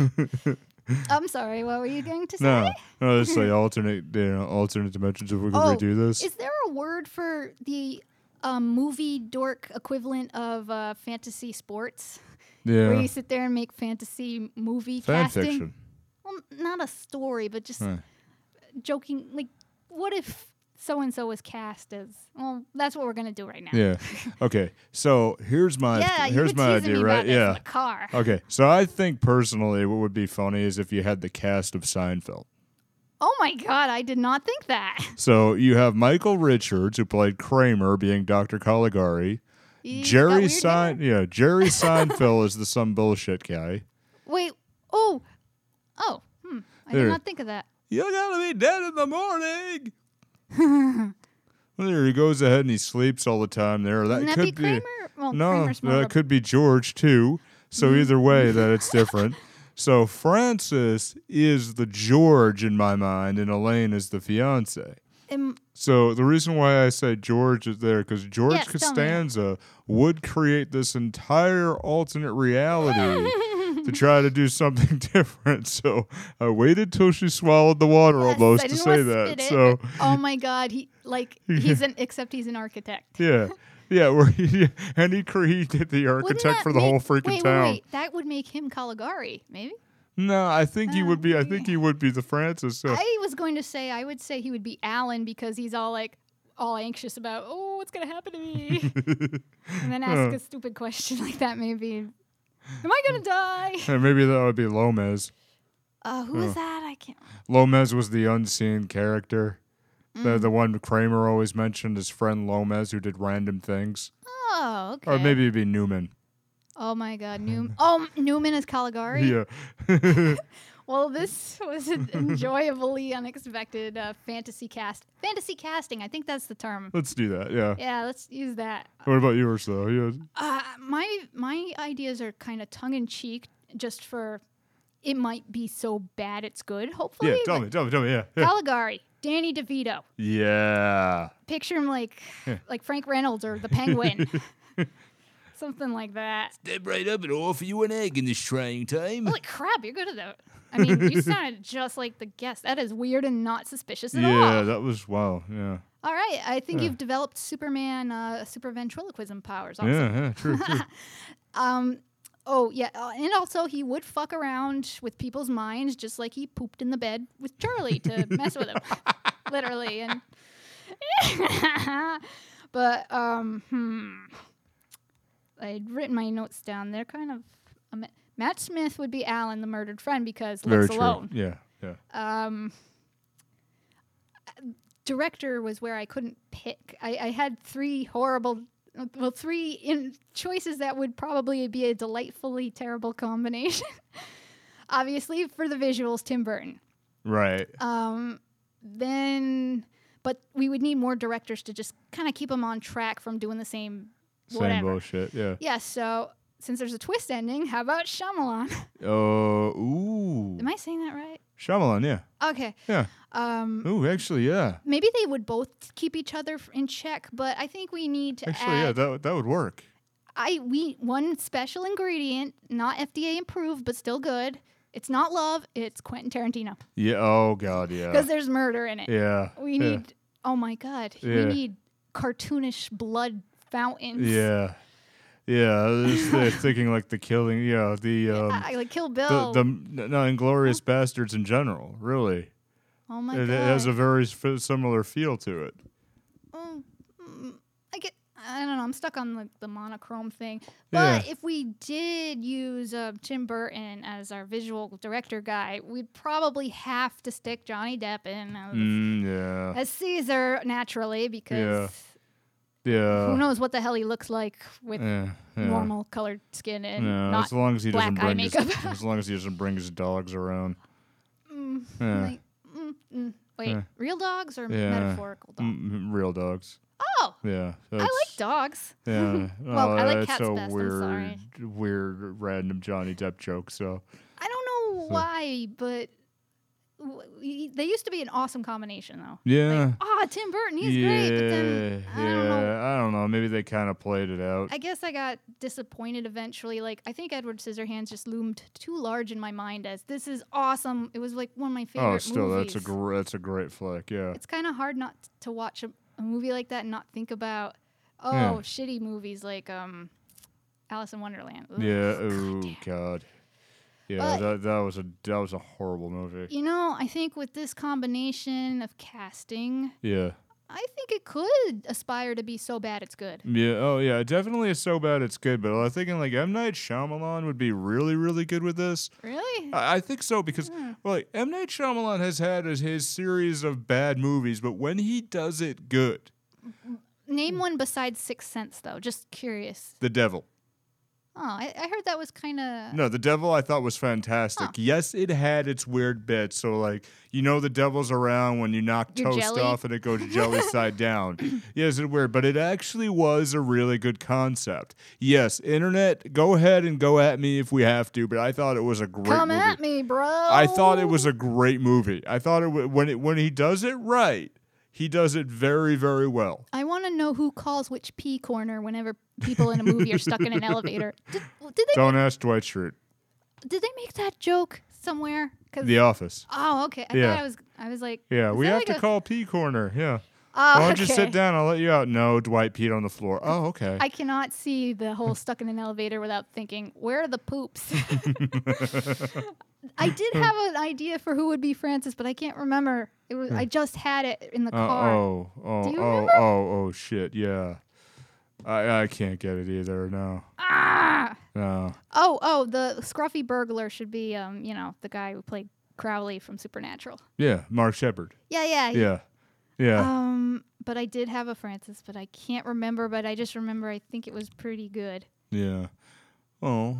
[SPEAKER 3] I'm sorry. What were you going to say?
[SPEAKER 4] no, no, just like alternate, you know, alternate dimensions. If we could
[SPEAKER 3] Oh,
[SPEAKER 4] redo this,
[SPEAKER 3] Is there a word for the um, movie dork equivalent of uh, fantasy sports, where
[SPEAKER 4] yeah,
[SPEAKER 3] you sit there and make fantasy movie
[SPEAKER 4] fan
[SPEAKER 3] casting?
[SPEAKER 4] fiction.
[SPEAKER 3] Well, n- not a story, but just
[SPEAKER 4] Right.
[SPEAKER 3] joking. Like, what if so and so was cast as? Well, that's what we're gonna do right now.
[SPEAKER 4] Yeah. Okay. So here's my
[SPEAKER 3] Yeah, you
[SPEAKER 4] here's
[SPEAKER 3] were
[SPEAKER 4] my
[SPEAKER 3] teasing
[SPEAKER 4] idea,
[SPEAKER 3] me about
[SPEAKER 4] right?
[SPEAKER 3] this in
[SPEAKER 4] Yeah.
[SPEAKER 3] the car.
[SPEAKER 4] Okay. So I think personally, what would be funny is if you had the cast of Seinfeld.
[SPEAKER 3] Oh my god, I did not think that.
[SPEAKER 4] So you have Michael Richards who played Kramer being Dr. Caligari.
[SPEAKER 3] You got
[SPEAKER 4] Jerry
[SPEAKER 3] weird
[SPEAKER 4] Sein,
[SPEAKER 3] there?
[SPEAKER 4] yeah, Jerry Seinfeld is the some bullshit guy.
[SPEAKER 3] Wait. Oh. Oh. Hmm. I
[SPEAKER 4] There.
[SPEAKER 3] did not think of that.
[SPEAKER 4] You gotta be dead in the morning. well, there he goes ahead and he sleeps all the time. There, that
[SPEAKER 3] Wouldn't that
[SPEAKER 4] Uh, could
[SPEAKER 3] be Kramer? Well,
[SPEAKER 4] no,
[SPEAKER 3] Kramer's Mm-hmm. more of
[SPEAKER 4] that
[SPEAKER 3] a-
[SPEAKER 4] could be George too. So either way, that it's different. So Francis is the George in my mind, and Elaine is the fiance.
[SPEAKER 3] Am-
[SPEAKER 4] So the reason why I say George is there because George
[SPEAKER 3] Yes, tell me.
[SPEAKER 4] Costanza would create this entire alternate reality to try to do something different. So I waited till she swallowed the water
[SPEAKER 3] Yes, I
[SPEAKER 4] almost to
[SPEAKER 3] didn't
[SPEAKER 4] say
[SPEAKER 3] wanna
[SPEAKER 4] that.
[SPEAKER 3] spit it.
[SPEAKER 4] So
[SPEAKER 3] oh my god, he like he's an except he's an architect.
[SPEAKER 4] yeah, yeah, where he, and he created the
[SPEAKER 3] Wouldn't
[SPEAKER 4] architect
[SPEAKER 3] that
[SPEAKER 4] for the
[SPEAKER 3] make-
[SPEAKER 4] whole freaking
[SPEAKER 3] wait, wait,
[SPEAKER 4] town.
[SPEAKER 3] wait, that would make him Caligari, maybe.
[SPEAKER 4] No, I think he would be. I think he would be the Francis. So.
[SPEAKER 3] Um, I was going to say I would say he would be Alan because he's all like all anxious about oh what's gonna happen to me, and then ask a stupid question like that maybe. Am I gonna die?
[SPEAKER 4] and maybe that would be Lomez.
[SPEAKER 3] Uh, who was that? I can't.
[SPEAKER 4] Lomez was the unseen character. The,
[SPEAKER 3] Mm.
[SPEAKER 4] the one Kramer always mentioned, his friend Lomez, who did random things.
[SPEAKER 3] Oh, okay.
[SPEAKER 4] Or maybe it'd be Newman.
[SPEAKER 3] Oh my God, Newman. Oh, Newman is Caligari.
[SPEAKER 4] Yeah.
[SPEAKER 3] Well, this was an enjoyably unexpected uh, fantasy cast. Fantasy casting, I think that's the term.
[SPEAKER 4] Let's do that. Yeah.
[SPEAKER 3] Yeah, let's use that.
[SPEAKER 4] What about yours, though? Yeah.
[SPEAKER 3] Uh, my my ideas are kind of tongue in cheek, just for it might be so bad it's good. Hopefully,
[SPEAKER 4] Yeah. Tell
[SPEAKER 3] but
[SPEAKER 4] me. Tell me. Tell me. Yeah. Yeah.
[SPEAKER 3] Caligari, Danny DeVito.
[SPEAKER 4] Yeah.
[SPEAKER 3] Picture him like like Frank Reynolds or the Penguin, something like that.
[SPEAKER 5] Step right up and offer you an egg in this trying time.
[SPEAKER 3] Holy crap, you're good at that. I mean, you sounded just like the guest. That is weird and not suspicious at all.
[SPEAKER 4] Yeah. That was wow. Yeah.
[SPEAKER 3] All right, I think you've developed Superman uh, super ventriloquism powers. Also.
[SPEAKER 4] Yeah. Yeah. True. true.
[SPEAKER 3] Um. Oh yeah, uh, and also he would fuck around with people's minds just like he pooped in the bed with Charlie to mess with him, literally. And but um, hmm. I'd written my notes down. They're kind of a ma- Matt Smith would be Alan, the murdered friend, because
[SPEAKER 4] Very
[SPEAKER 3] lives
[SPEAKER 4] true.
[SPEAKER 3] alone.
[SPEAKER 4] Yeah. Yeah.
[SPEAKER 3] um, director was where I couldn't pick. I, I had three horrible, well, three in choices that would probably be a delightfully terrible combination. Obviously, for the visuals, Tim Burton.
[SPEAKER 4] Right.
[SPEAKER 3] Um, then, but we would need more directors to just kind of keep them on track from doing the same
[SPEAKER 4] Same
[SPEAKER 3] whatever.
[SPEAKER 4] bullshit. Yeah.
[SPEAKER 3] Yeah, so since there's a twist ending, how about Shyamalan?
[SPEAKER 4] Uh, ooh.
[SPEAKER 3] Am I saying that right?
[SPEAKER 4] Shyamalan, yeah.
[SPEAKER 3] Okay.
[SPEAKER 4] Yeah.
[SPEAKER 3] Um,
[SPEAKER 4] Ooh, actually, yeah.
[SPEAKER 3] maybe they would both keep each other f- in check, but I think we need to
[SPEAKER 4] Actually,
[SPEAKER 3] add
[SPEAKER 4] yeah, that, that would work.
[SPEAKER 3] I we one special ingredient, not FDA approved, but still good. It's not love. It's Quentin Tarantino
[SPEAKER 4] Yeah. Oh, God, yeah.
[SPEAKER 3] because there's murder in it.
[SPEAKER 4] Yeah.
[SPEAKER 3] We
[SPEAKER 4] yeah.
[SPEAKER 3] need. Oh my God. We
[SPEAKER 4] Yeah.
[SPEAKER 3] need cartoonish blood fountains.
[SPEAKER 4] Yeah. Yeah. I was just, uh, thinking like the killing, yeah, the, um,
[SPEAKER 3] I, I- like Kill
[SPEAKER 4] the,
[SPEAKER 3] Bill.
[SPEAKER 4] the no, Inglorious Bastards in general, really.
[SPEAKER 3] oh my
[SPEAKER 4] It, it
[SPEAKER 3] God.
[SPEAKER 4] has a very f- similar feel to it.
[SPEAKER 3] Oh, mm, I get. I don't know. I'm stuck on like the monochrome thing. But
[SPEAKER 4] Yeah.
[SPEAKER 3] if we did use uh, Tim Burton as our visual director guy, we'd probably have to stick Johnny Depp in as,
[SPEAKER 4] Mm, yeah.
[SPEAKER 3] as Caesar naturally because who
[SPEAKER 4] Yeah. Uh.
[SPEAKER 3] knows what the hell he looks like with
[SPEAKER 4] Yeah. yeah.
[SPEAKER 3] normal colored skin and
[SPEAKER 4] Yeah,
[SPEAKER 3] not
[SPEAKER 4] as long as he doesn't
[SPEAKER 3] black eye
[SPEAKER 4] bring his,
[SPEAKER 3] makeup.
[SPEAKER 4] as long as he doesn't bring his dogs around. Yeah.
[SPEAKER 3] like. Mm, mm. Wait,
[SPEAKER 4] Yeah.
[SPEAKER 3] real dogs or
[SPEAKER 4] Yeah.
[SPEAKER 3] metaphorical dogs?
[SPEAKER 4] Mm, mm, real dogs.
[SPEAKER 3] Oh,
[SPEAKER 4] Yeah.
[SPEAKER 3] I like dogs.
[SPEAKER 4] Yeah. Oh,
[SPEAKER 3] Well, I like
[SPEAKER 4] that's
[SPEAKER 3] cats
[SPEAKER 4] a
[SPEAKER 3] best, I'm
[SPEAKER 4] weird,
[SPEAKER 3] sorry.
[SPEAKER 4] weird random Johnny Depp joke. So
[SPEAKER 3] I don't know
[SPEAKER 4] So-
[SPEAKER 3] why, but w- y- they used to be an awesome combination, though.
[SPEAKER 4] yeah.
[SPEAKER 3] Ah, Tim Burton, he's
[SPEAKER 4] yeah,
[SPEAKER 3] great. But then I
[SPEAKER 4] yeah.
[SPEAKER 3] don't know.
[SPEAKER 4] I don't know. Maybe they kind of played it out.
[SPEAKER 3] I guess I got disappointed eventually. Like I think Edward Scissorhands just loomed too large in my mind as this is awesome. It was like one of my favorite
[SPEAKER 4] oh, still,
[SPEAKER 3] movies.
[SPEAKER 4] that's a gr- that's a great flick. Yeah.
[SPEAKER 3] It's kind of hard not to watch a, a movie like that and not think about oh
[SPEAKER 4] Yeah.
[SPEAKER 3] shitty movies like um Alice in Wonderland. Ugh.
[SPEAKER 4] yeah. Oh God. Yeah.
[SPEAKER 3] But-
[SPEAKER 4] that that was a that was a horrible movie.
[SPEAKER 3] You know, I think with this combination of casting,
[SPEAKER 4] Yeah.
[SPEAKER 3] I think it could aspire to be so bad it's good.
[SPEAKER 4] Yeah. Oh, yeah. Definitely is so bad it's good. But I'm thinking like M Night Shyamalan would be really, really good with this.
[SPEAKER 3] Really?
[SPEAKER 4] I, I think so because well, like M Night Shyamalan has had his, his series of bad movies, but when he does it good,
[SPEAKER 3] Name
[SPEAKER 4] mm.
[SPEAKER 3] one besides Sixth Sense, though. Just curious.
[SPEAKER 4] The Devil.
[SPEAKER 3] Oh, I, I heard that was kind of.
[SPEAKER 4] No, The Devil I thought was fantastic. Yes, it had its weird bits. So like you know, the devil's around when you knock
[SPEAKER 3] Your
[SPEAKER 4] toast
[SPEAKER 3] jelly?
[SPEAKER 4] off and it goes jelly side down. Yes, it weird, but it actually was a really good concept. Yes, internet, go ahead and go at me if we have to, but I thought it was a great
[SPEAKER 3] Come
[SPEAKER 4] movie.
[SPEAKER 3] at me, bro.
[SPEAKER 4] I thought it was a great movie. I thought it wa- when it when he does it right, he does it very very well.
[SPEAKER 3] I want to know who calls which pee corner whenever people in a movie are stuck in an elevator. Did, did they
[SPEAKER 4] Don't ask Dwight Schrute.
[SPEAKER 3] did they make that joke somewhere? 'Cause-
[SPEAKER 4] The Office.
[SPEAKER 3] oh, okay. I
[SPEAKER 4] Yeah.
[SPEAKER 3] thought I was I was like
[SPEAKER 4] Yeah,
[SPEAKER 3] is
[SPEAKER 4] we
[SPEAKER 3] that
[SPEAKER 4] have
[SPEAKER 3] like
[SPEAKER 4] to
[SPEAKER 3] a-
[SPEAKER 4] call P corner. Yeah.
[SPEAKER 3] Oh,
[SPEAKER 4] Why don't you
[SPEAKER 3] okay.
[SPEAKER 4] sit down? I'll let you out. No, Dwight peed on the floor. Oh, okay.
[SPEAKER 3] I cannot see the whole stuck in an elevator without thinking, where are the poops? I did have an idea for who would be Francis, but I can't remember. It was
[SPEAKER 4] Hmm.
[SPEAKER 3] I just had it in the
[SPEAKER 4] Uh,
[SPEAKER 3] car.
[SPEAKER 4] oh, oh,
[SPEAKER 3] Do you
[SPEAKER 4] oh,
[SPEAKER 3] remember?
[SPEAKER 4] oh, oh, shit. Yeah. I I can't get it either. No.
[SPEAKER 3] Ah!
[SPEAKER 4] No.
[SPEAKER 3] Oh, oh, the scruffy burglar should be um, you know, the guy who played Crowley from Supernatural.
[SPEAKER 4] Yeah, Mark Shepard.
[SPEAKER 3] Yeah, yeah. he-
[SPEAKER 4] Yeah. Yeah.
[SPEAKER 3] Um, but I did have a Francis, but I can't remember, but I just remember I think it was pretty good.
[SPEAKER 4] yeah. Oh.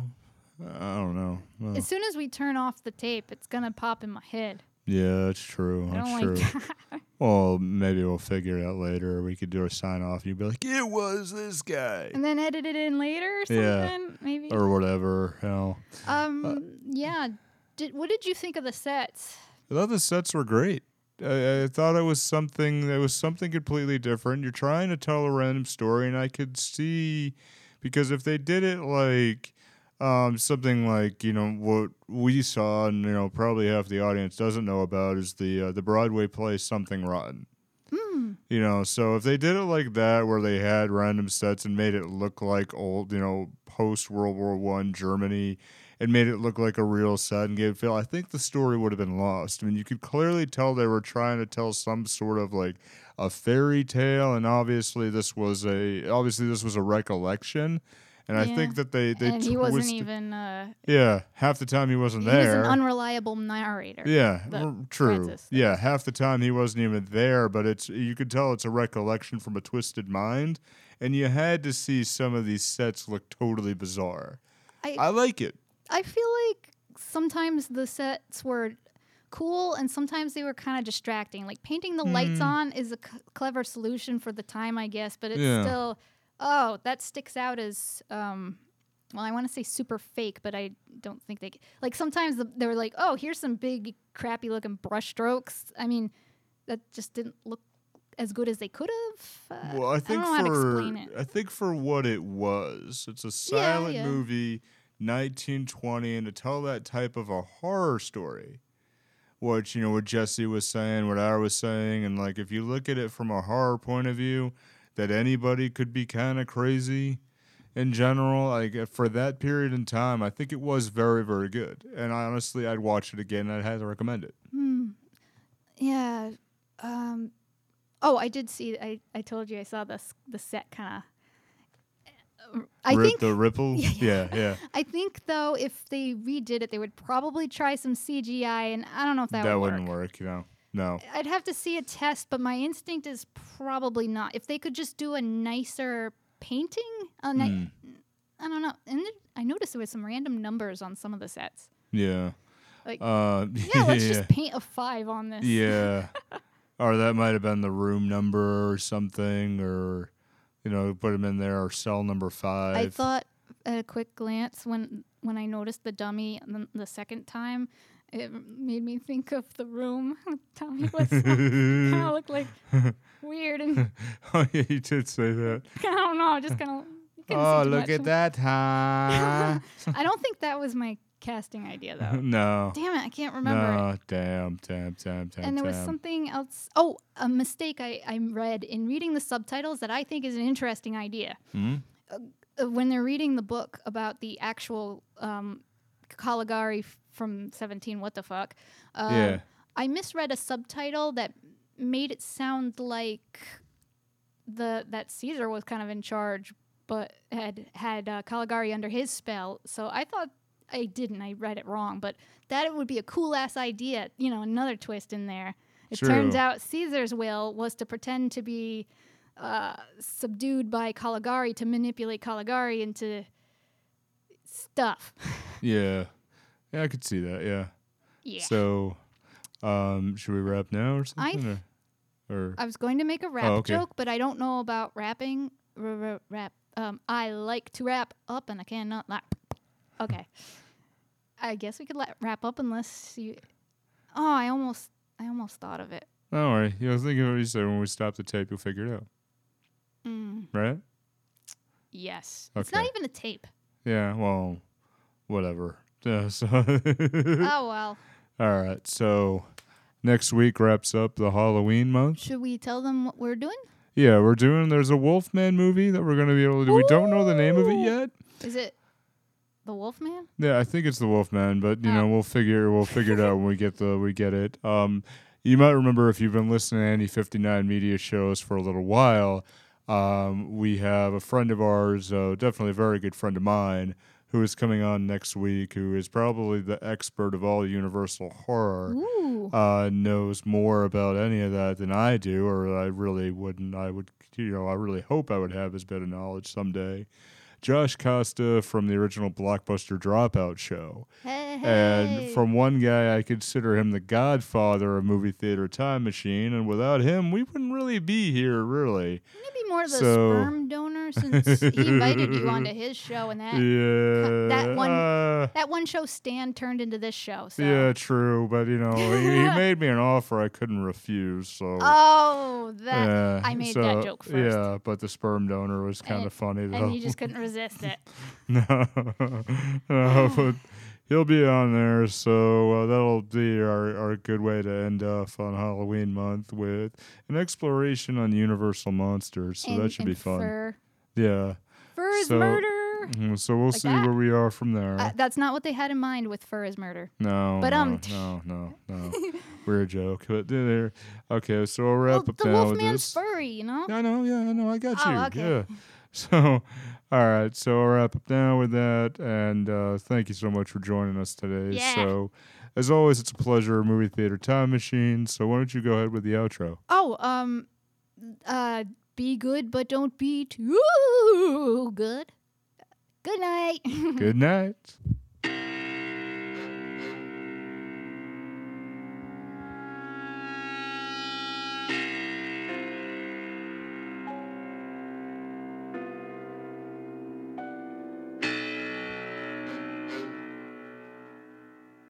[SPEAKER 4] I don't know. Well,
[SPEAKER 3] As soon as we turn off the tape, it's going to pop in my head.
[SPEAKER 4] yeah, that's true.
[SPEAKER 3] I
[SPEAKER 4] That's
[SPEAKER 3] don't
[SPEAKER 4] true.
[SPEAKER 3] like that.
[SPEAKER 4] Well, maybe we'll figure it out later. We could do a sign off. You'd be like,
[SPEAKER 5] It was this guy.
[SPEAKER 3] and then edit it in later or something
[SPEAKER 4] Yeah.
[SPEAKER 3] maybe
[SPEAKER 4] or uh, whatever. You know.
[SPEAKER 3] um yeah did, what did you think of the sets
[SPEAKER 4] I thought the sets were great. I, I thought it was something that was something completely different. You're trying to tell a random story, and I could see because if they did it like um, something like you know what we saw, and you know probably half the audience doesn't know about is the uh, the Broadway play Something Rotten. You know, so if they did it like that, where they had random sets and made it look like old, you know, post World War One Germany, and made it look like a real set and gave it feel, I think the story would have been lost. I mean, you could clearly tell they were trying to tell some sort of like a fairy tale, and obviously this was a obviously this was a recollection, and I
[SPEAKER 3] Yeah.
[SPEAKER 4] think that they they
[SPEAKER 3] and he wasn't
[SPEAKER 4] twisted-
[SPEAKER 3] even uh
[SPEAKER 4] yeah half the time he wasn't
[SPEAKER 3] he was
[SPEAKER 4] there
[SPEAKER 3] an unreliable narrator
[SPEAKER 4] yeah,
[SPEAKER 3] the
[SPEAKER 4] r- true.
[SPEAKER 3] Francis thing.
[SPEAKER 4] Yeah, half the time he wasn't even there, but it's you could tell it's a recollection from a twisted mind, and you had to see some of these sets look totally bizarre.
[SPEAKER 3] I-
[SPEAKER 4] I like it.
[SPEAKER 3] i feel like sometimes the sets were cool and sometimes they were kind of distracting like painting the lights on is a c- clever solution for the time i guess but it's
[SPEAKER 4] Yeah.
[SPEAKER 3] still oh that sticks out as um well, I want to say super fake, but I don't think they c- like. Sometimes the, they were like, "Oh, here's some big, crappy-looking brushstrokes." I mean, that just didn't look as good as they could have. Uh,
[SPEAKER 4] Well, I
[SPEAKER 3] don't
[SPEAKER 4] think
[SPEAKER 3] know
[SPEAKER 4] for
[SPEAKER 3] how to explain it.
[SPEAKER 4] I think for what it was, it's a silent
[SPEAKER 3] yeah.
[SPEAKER 4] movie, 1920, and to tell that type of a horror story, what you know, what Jesse was saying, what I was saying, and like if you look at it from a horror point of view, that anybody could be kind of crazy. In general, like uh, for that period in time, I think it was very, very good. And I honestly, I'd watch it again. I'd highly recommend it.
[SPEAKER 3] Yeah. Um, oh, I did see. I, I told you I saw this the set kind of. I
[SPEAKER 4] Rip
[SPEAKER 3] think
[SPEAKER 4] the ripple. yeah. yeah.
[SPEAKER 3] I think though if they redid it, they would probably try some CGI, and I don't know if that,
[SPEAKER 4] That
[SPEAKER 3] would
[SPEAKER 4] wouldn't work. you know. No.
[SPEAKER 3] I'd have to see a test, but my instinct is probably not. If they could just do a nicer painting, a ni-
[SPEAKER 4] Hmm.
[SPEAKER 3] I don't know. And then I noticed there was some random numbers on some of the sets.
[SPEAKER 4] Yeah.
[SPEAKER 3] Like,
[SPEAKER 4] uh,
[SPEAKER 3] Yeah, let's just paint a five on this.
[SPEAKER 4] yeah. or that might have been the room number or something, or you know, put them in there or cell number five.
[SPEAKER 3] I thought at a quick glance when when I noticed the dummy the, the second time, it made me think of the room. Tommy was kind of looked like weird and
[SPEAKER 4] oh yeah, you did say that.
[SPEAKER 3] I don't know, just kind of.
[SPEAKER 4] Oh, look at that, huh?
[SPEAKER 3] I don't think that was my casting idea though.
[SPEAKER 4] no.
[SPEAKER 3] Damn it, I can't remember it.
[SPEAKER 4] No, damn, damn, damn, damn,
[SPEAKER 3] And there was
[SPEAKER 4] damn.
[SPEAKER 3] something else. Oh, a mistake I, I read in reading the subtitles that I think is an interesting idea.
[SPEAKER 4] Hmm?
[SPEAKER 3] Uh, uh, when they're reading the book about the actual um, Caligari f- from 17, what the fuck? Uh,
[SPEAKER 4] Yeah.
[SPEAKER 3] I misread a subtitle that made it sound like the that Caesar was kind of in charge, but had had uh, Caligari under his spell. So I thought I didn't. I read it wrong, but that it would be a cool ass idea. You know, another twist in there. It turns
[SPEAKER 4] True.
[SPEAKER 3] out Caesar's will was to pretend to be uh, subdued by Caligari to manipulate Caligari into stuff.
[SPEAKER 4] yeah, yeah, I could see that. Yeah.
[SPEAKER 3] yeah.
[SPEAKER 4] So, um, should we wrap now or
[SPEAKER 3] I
[SPEAKER 4] something? or, or
[SPEAKER 3] I was going to make a rap
[SPEAKER 4] Oh, okay.
[SPEAKER 3] joke, but I don't know about rapping. R- r- rap. Um, I like to wrap up, and I cannot lap. Okay. I guess we could la- wrap up unless you. Oh, I almost, I almost thought of it.
[SPEAKER 4] don't worry, you'll think of what you said when we stop the tape. You'll figure it out,
[SPEAKER 3] Mm,
[SPEAKER 4] right?
[SPEAKER 3] yes. It's not
[SPEAKER 4] Okay.
[SPEAKER 3] even a tape.
[SPEAKER 4] Yeah, well, whatever. Yeah, so
[SPEAKER 3] oh well.
[SPEAKER 4] all right. So next week wraps up the Halloween month.
[SPEAKER 3] Should we tell them what we're doing?
[SPEAKER 4] Yeah, we're doing. There's a Wolfman movie that we're gonna be able to. do. We don't know the name of it
[SPEAKER 3] Ooh.
[SPEAKER 4] yet.
[SPEAKER 3] Is it the Wolfman?
[SPEAKER 4] Yeah, I think it's the Wolfman, but you know
[SPEAKER 3] Oh.
[SPEAKER 4] we'll figure we'll figure it out when we get the we get it. Um, you might remember if you've been listening to any fifty nine media shows for a little while. Um, we have a friend of ours, uh, definitely a very good friend of mine, who is coming on next week. Who is probably the expert of all Universal horror.
[SPEAKER 3] Ooh.
[SPEAKER 4] Uh, knows more about any of that than I do, or I really wouldn't. I would, you know, I really hope I would have his bit of knowledge someday. Josh Costa from the original Blockbuster Dropout show.
[SPEAKER 3] Hey,
[SPEAKER 4] And
[SPEAKER 3] hey.
[SPEAKER 4] from one guy, I consider him the godfather of movie theater time machine. And without him, we wouldn't really be here, really.
[SPEAKER 3] maybe more of the
[SPEAKER 4] so-
[SPEAKER 3] sperm donor since he invited you onto his show and that.
[SPEAKER 4] Yeah.
[SPEAKER 3] Eh, that one-
[SPEAKER 4] uh,
[SPEAKER 3] That one show Stan turned into this show. So.
[SPEAKER 4] yeah, true. But, you know, he, he made me an offer I couldn't refuse. So.
[SPEAKER 3] Oh, that
[SPEAKER 4] yeah,
[SPEAKER 3] I made
[SPEAKER 4] so,
[SPEAKER 3] that joke first,
[SPEAKER 4] Yeah, but the sperm donor was kind
[SPEAKER 3] And-
[SPEAKER 4] of funny, though.
[SPEAKER 3] and you just couldn't resist it.
[SPEAKER 4] No, no, but he'll be on there, so uh, that'll be our, our good way to end off on Halloween month with an exploration on Universal monsters. So that
[SPEAKER 3] And-
[SPEAKER 4] should be
[SPEAKER 3] and
[SPEAKER 4] fun.
[SPEAKER 3] Fur,
[SPEAKER 4] Yeah.
[SPEAKER 3] fur is
[SPEAKER 4] So-
[SPEAKER 3] murder.
[SPEAKER 4] Mm, So we'll see
[SPEAKER 3] that?
[SPEAKER 4] where we are from there.
[SPEAKER 3] Uh, that's not what they had in mind with fur is murder.
[SPEAKER 4] no,
[SPEAKER 3] but,
[SPEAKER 4] no,
[SPEAKER 3] um,
[SPEAKER 4] no, no, no. Weird joke, but there. Okay, so we'll wrap
[SPEAKER 3] Well,
[SPEAKER 4] up
[SPEAKER 3] the
[SPEAKER 4] now with
[SPEAKER 3] Wolfman's
[SPEAKER 4] this.
[SPEAKER 3] furry, you know.
[SPEAKER 4] I know, yeah, I know, I got
[SPEAKER 3] Oh,
[SPEAKER 4] you.
[SPEAKER 3] okay.
[SPEAKER 4] Yeah. So, all right, so I'll wrap up now with that, and uh, thank you so much for joining us today.
[SPEAKER 3] Yeah.
[SPEAKER 4] So, as always, it's a pleasure, movie theater time machine. So, why don't you go ahead with the outro?
[SPEAKER 3] Oh, um, uh, be good, but don't be too good. Good night.
[SPEAKER 4] Good night.